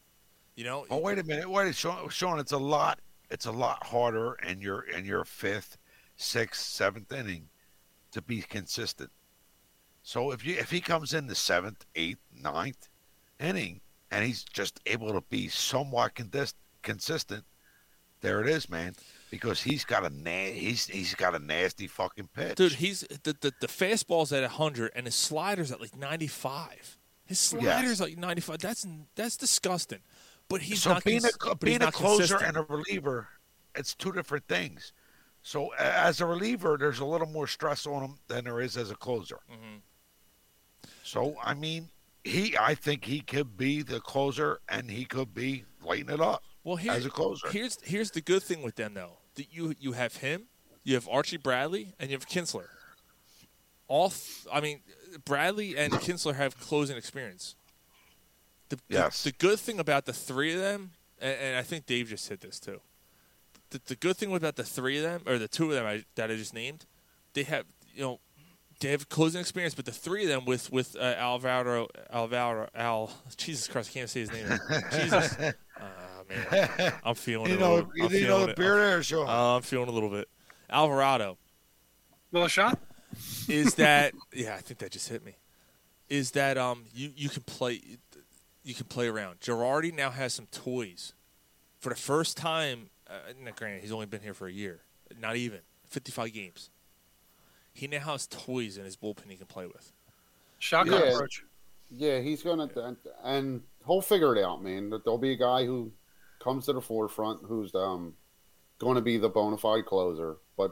You know.
Oh wait a minute, wait, Sean. Sean, it's a lot. It's a lot harder in your in your fifth, sixth, seventh inning to be consistent. So if you if he comes in the seventh, eighth, ninth inning, and he's just able to be somewhat condis- consistent, there it is, man. Because he's got a na- he's he's got a nasty fucking pitch.
Duuld he's the the, the fastball's at hundred and his slider's at like ninety five. His slider's like ninety five. That's that's disgusting. But he's
so
not
being
cons-
a
but he's
being a
not
closer
consistent.
and a reliever, it's two different things. So a- as a reliever, there's a little more stress on him than there is as a closer.
Mm-hmm.
So I mean, he I think he could be the closer and he could be lighting it up.
Well, here-
as a closer,
Here's here's the good thing with them though that you you have him, you have Archie Bradley, and you have Kinsler. All th- I mean, Bradley and Kinsler have closing experience. The, the-
Yes.
the, good thing about the three of them, and, and I think Dave just hit this too. The, the good thing about the three of them, or the two of them I, that I just named, they have you know they have closing experience, but the three of them with with uh, Alvaro Alvaro Al Jesus Christ, I can't say his name. Jesus, Ah, man, I'm feeling
You
it. a
know-
little-
you
I'm
know
feeling
the
it.
beer there, Sean.
Uh, I'm feeling a little bit. Alvarado
Little shot.
is that? yeah, I think that just hit me. Is that um you you can play you can play around. Girardi now has some toys. For the first time, uh, now granted he's only been here for a year, not even 55 games. He now has toys in his bullpen he can play with.
Shotgun approach.
Yeah, he's gonna, and he'll figure it out, man. That There'll be a guy who comes to the forefront who's um going to be the bona fide closer. But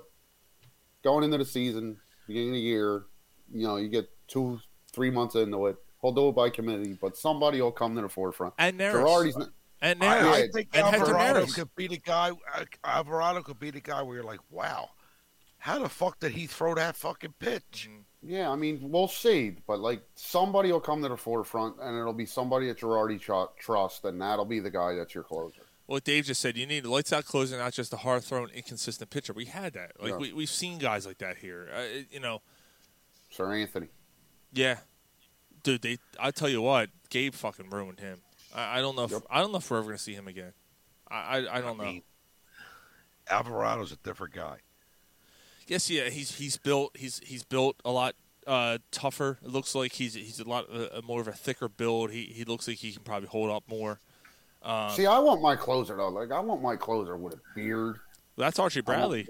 going into the season, beginning of the year, you know, you get two, three months into it, he'll do it by committee, but somebody will come to the forefront.
And Neris.
Girardi's not-
And
I, I
Yeah,
think
and Hector
Alvarado
Neris.
could be the guy. uh, Alvarado could be the guy where you're like, wow, how the fuck did he throw that fucking pitch?
Mm-hmm.
Yeah, I mean, we'll see, but like somebody will come to the forefront, and it'll be somebody that Girardi tr- trusts, and that'll be the guy that's your closer.
Well, Dave just said you need a lights out closer, not just a hard thrown, inconsistent pitcher. We had that. Like
Yeah.
we we've seen guys like that here. Uh, it- you know,
Sir Anthony.
yeah, dude. They, I tell you what, Gabe fucking ruined him. I, I don't know. If, I don't know if we're ever gonna see him again. I I, I don't know.
Alvarado's a different guy.
Yes, yeah, he's he's built he's he's built a lot uh, tougher. It looks like he's he's a lot uh, more of a thicker build. He he looks like he can probably hold up more.
Uh,
Um,
See, I want my closer though. Like, I want my closer with a beard.
that's Archie Bradley.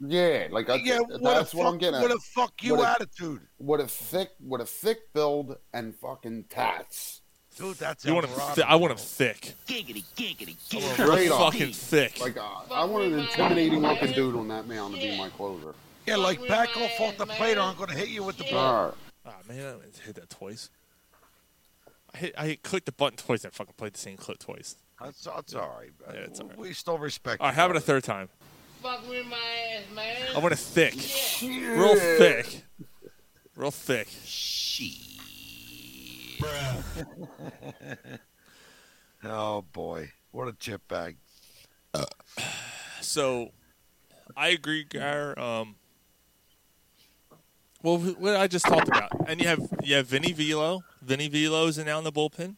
Yeah, like I,
Yeah, what
that's
a
what
fuck,
I'm getting.
What
at.
a fuck you
With a-
attitude,
With a thick, with a thick build and fucking tats.
dude. That's
You want him?
Alvarado.
Thi- I want him thick.
Giggity, giggity,
I want him fucking thick.
Like, uh, I want an intimidating looking dude on that mound to be my closer.
yeah, like back off off the plate, or I'm going to hit you with the ball.
All
Ah man, I hit that twice. I hit I hit, clicked the button twice and I fucking played the same clip twice.
That's, that's all right. man.
Yeah, it's all right.
We still respect.
All right,
you,
how about a
brother.
third time?
Fuck with my ass, man.
I want it thick,
Yeah.
real thick, real thick.
Oh boy, what a chip bag.
So, I agree, Gar. Um, well, wh- what I just talked about, and you have you have Vinny Velo. Vinny Velo is now in the bullpen.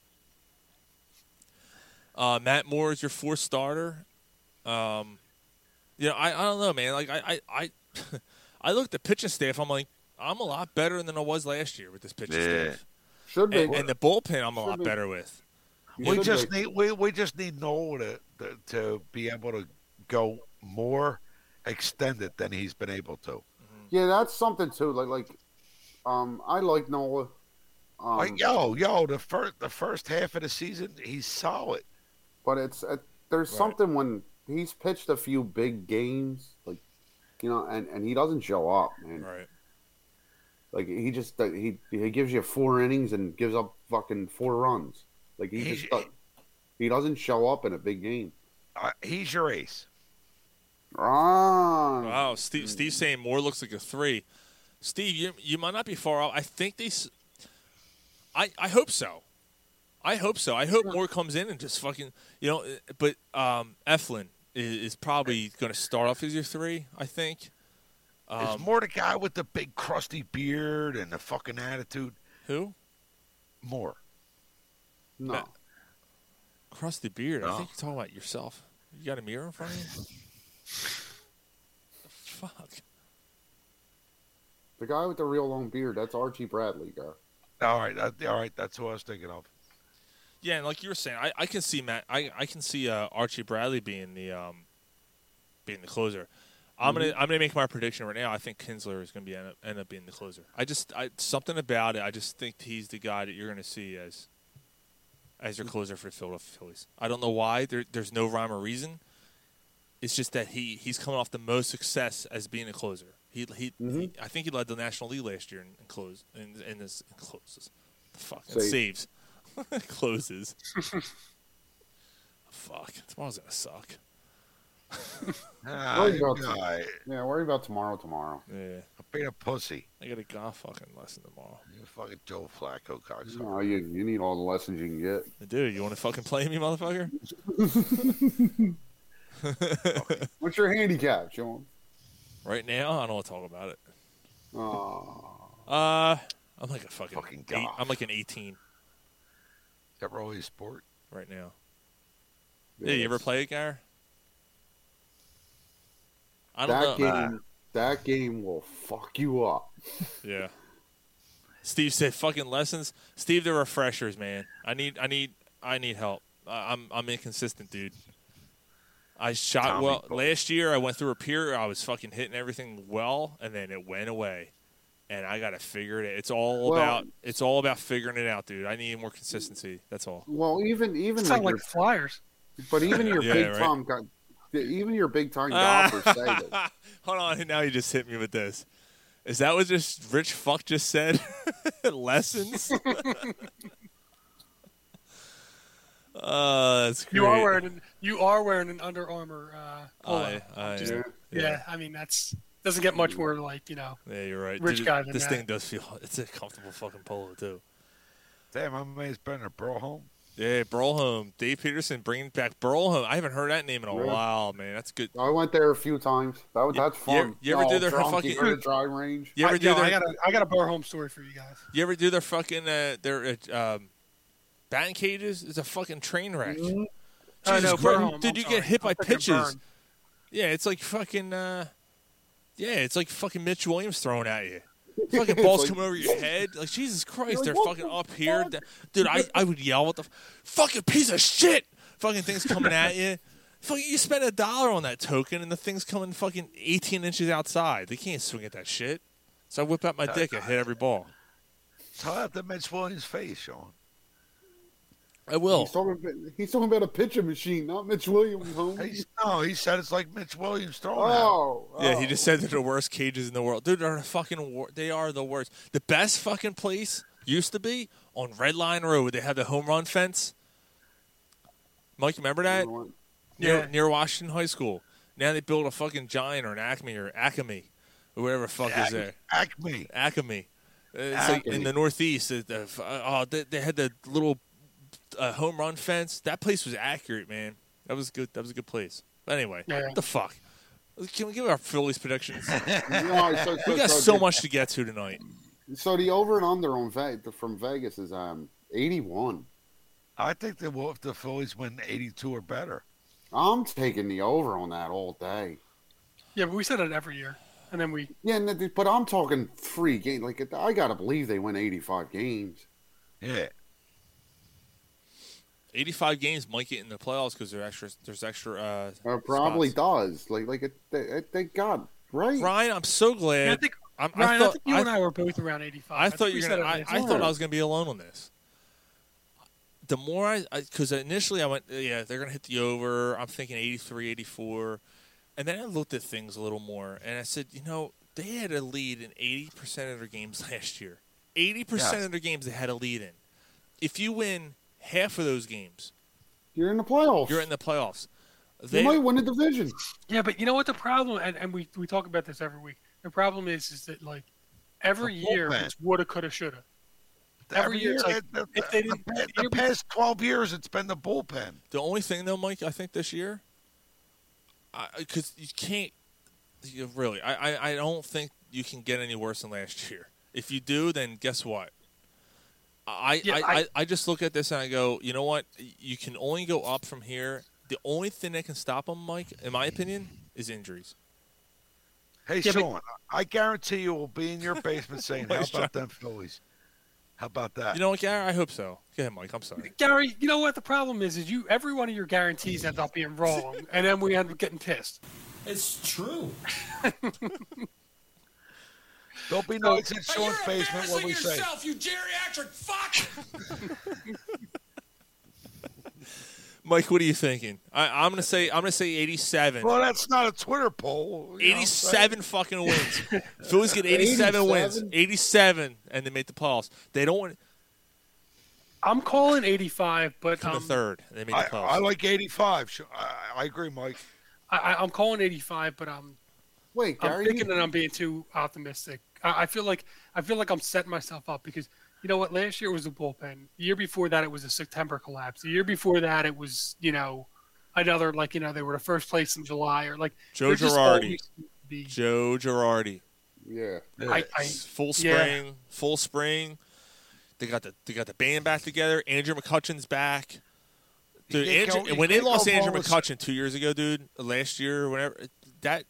Uh, Matt Moore is your fourth starter. Um, you know, I, I don't know, man. Like I I I, I looked at pitching staff. I'm like, I'm a lot better than I was last year with this pitching
Yeah.
staff.
Should
And, and the bullpen, I'm a
Should
lot
be.
better with.
We
Should
just
be.
need we, we just need Noel to, to to be able to go more extended than he's been able to.
Yeah, that's something too. Like, like, um, I like Nola. Um,
Like yo yo, the first the first half of the season he's solid.
but it's uh, there's something when he's pitched a few big games, like you know, and and he doesn't show up, man.
Right.
Like he just uh, he he gives you four innings and gives up fucking four runs. Like he
He's-
just do- he doesn't show up in a big game.
Uh, he's your ace.
Wrong.
Wow, Steve. Steve's saying Moore looks like a three. Steve, you you might not be far off. I think they. s- I I hope so. I hope so. I hope Moore comes in and just fucking you know. uh, But um, Eflin, is, is probably going to start off as your three. I think.
Is
Um,
Moore the guy with the big crusty beard and the fucking attitude?
Who?
Moore.
No.
crusty beard. I
No.
think you're talking about yourself. You got a mirror in front of you? Fuck.
The guy with the real long beard, that's Archie Bradley guy.
All right, that, all right, that's what I was thinking of.
Yeah, and like you were saying, I, I can see Matt. I, I can see uh, Archie Bradley being the um, being the closer. I'm gonna
Mhm.
I'm gonna make my prediction right now. I think Kinsler is gonna be end up, end up being the closer. I just I, something about it. I just think he's the guy that you're gonna see as as your closer for the Philadelphia Phillies. I don't know why. There, there's no rhyme or reason. It's just that he, he's coming off the most success as being a closer. He he, he I think he led the National League last year in, in close in, in this in closes. Fuck in
Save.
saves. closes. Fuck. Tomorrow's gonna suck.
Ah,
about
you
tom-
guy.
yeah, worry about tomorrow tomorrow.
Yeah.
Being a pussy.
I got a god fucking lesson tomorrow.
You fucking Joe Flacco cocksucker.
No, Oh, you, you need all the lessons you can get.
Dude, you want to fucking play me, motherfucker?
What's your handicap, Sean?
Right now, I don't want to talk about it.
Oh,
Uh, I'm like a fucking,
Fucking
eight,
goth.
I'm like an 18
Is that really a sport?
right now. Yeah, you ever play it, Gar? I don't
that
know.
game, that game will fuck you up.
Yeah. Steve said, "Fucking lessons, Steve. They're refreshers, man. I need, I need, I need help. I, I'm, I'm inconsistent, dude. I shot
Tommy
well
Boy.
last year. I went through a period. I was fucking hitting everything well, and then it went away. And I got to figure it. It's all
Well-
about, it's all about figuring it out, dude. I need more consistency. That's all.
Well, even even
Sound
like
like the Flyers.
your, but even your
Yeah,
big
right. Ah.
time guy, even your big time golfers say that.
Hold on. Now you just hit me with this. Is that what just rich fuck just said? lessons. Uh, that's
You are
great.
wearing an, you are wearing an Under Armour. Uh, polo.
Aye, aye,
Just-
yeah,
yeah.
yeah.
I mean that's doesn't get much more like you know.
Yeah, you're right.
Rich
Dude,
guy than
this
that.
thing does feel it's a comfortable fucking polo too.
Damn, my man's been a bro home.
Yeah, Brolholm, Dave Peterson bringing back Brolholm. I haven't heard that name in a
Really?
while, man. That's good.
I went there a few times. That was that's
you ever-
fun.
you ever do their
drunk,
fucking-
you go to driving range?
You ever
I,
do
yo,
their
I got a I got a bar home story for you guys.
you ever do their fucking uh, their uh, um, batting cages? It's a fucking train wreck.
Oh, no,
Christ,
Brolholm,
dude,
I'm
you
sorry.
get hit
I'm
by
thinking of
pitches.
Byrne.
Yeah, it's like fucking. Uh, yeah, it's like fucking Mitch Williams throwing at you. Fucking balls
like-
coming over your head. Like Jesus Christ,
like,
they're
"What
fucking
the
up here, Th- dude. I, I would yell at the f- fucking piece of shit. Fucking things coming at you. Fucking you spend a dollar on that token, and the thing's coming fucking eighteen inches outside. They can't swing at that shit. So I whip out my dick and hit every ball.
Tell that to Mitch Williams' face, Sean.
I will.
He's talking, about, he's talking about a pitching machine, not Mitch Williams. Homie.
He's, no, he said it's like Mitch Williams throwing. at him.
Oh,
Yeah,
oh.
he just said they're the worst cages in the world. Dude, they're the fucking wor- they are the worst. The best fucking place used to be on Red Line Road. where They had the home run fence. Mike, you remember that? Near,
Yeah.
near Washington High School. Now they build a fucking giant or an Acme or Acme or whatever the fuck is there.
Acme.
Acme. Uh, It's like in
Acme.
the Northeast. uh, the- uh, oh, they, they had the little uh, home run fence. That place was accurate, man. That was good. That was a good place. But anyway,
Yeah.
what the fuck? Can we give our Phillies predictions?
You know, so,
We
so-
got
so
so
the-
much to get to tonight.
So the over and under on Ve- from Vegas is um eighty one.
I think they will if the Phillies win 82 or better.
I'm taking the over on that all day.
Yeah, but we said it every year, and then we
Yeah, and that- but I'm talking three games. Like I gotta believe they win 85 games.
Yeah.
85 games might get in the playoffs because there's extra. There's extra. Uh,
Or probably
spots.
does. Like like it, it, thank God, right?
Ryan, I'm so glad.
Yeah, I think
I'm,
Ryan, I,
thought,
think you and I were both around 85.
I thought you
we
were
said
gonna,
it
I,
last
I
year.
thought I was gonna be alone on this. The more I, because initially I went, uh, yeah, they're gonna hit the over. I'm thinking 83, 84, and then I looked at things a little more, and I said, you know, they had a lead in 80 percent of their games last year. 80 percent
Yeah.
of their games they had a lead in. If you win half of those games,
You're in the playoffs.
you're in the playoffs.
you
They,
might win a division.
Yeah, but you know what the problem, and, and we, we talk about this every week. The problem is, is that like every
The
year
bullpen.
it's woulda, coulda, shoulda. Every year, it's like,
the,
if they
the-
didn't-
the-
the year
the past 12 years, it's been the bullpen.
the only thing though, Mike, I think this year, because you can't you really. I, I, I don't think you can get any worse than last year. If you do, then guess what? I,
Yeah,
I,
I-
I, I just look at this and I go, you know what? You can only go up from here. The only thing that can stop them, Mike, in my opinion, is injuries.
Hey,
Yeah, but-
Sean, I guarantee you will be in your basement saying, "How
Wait,
about them Phillies? How about that?"
You know what, Gary? I hope so. Go ahead, Mike. I'm sorry.
Gary, you know what the problem is? Is you every one of your guarantees end up being wrong, and then we end up getting pissed. It's true.
There'll be nights in Sean's basement where we say,
you geriatric fuck!
Mike, what are you thinking? I, I'm gonna say I'm gonna say 87.
"Well, that's not a Twitter poll." you know, so-
87 fucking wins. Phillies get 87, wins.
87?
87, and they make the playoffs. They don't want
I'm calling 85, but
come
um,
to third. They make the
I,
playoffs.
I like 85. Sh- I, I agree, Mike.
I, I- I'm calling 85, but um, I'm
Wait,
I'm
Gary,
thinking
you-
that I'm being too optimistic. I, I feel like I feel like I'm setting myself up because you know what? Last year was the bullpen. The year before that, it was a September collapse. The year before that, it was you know another like you know they were the first place in July or like
Joe
they're just
Girardi.
always-
Joe Girardi.
Yeah.
I- I-
full spring.
yeah.
Full spring. They got the they got the band back together. Andrew McCutcheon's back. Dude,
You can't
Andrew,
go-
and
you
when they
can't go
lost Andrew
wrong with-
McCutcheon two years ago, dude, last year, whenever that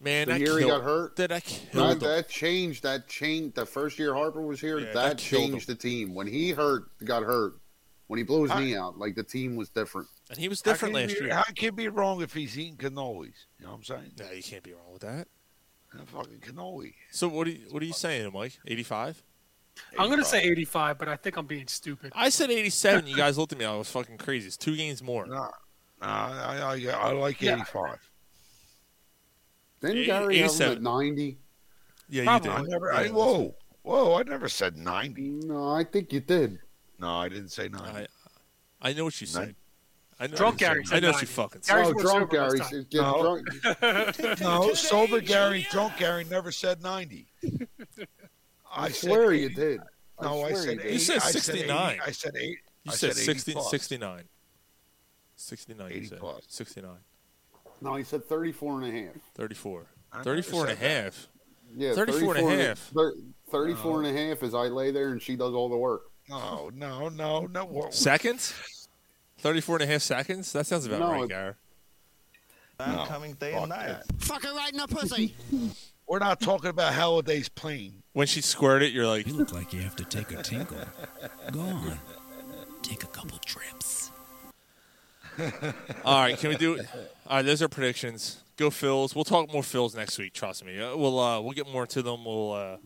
man,
the
that
year he
killed-
got hurt,
that I
that,
killed him.
that changed. That changed. The first year Harper was here,
Yeah,
that,
that killed
changed the team. When he hurt, got hurt. When he blew his
I-
knee out, like the team was different.
and he was
How
different
can
last
you be-
year.
How can you be wrong if he's eating cannolis? You know what I'm saying?
No, you can't be wrong with that.
A fucking cannoli.
So what are you, what are you saying, Mike? Eighty five.
I'm gonna say 85, but I think I'm being stupid.
I said eighty seven. You guys looked at me. I was fucking crazy. It's two games more.
Nah, nah I, I, I like
Yeah.
85.
Then
Eight-
Gary have him
87.
at ninety.
Yeah,
Probably. I never, I, whoa, whoa! I never said 90.
No, I think you did.
No, I didn't say 90.
I, I know what you said. I know what
Drunk
you
Gary
said. I
said
know what you
90.
fucking said.
Gary's
oh,
more
drunk
sober
Gary.
this time.
Yeah,
No.
drunk.
no, sober Gary, drunk Gary never said 90.
I,
said
swear you
80.
did.
No, I
swear
said
you
80.
did.
You said
I
69.
80, I said 8.
You
I
said,
said
60,
80 plus.
69. 69, you
80
said.
plus.
69.
No, he said 34 and a half.
34.
I never
34 and a
said that.
half.
Yeah,
34 and a half.
thir- 34 and a half is I lay there and she does all the work.
No, no, no, no. what-
Seconds? 34 and a half seconds? That sounds about
No,
right,
it-
Gary.
No,
day
fuck that.
Fuck her right in the pussy.
We're not talking about Halliday's plane.
When she squared it, you're like,
You look like you have to take a tinkle. Go on. Take a couple trips.
all right, can we do it? All right, those are predictions. Go Phils. We'll talk more Phils next week, trust me. Uh, We'll uh, we'll get more to them. We'll uh,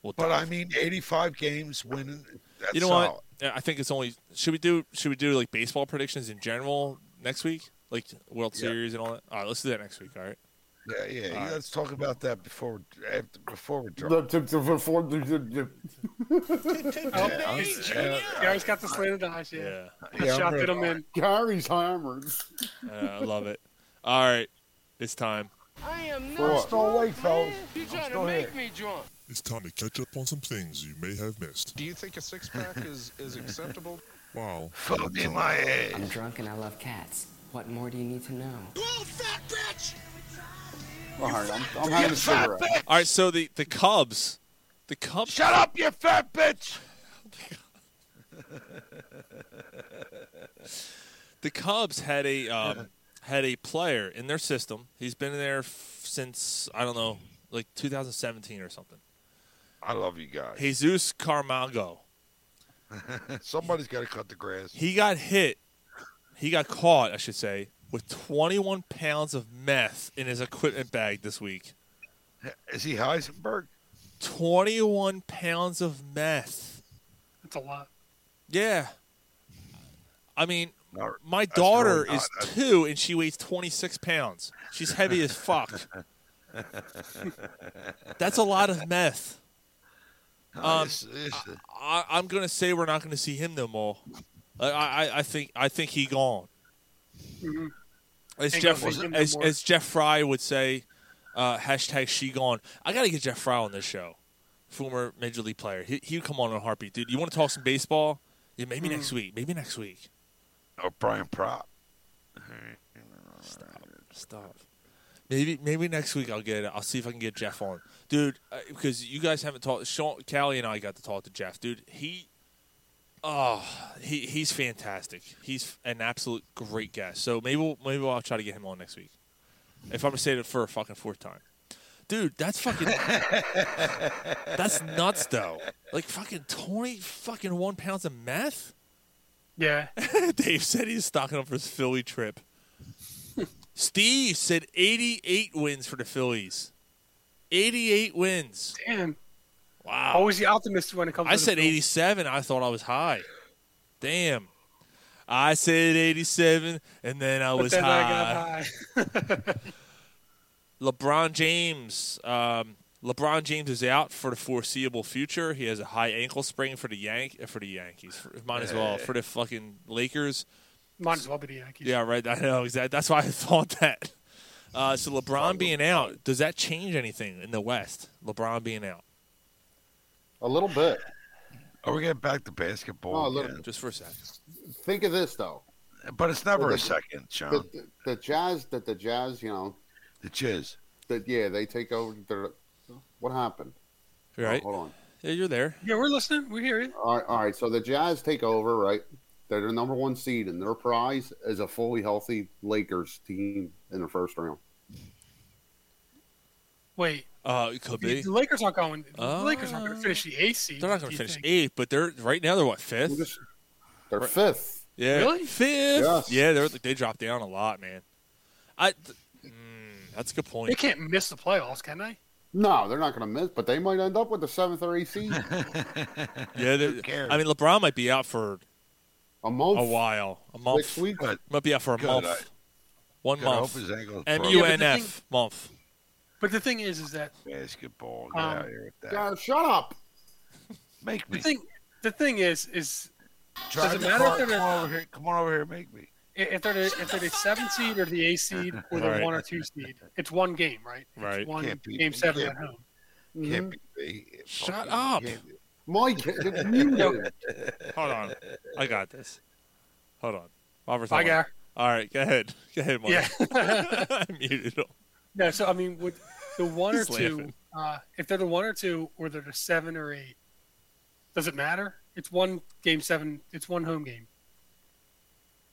we'll
But I
dive.
mean, 85 games winning. That's
You know
solid.
what? Yeah, I think it's only should we do should we do like baseball predictions in general next week? Like World
Yeah.
Series and all that. All right, let's do that next week, all right?
Yeah, yeah.
All right.
Let's talk about that before after, before we drop.
No, to- to- before- to- to- to-
Yeah,
Oh,
I'm- yeah,
Gary's got the slanted eyes. Yeah,
Yeah.
I
Yeah, I'm
shot at
really-
him in.
Gary's hammered.
Uh, I love it. All right, it's time.
I am
We're not still
awake, fellas.
You're I'm trying to still make here.
me drunk.
It's time to catch up on some things you may have missed.
Do you think a six pack is, is acceptable?
Wow.
Fuck in my head.
I'm drunk and I love cats. What more do you need to know?
All right, I'm, I'm having a cigarette.
All right, so the the Cubs, the Cubs.
Shut up, you fat bitch!
The Cubs had a um, had a player in their system. He's been in there f- since I don't know, like 2017 or something.
I love you guys.
Jesus Carmago.
Somebody's got to cut the grass.
He got hit. He got caught, I should say, with 21 pounds of meth in his equipment bag this week.
Is he Heisenberg?
21 pounds of meth.
That's a lot.
Yeah. I mean,
No,
my
that's really
daughter
not-
is
that's-
two and she weighs 26 pounds. She's heavy as fuck. That's a lot of meth.
No,
Um,
it's- it's the-
I, I'm gonna say we're not gonna see him no more. I, I, I think I think he gone.
Mhm.
As
Ain't
Jeff
gonna see him no
as,
more.
as Jeff Fry would say, uh, hashtag she gone. I gotta get Jeff Fry on this show, former major league player. He he'd come on in a heartbeat, dude. You want to talk some baseball? Yeah,
Mm.
maybe next week. Maybe next week.
oh, Brian Prop.
Stop. Maybe maybe next week I'll get it. I'll see if I can get Jeff on, dude. uh, Because you guys haven't talked. Sean, Callie, and I got to talk to Jeff, dude. He, oh, he he's fantastic. He's an absolute great guy. So maybe we'll, maybe I'll try to get him on next week. If I'm gonna say it for a fucking fourth time, dude, that's fucking that's nuts though. Like fucking twenty fucking one pounds of meth.
Yeah.
Dave said he's stocking up for his Philly trip. Steve said 88 wins for the Phillies. 88 wins.
Damn.
Wow.
Always the optimist when it comes.
I
to the
said
Phillies.
87. I thought I was high. Damn. I said 87, and then I
But
was
then I
high.
got high.
LeBron James. Um, LeBron James is out for the foreseeable future. He has a high ankle sprain for the Yank for the Yankees. For, might as well for the fucking Lakers.
Might as well be the Yankees.
Yeah, right. I know exactly. That's why I thought that. Uh, so LeBron being out, does that change anything in the West? LeBron being out.
A little bit.
Are we Oh, getting back to basketball?
Oh, a little-
again?
Just for a second.
Think of this though.
But it's never
Well,
a
the-
second, Sean.
The, the, the Jazz, that the Jazz, you know,
the Jizz.
That yeah, they take over. Their, what happened? Oh,
You're right.
hold on.
Yeah, you're there.
Yeah, we're listening. We hear you.
All right, all right. So the Jazz take over, right? They're the number one seed, and their prize is a fully healthy Lakers team in the first round.
Wait.
Uh, it could
The,
be.
the Lakers aren't going. The
Uh,
Lakers aren't going to finish the eighth seed.
They're not going
do
to
you
finish
think?
eighth, but they're right now. They're what fifth?
They're
Right.
fifth.
Yeah,
Really?
fifth.
Yes.
Yeah, they're they dropped down a lot, man. I. Th- mm, that's a good point.
They can't miss the playoffs, can they?
No, they're not going to miss, but they might end up with the seventh or eighth seed.
Yeah, they're-
cares?
I mean LeBron might be out for
a month,
a while, a month.
six weeks.
Might be out for a
Good,
month.
I-
One
good, I
month.
hope his ankle's broken.
M
Yeah,
U
but
N
the
F month.
But the thing is, is that
Basketball. Get
Um,
out of here with that.
Yeah, shut up.
Make
the
me.
thing, the thing is, is
Drive
does it
the
matter
car.
if they're
Come
the,
on over here. Come on over here. Make me.
if they're the, if they're the seventh seed or the eighth seed or the
Right.
one or two seed? It's one game, right?
Right.
One
Can't be-
game seven
can't
at home.
Mm-hmm.
Can't be.
Shut up.
Mike, you're muted.
Hold on. I got this. Hold on. Robert,
Bye,
hold on.
Gar.
All right, go ahead. Go ahead, Mike.
Yeah.
I muted him.
No, so I mean, with the one or
He's
two,
laughing.
uh, if they're the one or two, or they're the seven or eight, does it matter? It's one game seven. It's one home game.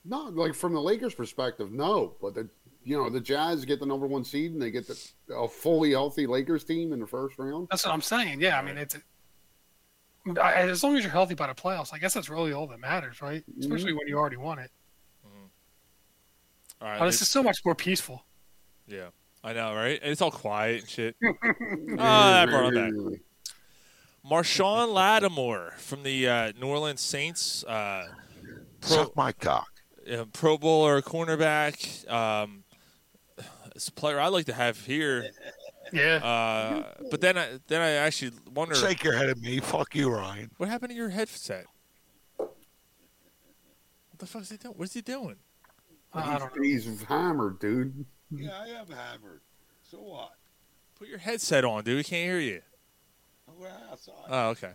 No, like from the Lakers' perspective, no. But the you know the Jazz get the number one seed and they get the, a fully healthy Lakers team in the first round.
That's what I'm saying. Yeah, I mean, it's I, as long as you're healthy by the playoffs. I guess that's really all that matters, right? Especially when you already won it.
All right.
Oh, this is so much more peaceful.
Yeah, I know, right? And it's all quiet and shit.
Hmm.
oh, that brought it back. Marshawn Lattimore from the uh, New Orleans Saints, uh, pro,
Suck my cock.
uh, Pro Bowler cornerback. Um, it's a player I'd like to have here.
Yeah.
Uh, but then I then I actually wonder
Shake your head at me. Fuck you, Ryan.
what happened to your headset. What the fuck's he doing? What's he doing?
I don't know.
He's hammered, dude.
Yeah, I am hammered. So what?
Put your headset on, dude. We can't hear you.
We're outside.
Oh, okay.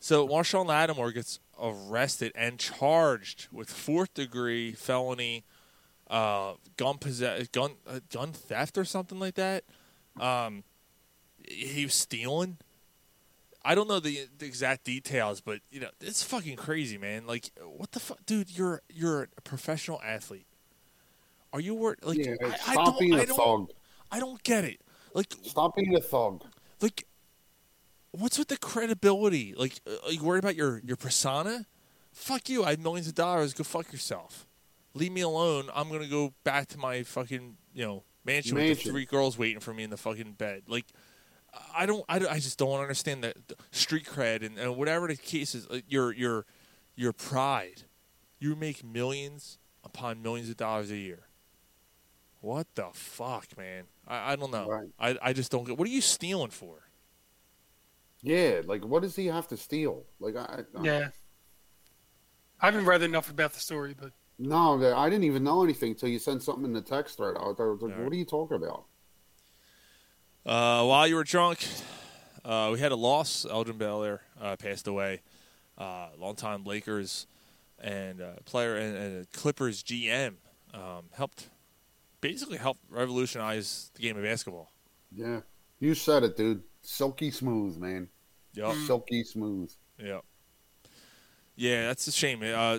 So Marshawn Lattimore gets arrested and charged with fourth degree felony uh, gun possess- gun uh, gun theft or something like that. Um, he was stealing. I don't know the, the exact details, but you know it's fucking crazy, man. Like, what the fuck, dude? You're you're a professional athlete. Are you wor- like?
yeah,
I, I
stop
don't,
being
I
a
don't,
thug.
I don't get it. Like,
Stop being a thug.
like what's with the credibility like uh, are you worried about your your persona fuck you i have millions of dollars go fuck yourself leave me alone i'm gonna go back to my fucking you know mansion, with the
Mansion.
three girls waiting for me in the fucking bed like i don't i, don't- I just don't understand that the street cred and, and whatever the case is like, your your your pride you make millions upon millions of dollars a year what the fuck man i, I don't know
Right.
I, I just don't get what are you stealing for
Yeah, like what does he have to steal? Like I, I
Yeah. I haven't read enough about the story, but
no, that- I didn't even know anything until you sent something in the text thread. I was, I was like,
Alright.
what are you talking about?
Uh, while you were drunk, uh, we had a loss. Elgin Baylor uh, passed away. Uh, longtime Lakers and uh, player and, and Clippers GM um, helped basically helped revolutionize the game of basketball.
Yeah, you said it, dude. Silky smooth, man.
Yep.
Silky smooth.
Yeah. Yeah, that's a shame. Uh, uh,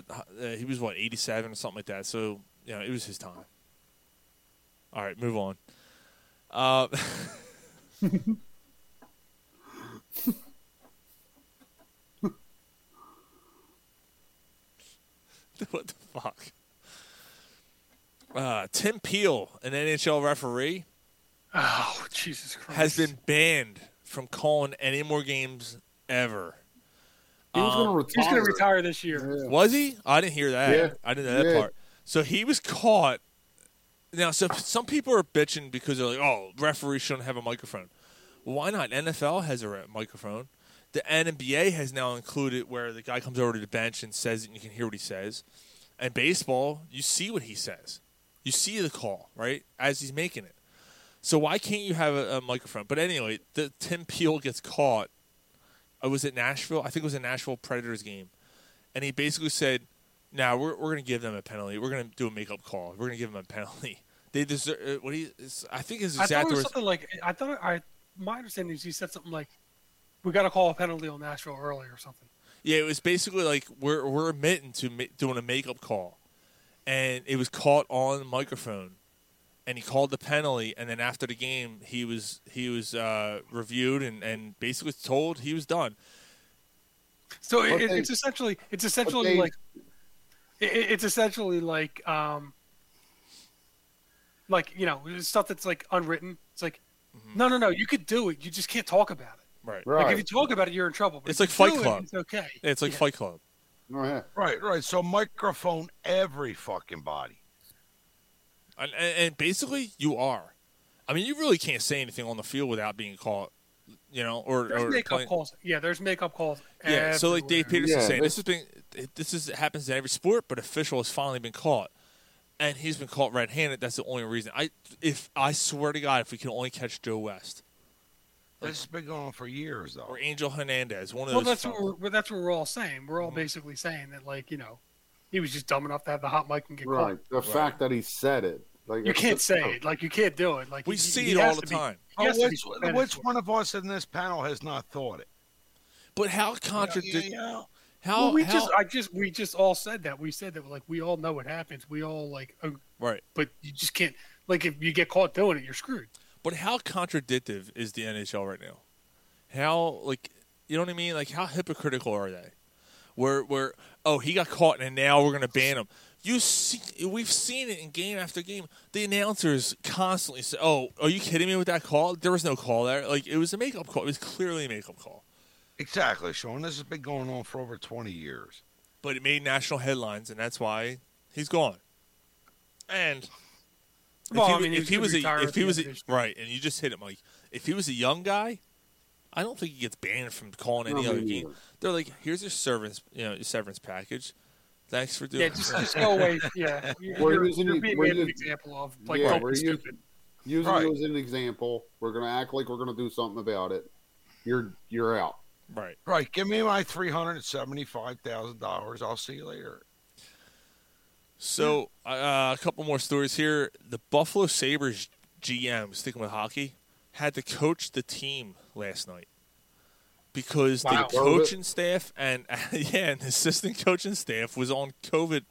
he was what eighty-seven or something like that. So you know, it was his time. All right, move on. Uh, what the fuck? Uh, Tim Peel, an NHL referee,
Oh, Jesus Christ.
has been banned from calling any more games ever.
He was
Um,
gonna retire. Uh, He's gonna retire this year.
Was he? I didn't hear that.
Yeah.
I didn't know that
Yeah.
part. So he was caught. Now, so some people are bitching because they're like, "Oh, referees shouldn't have a microphone." Why not? NFL has a re- microphone. The NBA has now included where the guy comes over to the bench and says it, and you can hear what he says. And baseball, you see what he says. You see the call right as he's making it. So why can't you have a, a microphone? But anyway, the Tim Peel gets caught I was at Nashville. I think it was a Nashville Predators game, and he basically said, "Now we're we're going to give them a penalty. We're going to do a make up call. We're going to give them a penalty. They deserve uh, what he. it's- I think his
I thought
exact
it was
words.
something like I thought I my understanding is he said something like we got to call a penalty on Nashville early or something.
Yeah, it was basically like we're we're admitting to ma- doing a make up call, and it was caught on the microphone, and he called the penalty, and then after the game he was he was uh, reviewed and and basically told he was done.
So
But
it, it-
they-
it's essentially it's essentially
they-
like it, it- it's essentially like um like you know stuff that's like unwritten. It's like
Mm-hmm.
no no no you could do it. You just can't talk about it.
Right.
Like if you talk about it, you're in trouble. But
It's
if
like
you
Fight
do it,
Club.
it's okay.
It's like Fight Club.
Right, right. So microphone every fucking body.
and, and, and basically you are. I mean, you really can't say anything on the field without being caught, you know, or,
There's
or
makeup
playing-
calls. Yeah, there's makeup calls.
Yeah, so like Dave
everywhere.
Peterson saying, this has been this is it happens in every sport, but official has finally been caught, and he's been caught red-handed. That's the only reason. I if I swear to God, if we can only catch Joe West
This has been going on for years, though.
or Angel Hernandez, one of
Well,
those.
that's
fellas.
what we're, well, that's what we're all saying. We're all
Mm-hmm.
basically saying that, like, you know, he was just dumb enough to have the hot mic and get
Right.
caught.
The fact that he said it. Like
you
it's
can't
just-
say it. Like, you can't do it. Like,
We
he-
see
he
it
has
all the
to be-
time.
he
Oh,
has to
which,
be suspended.
which one of us in this panel has not thought it?
But how contradict? How
Well, we
how-
just, I just, we just all said that. We said that, like, we all know what happens. We all like, oh,
right?
but you just can't. Like, if you get caught doing it, you're screwed.
But how contradictive is the NHL right now? How like you know what I mean? Like how hypocritical are they? Where where oh he got caught and now we're gonna ban him. You see, we've seen it in game after game. The announcers constantly say, "Oh, are you kidding me with that call? There was no call there. Like it was a makeup call. It was clearly a makeup call,
Exactly, Sean. This has been going on for over 20 years.
but it made national headlines, and that's why he's gone." And
Well,
if he,
I mean, he
if
was
he
gonna
was
retire
a,
at
if he
the
was
end
a-
of his-
right, and you just hit him like if he was a young guy, I don't think he gets banned from calling any
No,
other
me
game. They're like, here's your severance, you know, your severance package. Thanks for doing.
Yeah, just, just go away. Yeah, you're,
We're
you're,
using
you're
it-
being
we're
made an
using-
example of. Like,
yeah,
don't
we're
be
using,
stupid.
using
Right.
you as an example. We're gonna act like we're gonna do something about it. You're you're out.
Right.
Right. Give me my $375,000. I'll see you later.
So uh, a couple more stories here. The Buffalo Sabres GM, sticking with hockey, had to coach the team last night because
Wow.
the coaching staff and yeah, and the assistant coaching staff was on COVID,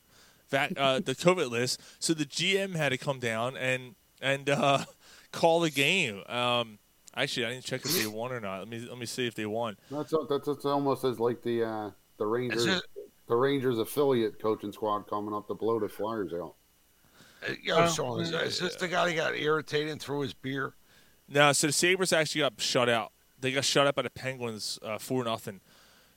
vac, uh, the COVID list. So the GM had to come down and and uh, call the game. Um, actually, I didn't check if they won or not. Let me let me see if they won.
That's that's, that's almost as like the uh, the Rangers
just-
the Rangers affiliate coaching squad coming up to blow the Flyers out.
Uh, Yo,
Oh,
Sean, is, is this the guy that got irritated and threw his beer?
No, so the Sabres actually got shut out. They got shut out by the Penguins uh, four nothing.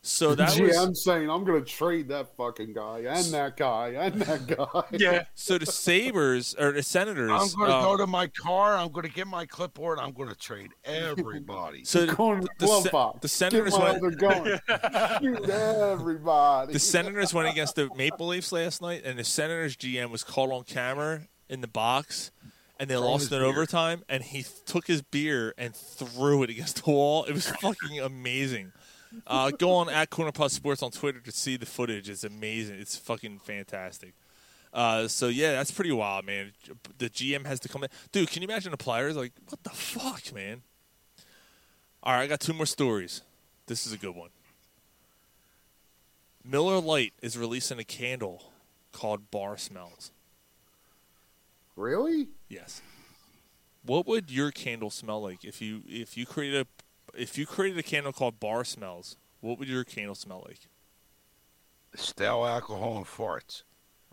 So that
GM
was
saying I'm gonna trade that fucking guy and that guy and that guy.
So the Sabers or the Senators.
I'm going to
um,
go to my car. I'm going to get my clipboard. I'm going to trade everybody.
So the, the, Se- the Senators went.
Shoot everybody.
The Senators went against the Maple Leafs last night, and the Senators GM was caught on camera in the box, and they
Throwing
lost
his
in
beer.
overtime. And he th- took his beer and threw it against the wall. It was fucking amazing. Uh, go on at Corner Plus Sports on Twitter to see the footage. It's amazing. It's fucking fantastic. Uh, so yeah, that's pretty wild, man. The GM has to come in, dude. Can you imagine the players like, what the fuck, man? All right, I got two more stories. This is a good one. Miller Lite is releasing a candle called Bar Smells.
Really?
Yes. What would your candle smell like if you if you created a if you created a candle called Bar Smells? What would your candle smell like?
Stale alcohol and farts.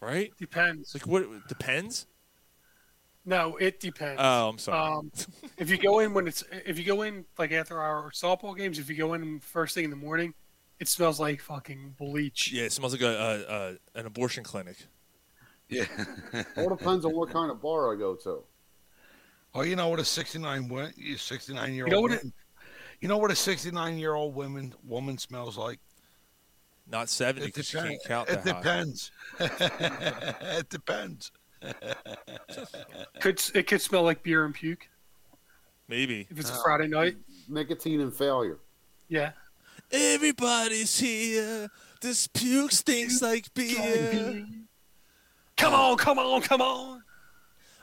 Right?
Depends.
Like what depends?
No, it depends.
Oh, I'm sorry.
Um, if you go in when it's if you go in like after our softball games, if you go in first thing in the morning, it smells like fucking bleach.
Yeah, it smells like a, a, a an abortion clinic.
Yeah.
all depends on what kind of bar I go to.
Oh, you know what a 69 went 69 year old. You know what? Woman, it, you know what a 69 year old woman woman smells like.
Not 70 because she can't count
It
that high.
depends. it depends.
could it could smell like beer and puke?
Maybe
if it's
Oh.
a Friday night.
Nicotine and failure.
Yeah.
Everybody's here. This puke stinks like beer.
Come on, come on, come on.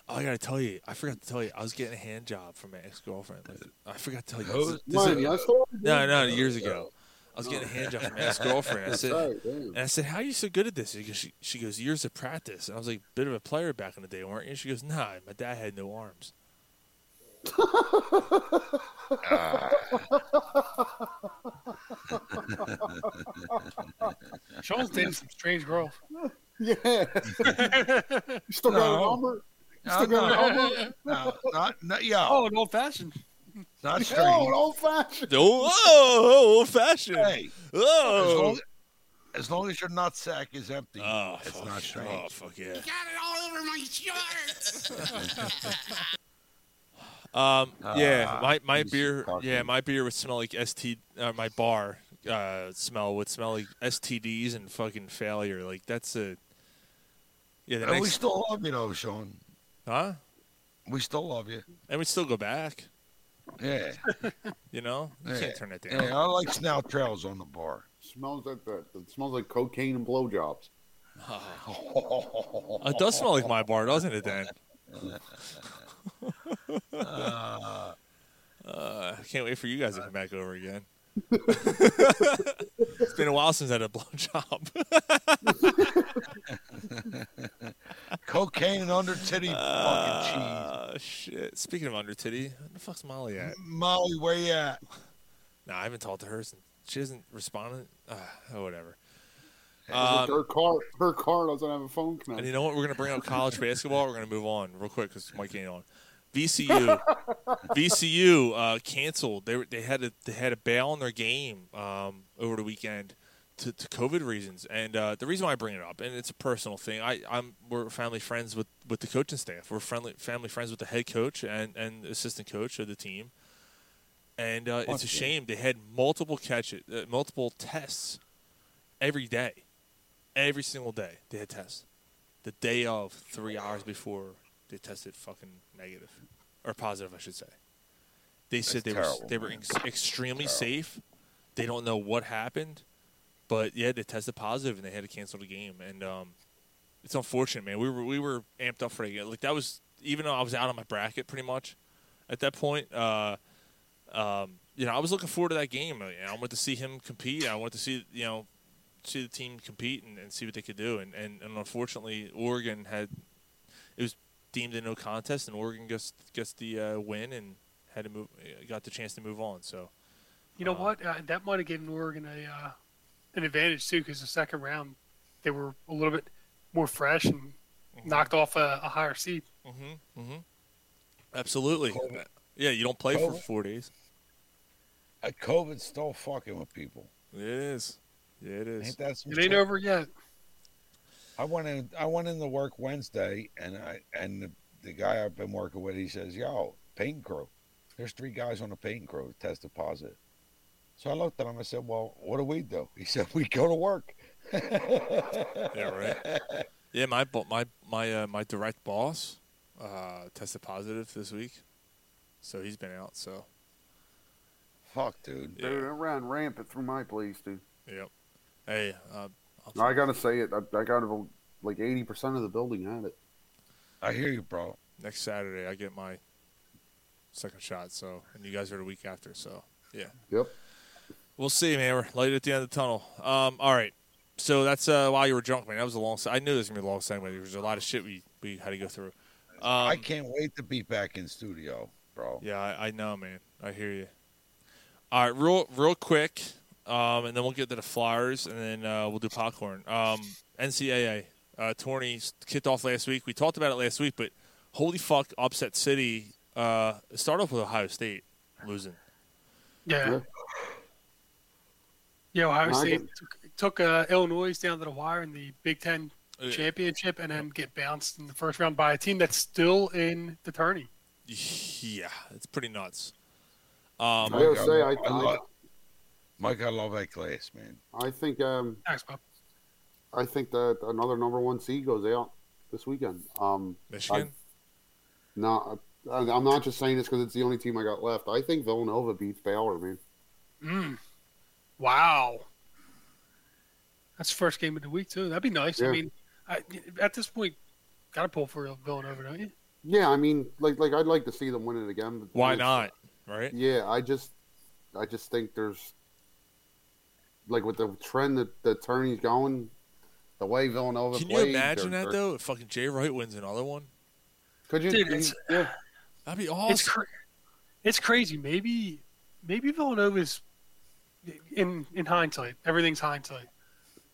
Oh, I gotta tell you, I forgot to tell you, I was getting a hand job from my ex girlfriend. Like, I forgot to tell you.
Who's-
This is-
Mine, I saw it.
no, no, years ago. I was getting a hand job from my ex girlfriend. I said,
Sorry, damn.
and I said, "How are you so good at this?" Because she, she goes, "Years of practice." And I was like, "Bit of a player back in the day, weren't you?" She goes, "Nah, my dad had no arms."
Sean's dating some strange girls.
Yeah. you still got
No.
a number? You
No,
still got
no.
a number?
No, not, not yeah.
Oh, an old fashioned.
not strange.
Oh, an old fashioned.
Oh, old fashioned.
Hey, as,
Oh,
long, as long as your nut sack is empty,
oh,
it's
fuck.
not
Oh,
strange.
fuck yeah.
Got it all over my shirt.
Um, yeah,
Ah,
my, my
piece of
beer.
coffee.
Yeah, my beer would smell like ST. Uh, my bar uh, smell would smell like STDs and fucking failure. Like that's a. Yeah, the
And we
next
still love you, though, Sean.
huh?
We still love you.
And we still go back.
Yeah.
You know, you
yeah.
can't turn that down.
yeah I like snout trails on the bar.
Smells like that. It smells like cocaine and blowjobs.
It does smell like my bar, doesn't it? Then. uh, I can't wait for you guys to come back over again. it's been a while since I had a blowjob.
Cocaine and under titty fucking cheese.
Uh, shit. Speaking of under titty, where the fuck's Molly at?
Molly, where you at?
Nah, I haven't talked to her since she hasn't responded. Uh, oh, whatever.
Um,
It's like her car, her car doesn't have a phone
And
connection.
you know what? We're gonna bring up college basketball. We're gonna move on real quick because Mike ain't on. VCU, VCU uh, canceled. They were- they had a they had a bail on their game um, over the weekend to, to COVID reasons. And uh, the reason why I bring it up, and it's a personal thing. I I'm we're family friends with with the coaching staff. We're friendly family friends with the head coach and and assistant coach of the team. And uh, it's a shame they had multiple catches, uh, multiple tests every day, every single day they had tests the day of, three hours before, they tested fucking negative or positive, I should say. They said
That's
they
terrible,
were they were
man.
ex- extremely safe. They don't know what happened, but yeah, they tested positive and they had to cancel the game. And um, it's unfortunate, man. We were we were amped up for it. Like that was even though I was out on my bracket pretty much at that point. Uh, um, you know, I was looking forward to that game. You know, I wanted to see him compete. I wanted to see you know see the team compete and, and see what they could do. And, and, and unfortunately, Oregon had it was deemed a no contest, and Oregon gets gets the uh, win and had to move uh, got the chance to move on. So
You know
Uh,
what? Uh, that might have given Oregon a uh, an advantage too, because the second round they were a little bit more fresh and knocked off a, a higher seed.
mm-hmm, mm-hmm. absolutely, yeah, you don't play for
Cold.
four days.
Uh, COVID still fucking with people.
It is, yeah, it is.
Ain't that some
It ain't
shit?
over yet.
I went in. I went into work Wednesday, and I and the, the guy I've been working with, he says, "Yo, painting crew. There's three guys on the painting crew that tested positive." So I looked at him. I said, "Well, what do we do?" He said, "We go to work."
Yeah, right. yeah, my bo- my my uh, my direct boss uh, tested positive this week, so he's been out. So
Fuck, dude.
Dude, it ran rampant through my place, dude.
yep. Hey, uh,
I gotta say it. I, I gotta like eighty percent of the building had it.
I hear you, bro.
Next Saturday, I get my second shot. So, and you guys are the week after. So, yeah.
Yep.
We'll see, man. We're light at the end of the tunnel. Um, all right. So that's uh, while you were drunk, man. That was a long. se- I knew this was gonna be a long segment. There was a lot of shit we, we had to go through. Um,
I can't wait to be back in studio, bro.
Yeah, I, I know, man. I hear you. All right, real real quick, um, and then we'll get to the flyers, and then uh, we'll do popcorn. Um, NCAA uh, tourney kicked off last week. We talked about it last week, but holy fuck, upset city. Uh, start off with Ohio State losing.
Yeah. Yeah, Ohio
No, I
State
get-
took, took uh, Illinois down to the wire in the Big Ten
Oh, Yeah.
championship, and then get bounced in the first round by a team that's still in the tourney.
Yeah, it's pretty nuts.
Oh
Um,
I gotta say, I,
I
I,
love- Mike, I love that class, man.
I think um,
Thanks, Bob.
I think that another number one seed goes out this weekend. Um,
Michigan?
I, no, I, I'm not just saying this because it's the only team I got left. I think Villanova beats Baylor, man.
Mm. Wow. That's the first game of the week, too. That'd be nice. I
Yeah.
mean, I, at this point, got to pull for Villanova, don't you?
Yeah, I mean, like, like I'd like to see them win it again. But
Why
it's-
not? Right?
Yeah, I just, I just think there's, like, with the trend that the tourney's going, the way Villanova.
Can you
played,
imagine
they're-
that
they're-
though? If fucking Jay Wright wins another one,
Could you?
Dude,
can
it's-
you- yeah.
that'd be
It's,
awesome.
cra- it's crazy. Maybe maybe Villanova's in in hindsight. Everything's hindsight.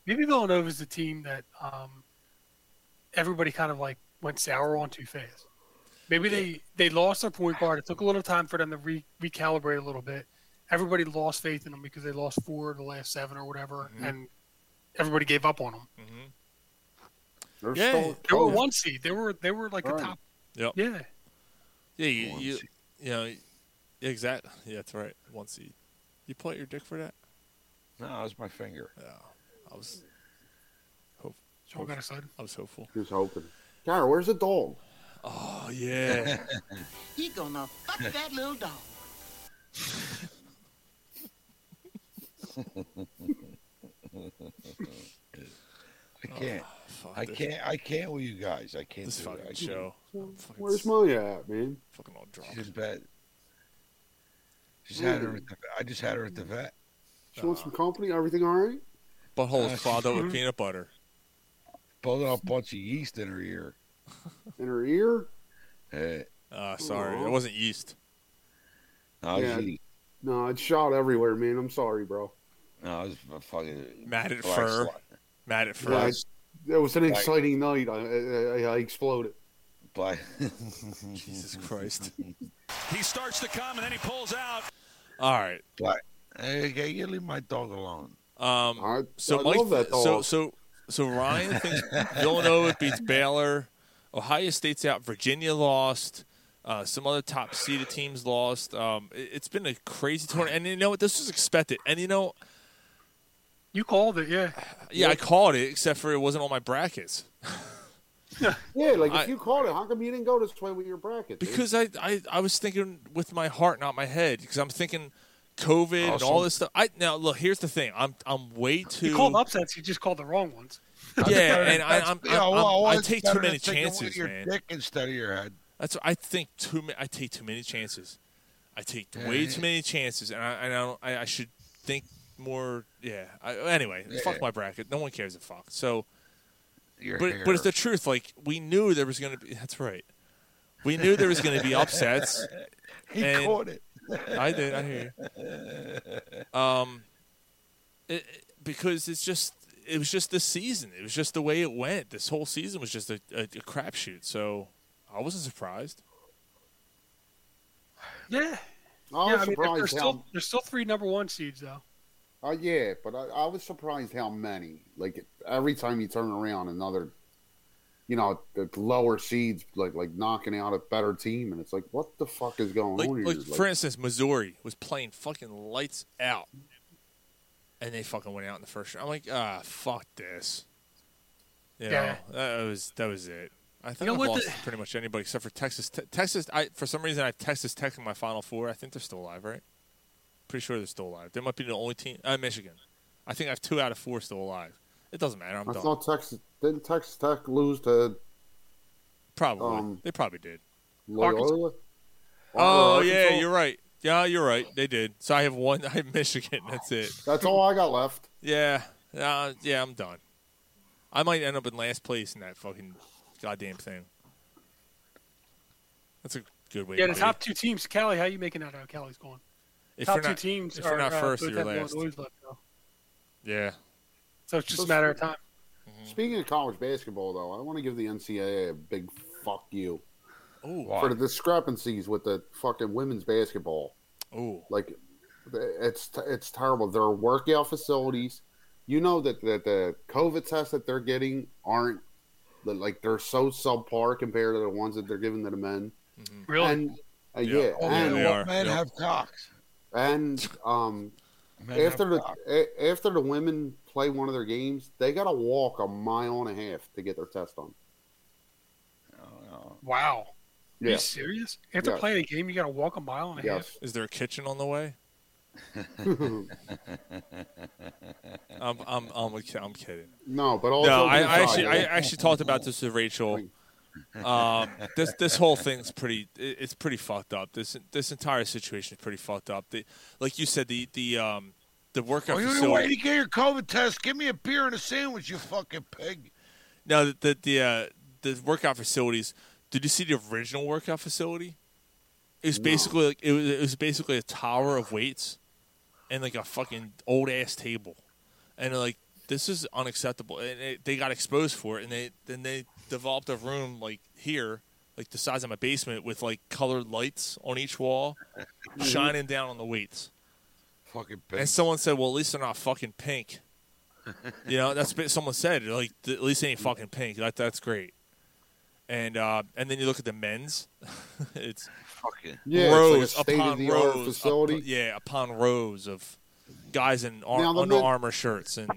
Maybe Villanova's the team that um, everybody kind of like went sour on too fast. Maybe they they lost their point guard. It took a little time for them to re- recalibrate a little bit. Everybody lost faith in them because they lost four of the last seven or whatever,
Mhm.
and everybody gave up on them.
Mhm.
They're
Yeah.
still-
They were one seed. They were they were like a
Right.
top.
Yep.
Yeah.
Yeah, you, you, you know, exactly. Yeah, that's right. One seed. You pull out your dick for that?
No, it was my finger.
Yeah, I was. Hope,
So I got excited.
I was hopeful.
Who's hoping? Cara, where's the dog?
Oh yeah.
He gonna fuck that little dog.
I can't.
Oh, fuck
I
this.
can't. I can't with you guys. I can't.
This
do
fucking
it. I
show.
Where's Moya at, man?
Fucking all drunk.
She's in bed. She's had her. At the, I just had her at the vet.
She
Uh.
wants some company. Everything all right?
Butthole
Uh,
is clogged up with
mhm.
peanut butter.
Pulled out a bunch of yeast in her ear.
In her ear?
Eh,
Uh, sorry,
Oh.
Aw.
it wasn't yeast.
no,
Yeah.
it was yeast.
No, it's shot everywhere, man. I'm sorry, bro.
no, it was a fucking
Mad at
black
fur.
sli-
Mad at
Yeah,
first.
It was an
Right.
exciting night. I, I, I exploded.
Black.
Jesus Christ.
He starts to come and then he pulls out.
All right.
black. Hey, yeah, you leave my dog alone.
Um,
I,
so
I
Mike,
love that
so
dog.
so so Ryan thinks Villanova beats Baylor. Ohio State's out. Virginia lost. Uh, some other top seeded teams lost. Um, it, it's been a crazy tournament, and you know what? This was expected. And you know,
You called it, yeah.
yeah, I called it, except for it wasn't on my brackets
yeah, like if
I-
you called it, how come you didn't go this way with your bracket? dude?
because I, I, I was thinking with my heart, not my head, because I'm thinking COVID and all
Awesome.
this stuff. I now look. Here's the thing. I'm I'm way too
You called upsets. You just called the wrong ones.
yeah, and I, I'm,
Yeah,
I'm-
well,
I'm- i
it's
take
better
too
to
many
take it with
chances,
your
man.
dick instead of your head.
That's I think too. ma- I take too many chances. I take
Yeah,
way
yeah.
too many chances, and I and I, don't, I, I should think more. Yeah. I, anyway, fuck
Yeah.
my bracket. No one cares a fuck. So,
Your
but
hair.
but it's the truth. Like we knew there was gonna be. That's right. We knew there was gonna be upsets.
he
and-
caught it.
I did. I hear you. Um, it, it- because it's just it was just this season. It was just the way it went. This whole season was just a, a, a crapshoot. So I wasn't surprised.
Yeah.
I was
yeah, I mean,
surprised
there's
how.
still there's still three number one seeds though.
uh, yeah, but I, I was surprised how many. Like every time you turn around, another, you know, the lower seeds like like knocking out a better team, and it's like, what the fuck is going
Like,
on here?
like for instance, Missouri was playing fucking lights out, and they fucking went out in the first round. I'm like, ah, fuck this. You
Yeah.
know, that was that was it. I think
know
I've
what
lost
the-
pretty much anybody except for Texas. Te- Texas, I for some reason I have Texas Tech in my Final Four. I think they're still alive, right? Pretty sure they're still alive. They might be the only team. Uh, Michigan. I think I have two out of four still alive. It doesn't matter. I'm
I
done.
thought Texas didn't Texas Tech lose to
Probably.
um,
they probably did.
Loyola.
Oh,
Arkansas?
yeah, you're right. Yeah, you're right. They did. So I have one. I have Michigan. That's it.
That's all I got left.
Yeah. Uh, yeah, I'm done. I might end up in last place in that fucking goddamn thing. That's a good way
yeah,
to
the
be.
top two teams. Callie, how you making out? How Callie's going?
If
top
you're
two
not-
teams
if you're
are
not
uh,
first,
both
you're
have
last.
Illinois left now.
Yeah.
So it's just a
Those-
matter of time.
Speaking of college basketball, though, I want to give the NCAA a big fuck you
Ooh.
for the discrepancies with the fucking women's basketball.
Ooh.
Like, it's it's terrible. Their workout facilities, you know that that the COVID tests that they're getting aren't that, like they're so subpar compared to the ones that they're giving to the men.
Mm-hmm.
Really?
And, uh,
Yeah.
yeah.
Oh, yeah,
and,
they Well, are. men Yeah. have
cocks. And um,
Men have
after the a, after the women play one of their games, they got to walk a mile and a half to get their test done.
Wow. Are
Yeah.
you serious? After
Yeah.
playing a game, you got to walk a mile and a half.
Is there a kitchen on the way? I'm, I'm, I'm, I'm kidding.
No, but also
No, I, I
inside,
actually, I
yeah.
actually talked about this with Rachel. Um, this, this whole thing's pretty, it- it's pretty fucked up. This, this entire situation is pretty fucked up. The, like you said, the, the, um, the workout
Oh, you're the way to
facility.
get your COVID test. Give me a beer and a sandwich, you fucking pig.
No, the, the, the, uh, the workout facilities. Did you see the original workout facility? It was basically like it was, it was basically a tower of weights and like a fucking old ass table, and like this is unacceptable. And it, they got exposed for it, and they then they developed a room like here, like the size of my basement, with like colored lights on each wall, shining down on the weights.
Fucking
And
pig.
someone said, "Well, at least they're not fucking pink." you know, that's what someone said. Like, at least they ain't fucking pink. That, that's great. And uh, and then you look at the men's. it's
fucking
Yeah, it's like a
rows upon
state-of-the-art
rows,
facility.
up- uh, yeah, upon rows of guys in ar-
Now, the
Under
men-
Armour shirts and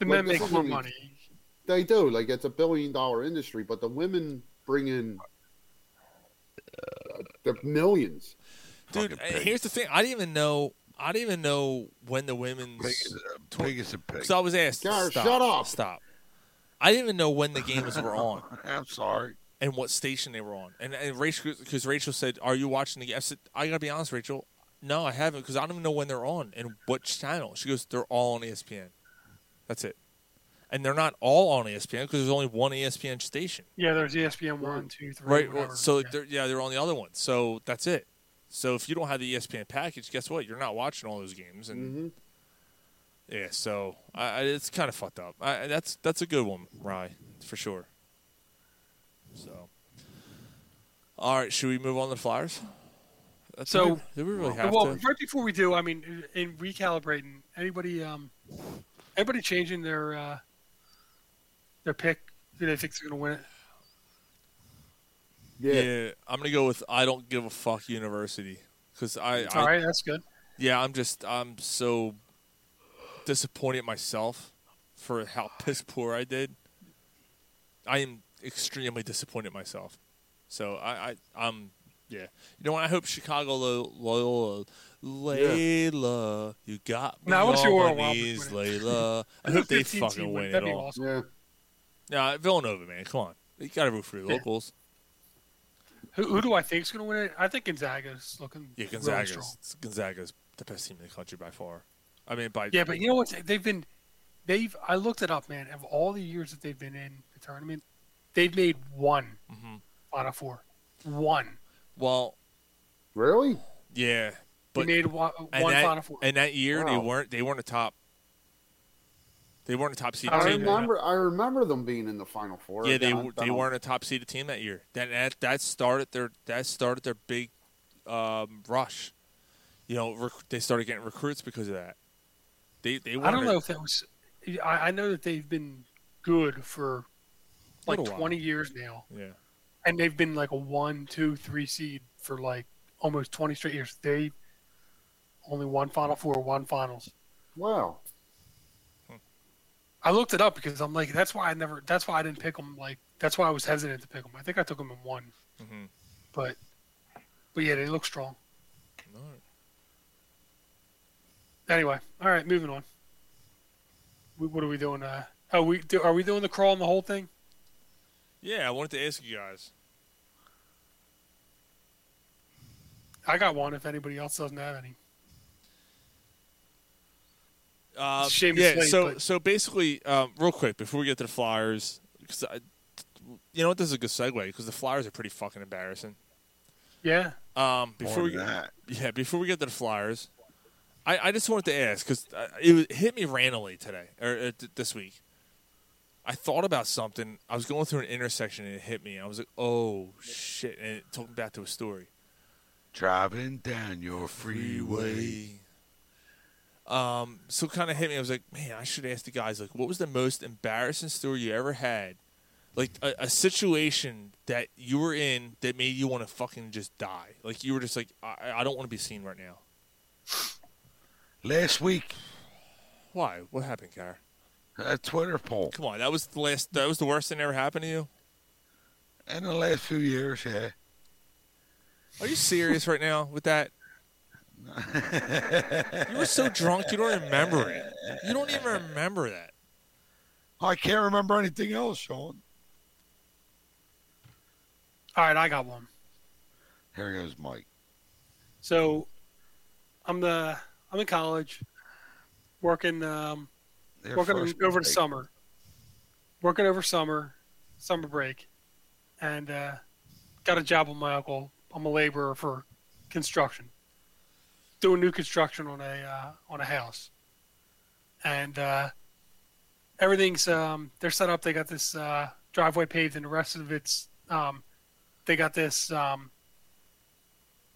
The
Like,
men
this
make
is
more
really-
money.
They do. Like it's a billion dollar industry, but the women bring in uh, the millions.
dude. and Here's the thing: I didn't even know. I didn't even know when the women's
Pig is a pig.
So I was asked.
Gar,
stop,
shut up.
Stop. I didn't even know when the games were on.
I'm sorry.
And what station they were on. And, and Rachel, because Rachel said, "Are you watching the game?" I said, "I gotta be honest, Rachel. No, I haven't because I don't even know when they're on and what channel." She goes, "They're all on E ESPN. That's it." And they're not all on E ESPN because there's only one E ESPN station,
Yeah, there's E ESPN one, two, three,
right?
whatever.
So yeah. They're, yeah, they're on the other one. So that's it. So if you don't have the E ESPN package, guess what? You're not watching all those games, and
Mm-hmm.
yeah, so I, I, it's kind of fucked up. I, I- that's that's a good one, Rye, for sure. So, all right, should we move on to the Flyers? Uh, do
So-
we- do we really have
well,
to?
right before we do, I mean, in recalibrating, anybody, um, anybody changing their uh, their pick, who they think is going to win it?
Yeah. I'm gonna go with I don't give a fuck University because I,
It's
I
all right, that's good.
yeah, I'm just I'm so disappointed myself for how piss poor I did. I am extremely disappointed myself. So I, I I'm yeah. You know what? I hope Chicago Lo- Loyola Layla, you got me
No, I want to see
on
Oral
my
Roberts
knees,
win it.
Layla. I
Who's
hope they
15
fucking
team
win it
That'd be
all.
awesome.
Yeah.
Nah, Villanova, man, come on, you got to root for the
Yeah.
locals.
Who, who do I think is going to win it? I think Gonzaga's looking
Yeah,
really
Gonzaga's
strong.
Gonzaga's the best team in the country by far. I mean, by
Yeah, but you know what? They've been, they've. I looked it up, man. Of all the years that they've been in the tournament, they've made one
Mhm.
out of four. One.
well,
Really?
yeah,
They
but
made one,
and
one
that,
final four.
And that year they
Wow.
weren't they weren't a top. They weren't a top seeded
I
team. that
remember. I remember them being in the final four.
year. Yeah, they
Again, I
w- they
don't-
weren't a top seeded team that year. That that, that started their that started their big um, rush. You know, rec- they started getting recruits because of that. They they
I don't
wanted-
know if that was. I, I know that they've been good for like
Little while.
20 years now,
Yeah.
and they've been like a one, two, three seed for like almost 20 straight years. They only one Final Four, one Finals.
Wow.
I looked it up because I'm like, that's why I never. That's why I didn't pick them. Like that's why I was hesitant to pick them. I think I took them in one,
Mm-hmm.
but but yeah, they look strong. Anyway, all right, moving on. We, what are we doing? Uh, Oh, we do, are we doing the crawl and the whole thing?
Yeah, I wanted to ask you guys.
I got one. If anybody else doesn't have any,
Uh,
Shame to
yeah.
say,
so
but-
so basically, um, real quick before we get to the Flyers, 'cause I, you know what, this is a good segue because the Flyers are pretty fucking embarrassing.
yeah.
Um, before
More
we
than
get, yeah, before we get to the Flyers, I, I just wanted to ask because it was- hit me randomly today or uh, th- this week. I thought about something. I was going through an intersection and it hit me. I was like, "Oh shit!" And it took me back to a story.
Driving down your freeway.
Um, so kind of hit me. I was like, "Man, I should ask the guys like, what was the most embarrassing story you ever had? Like a, a situation that you were in that made you want to fucking just die. Like you were just like, I, I don't want to be seen right now."
Last week,
Why? What happened, Car?
a Twitter poll.
Come on, that was the last. That was the worst thing that ever happened to you.
In the last few years, yeah.
Are you serious right now with that? you were so drunk, you don't remember it. You don't even remember that.
I can't remember anything else, Sean.
All right, I got one.
Here goes Mike.
So, I'm the I'm in college, working um,
Their
working
first
over the
mistake.
summer, working over summer, summer break, and uh, got a job with my uncle. I'm a laborer for construction, doing new construction on a uh, on a house, and uh, everything's um, they're set up. They got this uh, driveway paved, and the rest of it's um, they got this um,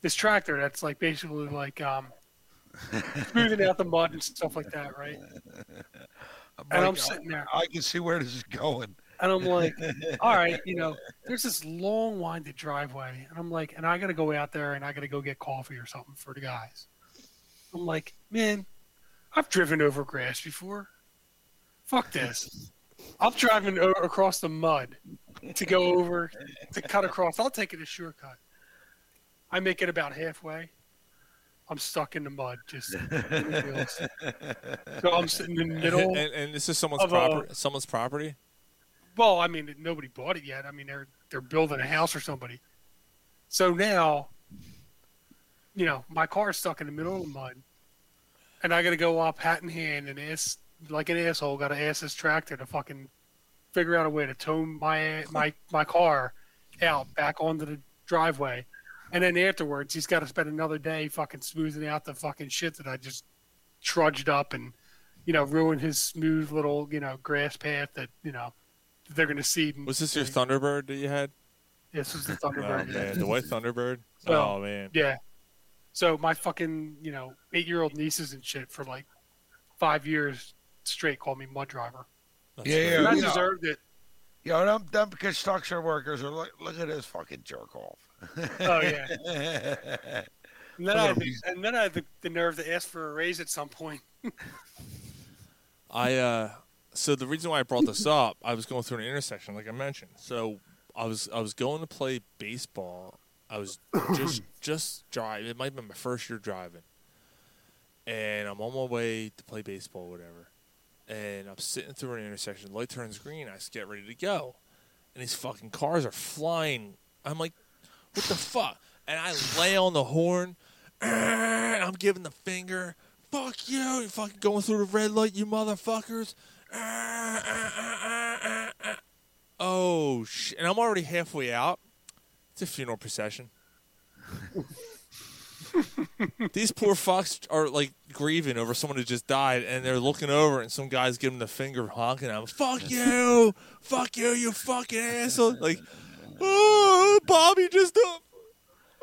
this tractor that's like basically like um, smoothing out the mud and stuff like that, right? And I'm
Mike,
sitting there.
I can see where this is going.
And I'm like, all right, you know, there's this long winded driveway. And I'm like, and I got to go out there and I got to go get coffee or something for the guys. I'm like, man, I've driven over grass before. Fuck this. I'm driving o- across the mud to go over, to cut across. I'll take it a shortcut. I make it about halfway. I'm stuck in the mud, just. so I'm sitting in the middle.
And, and this is someone's
of
uh,
a-
property. someone's property.
well, I mean, nobody bought it yet. I mean, they're they're building a house or somebody. So now, you know, my car's stuck in the middle of the mud, and I got to go up hat in hand and ask, like an asshole, got to ask this tractor to fucking figure out a way to tow my my my car out back onto the driveway, and then afterwards he's got to spend another day fucking smoothing out the fucking shit that I just trudged up and you know ruined his smooth little you know grass path that you know they're gonna see.
Was this your Thunderbird that you had?
This was the
Oh
Thunderbird.
man, the white Thunderbird.
So,
oh man.
Yeah. So my fucking, you know, eight year old nieces and shit for like five years straight called me mud driver.
yeah,
And I
yeah.
deserved it.
Yo, them, them construction workers are like, look at this fucking jerk off.
Oh, yeah.
yeah.
And then I had, the, and then I had the, the nerve to ask for a raise at some point.
I uh, so the reason why I brought this up, I was going through an intersection, like I mentioned. So I was I was going to play baseball. I was just just drive. It might have been my first year driving, and I'm on my way to play baseball, whatever. And I'm sitting through an intersection. The light turns green. I just get ready to go, and these fucking cars are flying. I'm like, what the fuck? And I lay on the horn. and I'm giving the finger. Fuck you! You fucking going through the red light, you motherfuckers! Oh shit! And I'm already halfway out. It's a funeral procession. These poor fucks are like grieving over someone who just died, and they're looking over, and some guys give them the finger honking at them. Fuck you! Fuck you! You fucking asshole! Like, oh, Bobby just. Uh,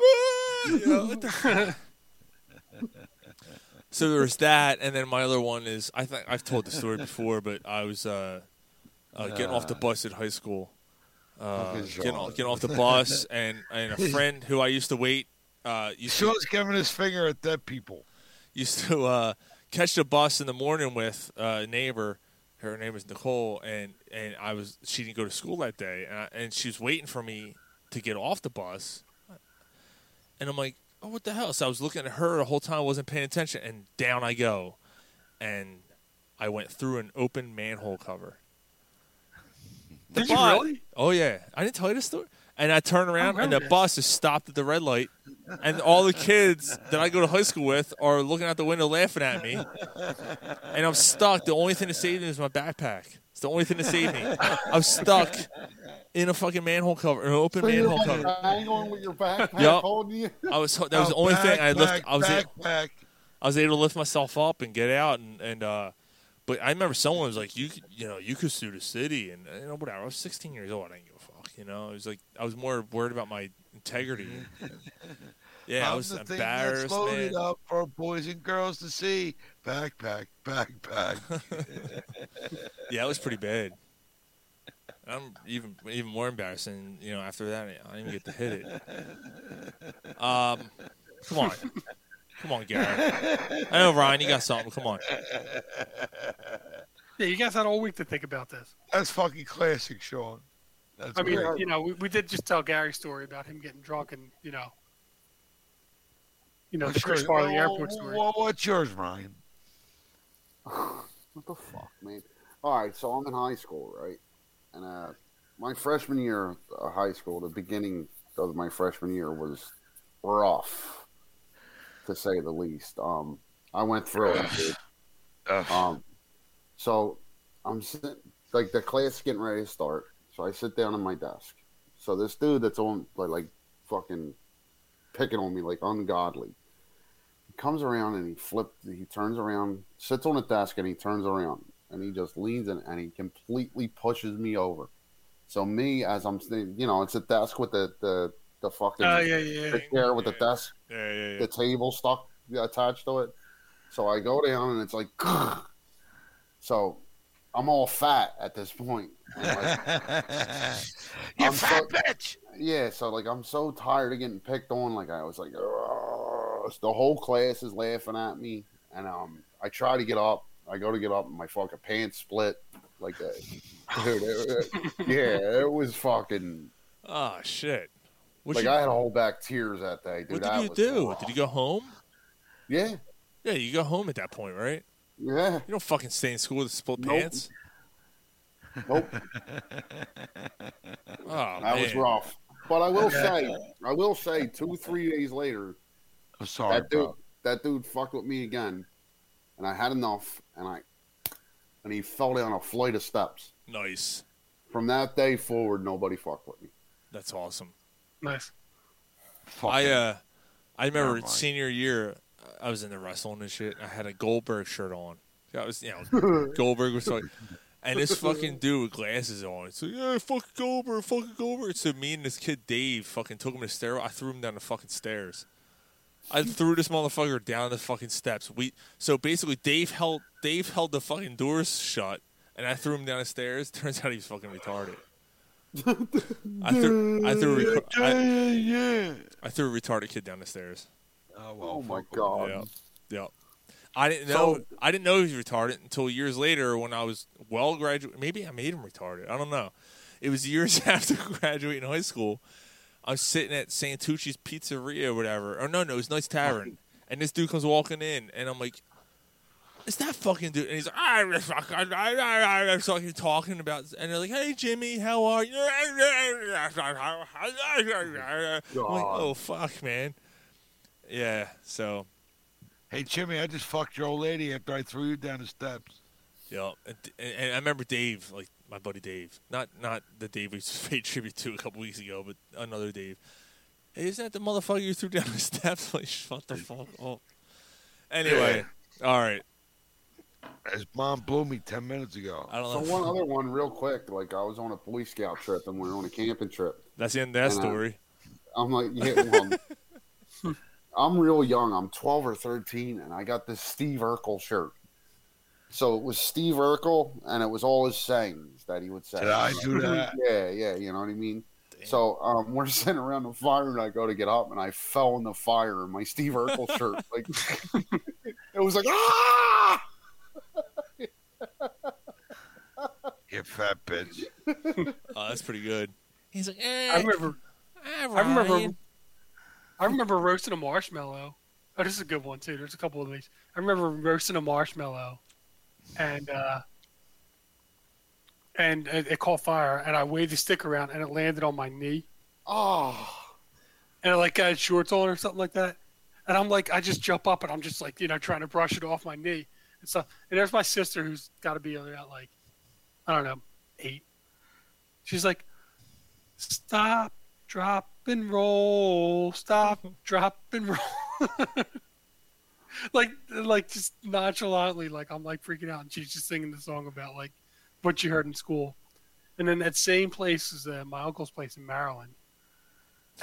you know, what the fuck? so there was that, and then my other one is I think I've told the story before, but I was uh, uh, getting off the bus at high school, uh,
Fucking
getting,
Sean.
off, getting off the bus, and and a friend who I used to wait uh, used to
Sean's giving his finger at dead people.
used to uh, catch the bus in the morning with uh, a neighbor. Her name was Nicole, and, and I was she didn't go to school that day, and, I, and she was waiting for me to get off the bus. And I'm like, oh, what the hell? So I was looking at her the whole time, I wasn't paying attention, and down I go, and I went through an open manhole cover. The
Did you
bus,
really? Oh,
Oh yeah, I didn't tell you the story. And I turn around, and
remember
the
this.
bus is stopped at the red light, and all the kids that I go to high school with are looking out the window, laughing at me, and I'm stuck. The only thing that saved me is my backpack. It's the only thing that saved me. I'm stuck in a fucking manhole cover, an open
So you're
manhole
like
cover.
hanging with your backpack
Yup.
holding you.
I was that was the
Oh,
only thing I lift. I was
back,
a- I was able to lift myself up and get out and and. uh but I remember someone was like, "You could, you know, you could sue the city and you know whatever." I was 16 years old. I didn't give a fuck. You know, it was like I was more worried about my integrity. yeah,
I'm
I was
the thing
embarrassed,
that's loaded
man.
up for boys and girls to see. Backpack, backpack.
Yeah, it was pretty bad. I'm even even more embarrassing. You know, after that, I didn't even get to hit it. Um, come on, come on, Garrett. I know Ryan, you got something. Come on.
Yeah, you guys had all week to think about this.
That's fucking classic, Sean. That's
I mean,
great.
you know, we, we did just tell Gary's story about him getting drunk and, you know, you know,
I'm
the
sure-
Chris Farley
Well,
airport story.
well, what's yours, Ryan?
what the fuck, man? All right, so I'm in high school, right? And uh, my freshman year of uh, high school, the beginning of my freshman year was rough, to say the least. Um, I went through it. dude. Um, so I'm sitting, like the class getting ready to start, so I sit down at my desk. So this dude that's on like, like fucking picking on me like ungodly he comes around and he flips he turns around sits on a desk and he turns around and he just leans in and he completely pushes me over so me as i'm sitting you know it's a desk with the the, the fucking
Oh, yeah, yeah, yeah.
the chair with the desk
Yeah, yeah,
the table stuck attached to it so i go down and it's like so i'm all fat at this point And, like,
You
I'm
fat
so-
bitch!
yeah, so like I'm so tired of getting picked on. Like I was like, "Ugh." the whole class is laughing at me, and um, I try to get up. I go to get up, and my fucking pants split. Like, a, dude, it- it- yeah, it was fucking.
Oh shit! What
like
you-
I had to hold back tears that day, dude.
What
That
did you
was
do?
rough.
Did you go home?
Yeah.
Yeah, you go home at that point, right?
Yeah. You
don't fucking stay in school with split
Nope.
pants.
Nope.
Oh,
that was rough. But I will say, I will say, two three days later,
I'm sorry,
that dude,
bro.
that dude fucked with me again, and I had enough, and I, and he fell down a flight of steps.
Nice.
From that day forward, nobody fucked with me.
That's awesome.
Nice.
I uh, I remember
Never mind.
senior year, I was in the wrestling and shit. and I had a Goldberg shirt on. I was, you know, Goldberg was like, and this fucking dude with glasses on. So yeah, fuck Goldberg, fuck Goldberg. So me and this kid Dave fucking took him to stair. I threw him down the fucking stairs. I threw this motherfucker down the fucking steps. We so basically Dave held Dave held the fucking doors shut, and I threw him down the stairs. Turns out he's fucking retarded. I threw I threw a retar- I, I threw a retarded kid down the stairs.
Oh,
my god!
Yep. Yep. I didn't know.
Um, So-
I didn't know he was retarded until years later when I was well graduate. Maybe I made him retarded. I don't know. It was years after graduating high school. I'm sitting at Santucci's Pizzeria or whatever. Or no, no, it was Nice Tavern. And this dude comes walking in, and I'm like, "Is that fucking dude?" And he's like, "Ah, "I am fucking talking about." And they're like, "Hey, Jimmy, how are you?" I'm like, "Oh fuck, man." Yeah. So.
Hey, Jimmy, I just fucked your old lady after I threw you down the steps.
Yeah, and, and, and I remember Dave, like my buddy Dave, not not the Dave we paid tribute to a couple weeks ago, but another Dave. Hey, isn't that the motherfucker you threw down the steps? Like, shut the fuck up. Anyway, all right.
His mom blew me ten minutes ago.
I
So one other one, real quick. Like I was on a Boy Scout trip, and we were on a camping trip.
That's the end of that
And, uh,
story.
I'm like, yeah, well, I'm real young. I'm 12 or 13, and I got this Steve Urkel shirt. So it was Steve Urkel, and it was all his sayings that he would say.
Did I do that?
yeah, yeah. You know what I mean? So um, we're sitting around the fire, and I go to get up, and I fell in the fire in my Steve Urkel shirt. Like it was like ah!
You fat bitch.
oh, that's pretty good. He's like, eh.
I remember. I remember.
Ryan.
I remember roasting a marshmallow. Oh, this is a good one too. There's a couple of these. I remember roasting a marshmallow, and uh, and it, it caught fire, and I waved the stick around, and it landed on my knee.
Oh.
And I like got shorts on or something like that, and I'm like, I just jump up and I'm just like, you know, trying to brush it off my knee and stuff. And there's my sister who's got to be about like, I don't know, eight. She's like, stop, drop and roll, stop, drop and roll. like like just nonchalantly like i'm like freaking out and she's just singing the song about like what she heard in school and then that same place is uh, my uncle's place in maryland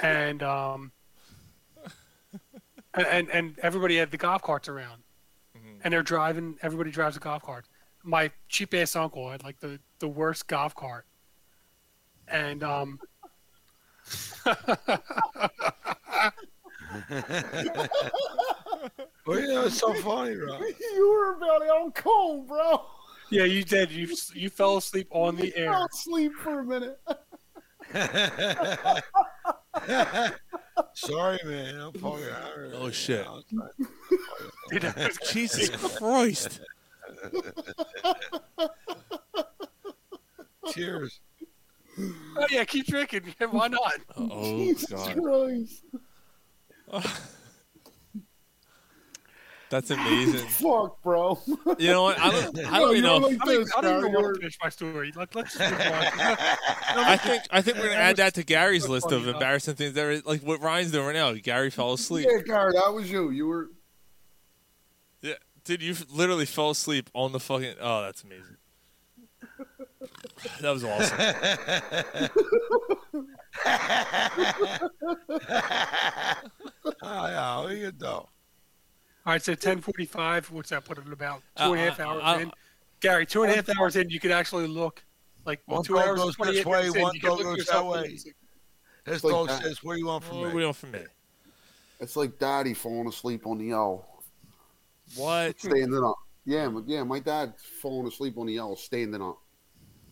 and um and and, and everybody had the golf carts around and they're driving everybody drives a golf cart my cheap ass uncle had like the the worst golf cart and um
Well, Oh, yeah, it's so funny, right?
you were about it on cold, bro.
yeah you did you you fell asleep on the air
I'll sleep for a minute.
Sorry, man. I'm fucking tired.
Oh shit!
Dude,
Jesus Christ!
Cheers.
oh yeah keep drinking Yeah, why not
Oh
Jesus
god,
Christ.
that's amazing.
Fuck, bro.
You know what? I don't, I
No,
don't
you
even know.
don't
if-
I
like
don't,
this,
I don't even
bro.
want to finish my story. Let, let's just move on.
I think I think we're gonna add that to Gary's list of embarrassing things. That are, like what Ryan's doing right now. Gary fell asleep.
Yeah, Gar, that was you. You were.
Yeah, dude, you f- literally fell asleep on the fucking. Oh, that's amazing. That was awesome.
Oh, Ah, yeah, what you know?
All right, so 10:45. What's that put it about? Two and a half
Uh, uh,
hours
uh,
in. Gary, two and a half hours in, you could actually look like
One
two
dog
hours
goes
and 28
this way,
minutes in,
one
you could
dog
look
goes
yourself
that
in the
way.
music.
This
Like
dog
that.
says, "What do you want from
What do
me?"
you want from me?
It's like daddy falling asleep on the L,
What?
standing up. Yeah, my, yeah, my dad falling asleep on the L, standing up.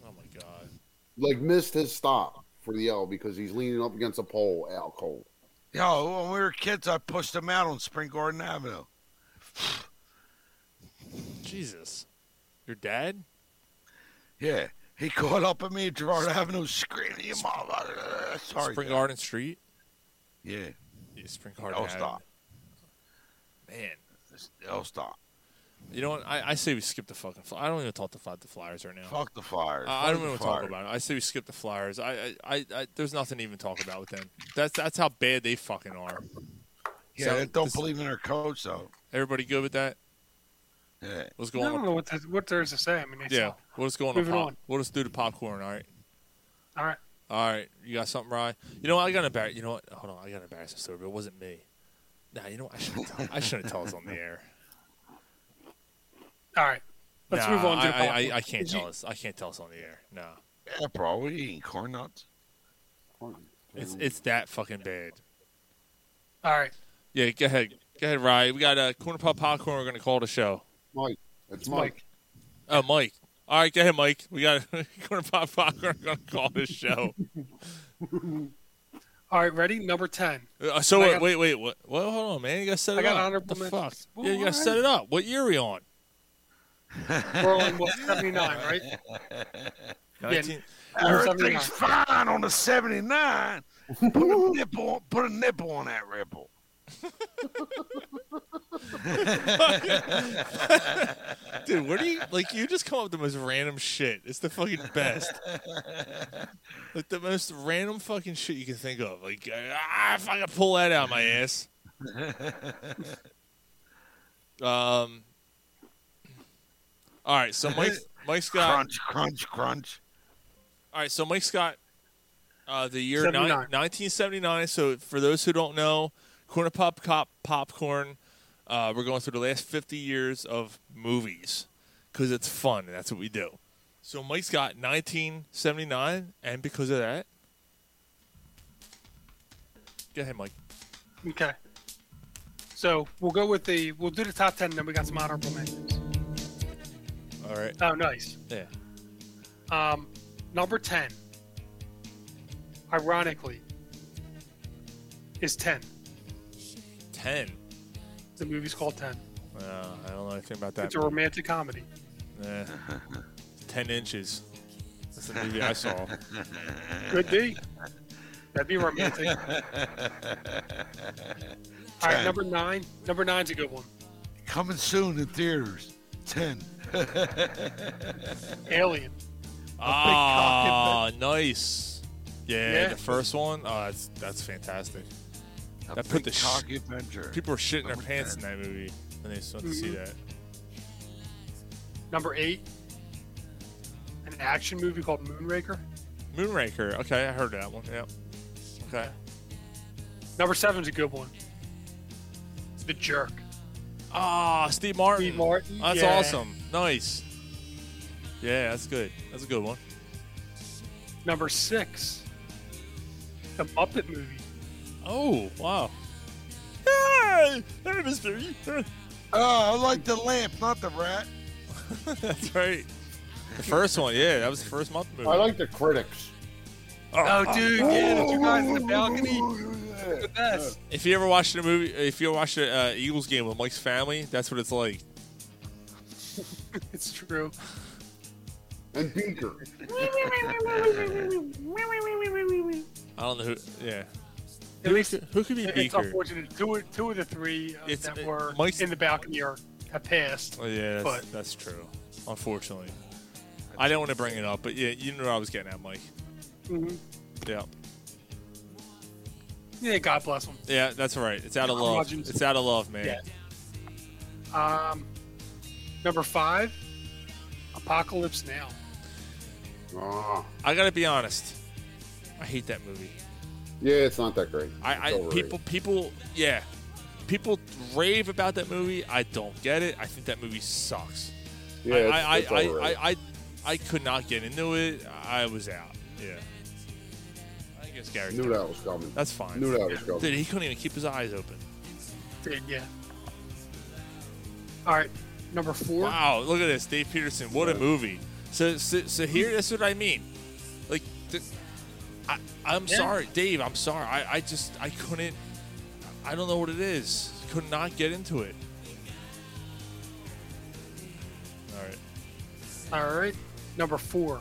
Oh my god.
Like missed his stop for the L because he's leaning up against a pole out cold.
Yo, when we were kids, I pushed him out on Spring Garden Avenue.
Jesus. Your dad?
Yeah, he caught up at me at Gerard Avenue, screaming, "You motherfucker!" Sorry,
Spring
Dad.
Garden Street?
Yeah,
Yeah, Spring Garden.
I'll
Avenue.
stop.
Man.
I'll stop.
You know what? I, I say we skip the fucking. Fly- I don't even talk about the Flyers right now.
Fuck the fire.
I I don't even want to talk about it. I say we skip the Flyers. I, I, I, I there's nothing to even talk about with them. That's that's how bad they fucking are.
Yeah,
So,
they don't
this-
believe in their coach though.
Everybody good with that?
Yeah.
What's
I
going
don't
on?
know what, the, what there's to say. I mean, it's
Yeah, we'll just go on to
Moving
pop.
on.
We'll just do the popcorn. All right.
All right.
All right, you got something right. You know what? I got embarrassed. You know what? Hold on, I got an embarrassing story, but it wasn't me. Nah, you know what? I shouldn't. Tell, I shouldn't tell us on the air.
All right. Let's
Nah,
move on to
I,
the
I, I,
popcorn.
I can't
Did you-
tell us. I can't tell us on the air. No,
Yeah, bro, we eating corn nuts.
it's it's that fucking bad.
All right.
Yeah, go ahead, go ahead, Ryan. We got a uh, corner pop popcorn. We're gonna call the show.
Mike, it's Mike.
Oh, Mike. All right, go ahead, Mike. We got corner pop popcorn. We're gonna call the show.
All right. Ready? Number 10.
Uh, so
I
wait,
got-
wait, wait. What? Well, hold on, man. You gotta set it
I
up.
got honorable
the fuck?
mentions.
Yeah, you gotta set it up. What year are we on?
We're on what, 79, right?
Nineteen.
Number 79.
Everything's fine on the seventy nine. Put a nipple, on, put a nipple on that ripple.
Dude, what do you like? You just come up with the most random shit. It's the fucking best. like the most random fucking shit you can think of. Like, ah, if I could pull that out of my ass. um. All right, so Mike, Mike Scott.
Crunch, crunch, crunch.
All right, so Mike Scott. Uh, the year
79.
nine- 1979. So for those who don't know, Corner Pop Cop Popcorn. Uh, we're going through the last 50 years of movies because it's fun and that's what we do. So Mike's got 1979, and because of that, go ahead, Mike.
Okay. So we'll go with the, we'll do the top 10, then we got some honorable mentions.
All right.
Oh, nice.
Yeah.
Um, number 10, ironically, is 10.
10.
The movie's called
Uh,
10.
I don't know anything about that.
it's a romantic comedy.
Yeah. 10 Eh. inches. That's the movie I saw.
Could be. That'd be romantic. All right, number nine. Number nine's a good one.
Coming soon in theaters. Ten.
Alien.
Ah, nice. Yeah,
Yeah.
the first one. Oh, that's that's fantastic. that put the
big
sh-
cock adventure.
People were shitting their pants in that movie when they went to see
Mhm.
that.
Number eight. An action movie called Moonraker.
Moonraker. Okay, I heard that one. Yep. Okay.
Number seven's a good one. It's The Jerk.
Ah, Steve Martin.
Steve Martin.
That's
yeah.
awesome. Nice. Yeah, that's good. That's a good one.
Number six. The Muppet movie.
Oh, wow.
Hey, hey, Mister.
E.
Oh, I like the lamp, not the rat.
That's right. The first one, yeah, that was the first month movie.
I like the critics.
Oh, dude, yeah, the two guys in the balcony.
They're
the best.
If you ever watched a movie, if you ever watched an uh, Eagles game with Mike's family, that's what it's like.
It's true.
And Beaker.
I don't know who. Yeah,
At least
who could be
It's
Beaker?
unfortunate. Two, two of the three uh,
It's-
that
it-
were
Mike's-
in the balcony are have passed.
Oh, yeah, that's,
but
that's true. Unfortunately, I didn't want to bring it up, but yeah, you know what I was getting at, Mike.
Mhm.
Yeah,
yeah, God bless them.
yeah, that's right. It's out of love.
Hodgins.
It's out of love, man.
Yeah. Um, number five, Apocalypse Now.
Ah.
I gotta be honest. I hate that movie.
Yeah, it's not that great.
I, I
It's overrated.
people people yeah, people rave about that movie. I don't get it. I think that movie sucks.
Yeah,
I,
it's-
I,
it's
I, I,
overrated.
I, I I could not get into it. I was out. Yeah. I guess Gary.
Knew that was coming.
That's fine.
Knew that was coming.
Dude, he couldn't even keep his eyes open.
Did yeah. All right, number four.
Wow, look at this, Dave Peterson. What a movie. So, so, so here, that's what I mean. Like, th- I, I'm
Yeah.
sorry, Dave. I'm sorry. I, I just, I couldn't. I don't know what it is. Could not get into it. All right.
All right, number four,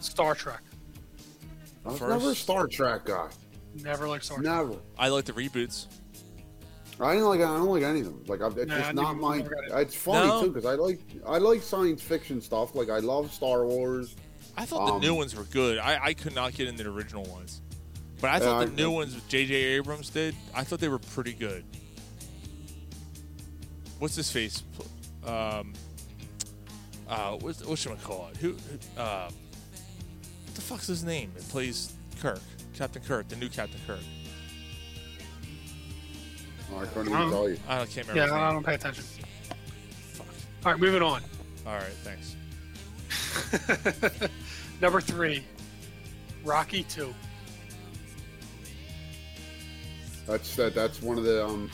Star Trek.
I was
First-
never a Star Trek guy.
Never liked Star Trek.
Never.
I like the reboots.
I didn't like. I don't like any of them. Like, I, it's
Nah, I
just not
never-
my.
never got it.
It's funny
No.
too because I like I like science fiction stuff. Like, I love Star Wars.
I thought
Um,
the new ones were good. I, I could not get into the original ones, but I
Yeah,
thought
I
the new
agree.
ones J.J. Abrams did. I thought they were pretty good. What's his face? Pl- Um, uh, what's what should I call it? Who? who- Uh, what the fuck's his name? It plays Kirk, Captain Kirk, the new Captain Kirk.
Oh, I couldn't
Uh-huh.
even tell you.
I can't remember.
Yeah,
his
I
name.
don't pay attention. All right, moving on.
All right, thanks.
Number three, Rocky Two.
That's that. That's one of the um,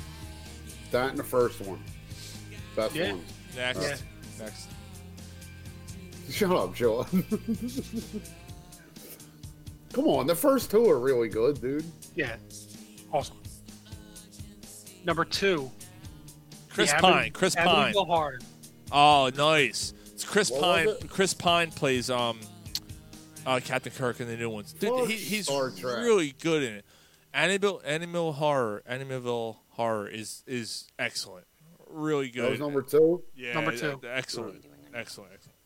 that and the first one. Best
Yeah.
ones.
Next.
Yeah.
Next.
Shut up, Joe. Come on, the first two are really good, dude.
Yeah, awesome. Number two,
Chris
The Abbot-
Pine. Chris
Abbott
Pine.
Gilhard.
Oh, nice. It's Chris
What
Pine.
was
Chris Pine plays um, uh, Captain Kirk in the new ones. Dude,
Fuck
he, he's
Star Trek.
really good in it. Animal Animal Horror, Animalville Horror is is excellent. Really
That was
good.
number two.
yeah,
Number two.
uh, Excellent. Excellent. Excellent.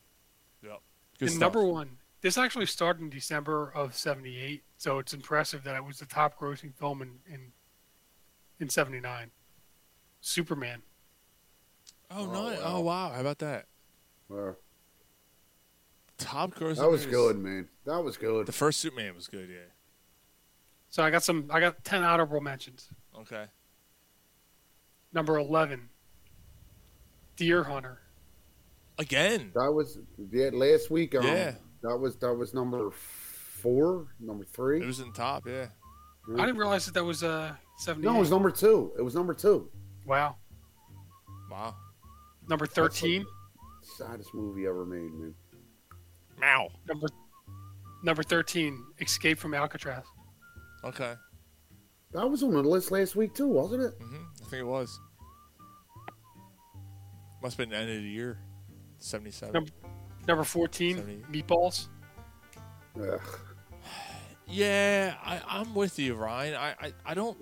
Yep. Good
And
stuff.
number one. This actually started in December of '78, so it's impressive that it was the top-grossing film in in in '79. Superman.
oh, no. Oh wow. How about that?
Uh,
Top grossing.
that was
movies.
good, man. That was good.
The first Superman was good. Yeah.
So I got some. I got ten honorable mentions.
Okay.
Number eleven, Deer Hunter.
Again.
That was yeah, last week. Um,
Yeah.
That was that was number four, number three.
It was in the top. Yeah.
I didn't realize that that was uh '78.
no, it was number two. It was number two.
wow.
Wow.
Number thirteen.
Saddest movie ever made, man.
Wow.
Number number thirteen, Escape from Alcatraz.
Okay.
That was on the list last week too, wasn't it?
hmm I think it was. Must have been the end of the year. 77.
Number fourteen,
Seventy-
Meatballs.
Ugh.
Yeah, I, I'm with you, Ryan. I, I, I don't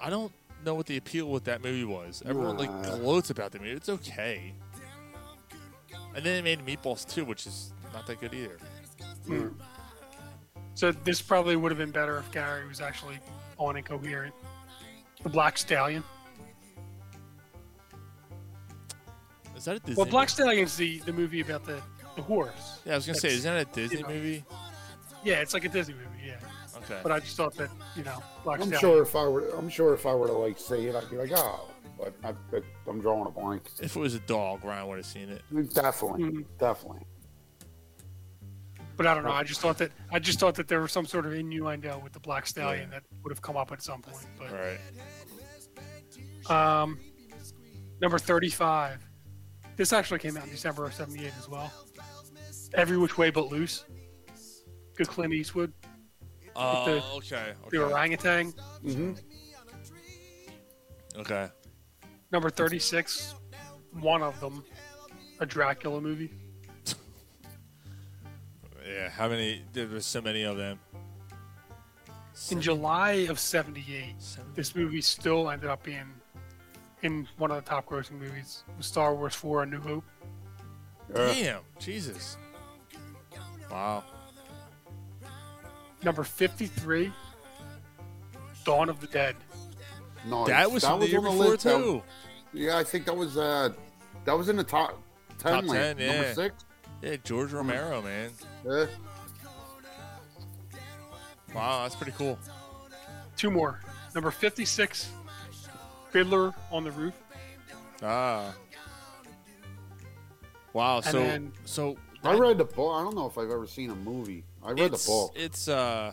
I don't know what the appeal with that movie was. Everyone like
Nah.
gloats about the movie. It's okay. And then they made Meatballs too, which is not that good either.
So this probably would have been better if Gary was actually on and coherent. The Black Stallion.
Is that a Disney?
Well, Black Stallion's the, the movie about the, the horse.
Yeah, I was gonna say,
That's-
isn't that a Disney
you know.
movie?
Yeah, it's like a Disney movie. Yeah.
Okay.
But I just thought that you know Black
I'm
Stallion.
sure if I were, I'm sure if I were to like see it, I'd be like, oh, but I, but I'm drawing a blank.
If it was a dog, Ryan would have seen it.
Definitely,
Mhm.
definitely.
But I don't know. I just thought that I just thought that there was some sort of innuendo with the Black Stallion that would have come up at some point. But
right.
Um, number 35. This actually came out in December of 78 as well. Every Which Way But Loose. Good Clint Eastwood.
Oh,
With
okay,
The
okay.
orangutan.
Mm-hmm.
Okay.
Number 36. One of them. A Dracula movie.
Yeah. How many? There was so many of them.
In July of 78, this movie still ended up being in one of the top grossing movies with Star Wars 4 A New Hope.
Damn. Jesus. Wow.
Number 53. Dawn of the Dead.
Nice.
That was from the year
Oh, on
before,
list. That-
too.
yeah, I think that was uh, that was in the top ten.
Top
list.
ten. Yeah.
Number six.
Yeah,
Hmm.
George Romero, man.
Yeah.
Wow, that's pretty cool.
Two more. Number 56, Fiddler on the Roof.
Ah. Wow.
And
So
then-
so
I read the book. I don't know if I've ever seen a movie. I read
it's,
the book.
It's uh,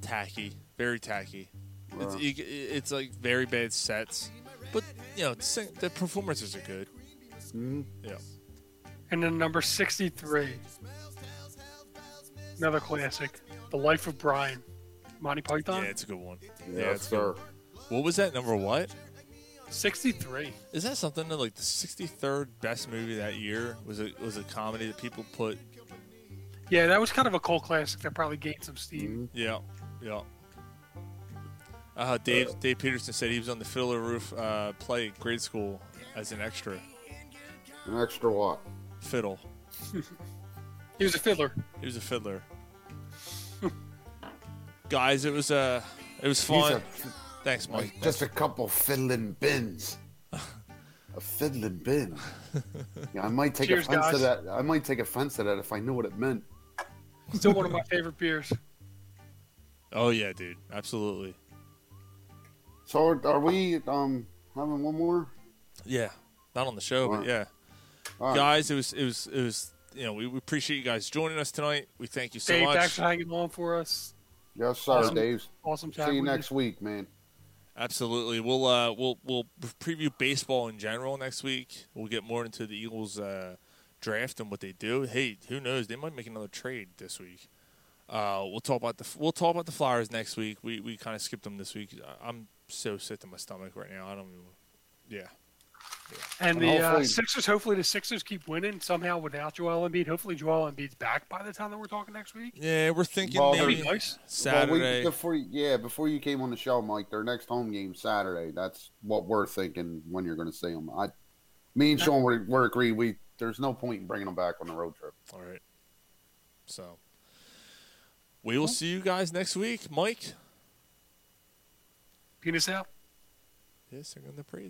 tacky, very tacky. It's,
Wow.
you, it's like very bad sets, but you know sing, the performances are good. Yeah.
And then number 63, another classic, The Life of Brian, Monty Python.
Yeah, it's a good one.
Yeah,
it's good. What was that number? What?
63.
Is that something that like the 63rd best movie that year was it was a comedy that people put?
Yeah, that was kind of a cult classic that probably gained some
Mm-hmm.
steam.
Yeah, yeah. Uh, Dave Dave Peterson said he was on the Fiddler Roof uh, play at grade school as an extra
An extra what?
fiddle.
he was a fiddler.
He was a fiddler. Guys, it was uh, it was
He's
fun.
a-
Thanks, Mike.
Like just a couple fiddling bins. A fiddling bin. Yeah, I might take
Cheers,
offense to
guys.
that. I might take offense to that if I knew what it meant.
Still one of my favorite beers.
Oh yeah, dude, absolutely.
So are, are we um having one more?
Yeah, not on the show, but
Alright.
yeah,
Alright.
guys, it was it was it was. You know, we, we appreciate you guys joining us tonight. We thank you so
Dave,
much.
thanks for hanging on for us.
Yes, sir,
Awesome-
Dave.
Awesome chat.
See you
with
next week, man.
Absolutely. We'll uh, we'll we'll preview baseball in general next week. We'll get more into the Eagles uh, draft and what they do. Hey, who knows? They might make another trade this week. Uh, we'll talk about the we'll talk about the Flyers next week. We we kind of skipped them this week. I- I'm so sick to my stomach right now. I don't even. Yeah.
And
And
the uh,
hopefully-
Sixers, hopefully the Sixers keep winning somehow without Joel Embiid. Hopefully Joel Embiid's back by the time that we're talking next week.
Yeah, we're thinking
Well,
maybe
there-
Saturday.
Well, we, before, yeah, before you came on the show, Mike, their next home game Saturday. That's what we're thinking when you're going to see them. I, me and Sean, we're, we're agree. We there's no point in bringing them back on the road trip.
All right. So we will see you guys next week, Mike.
Penis out.
Yes, they're gonna praise.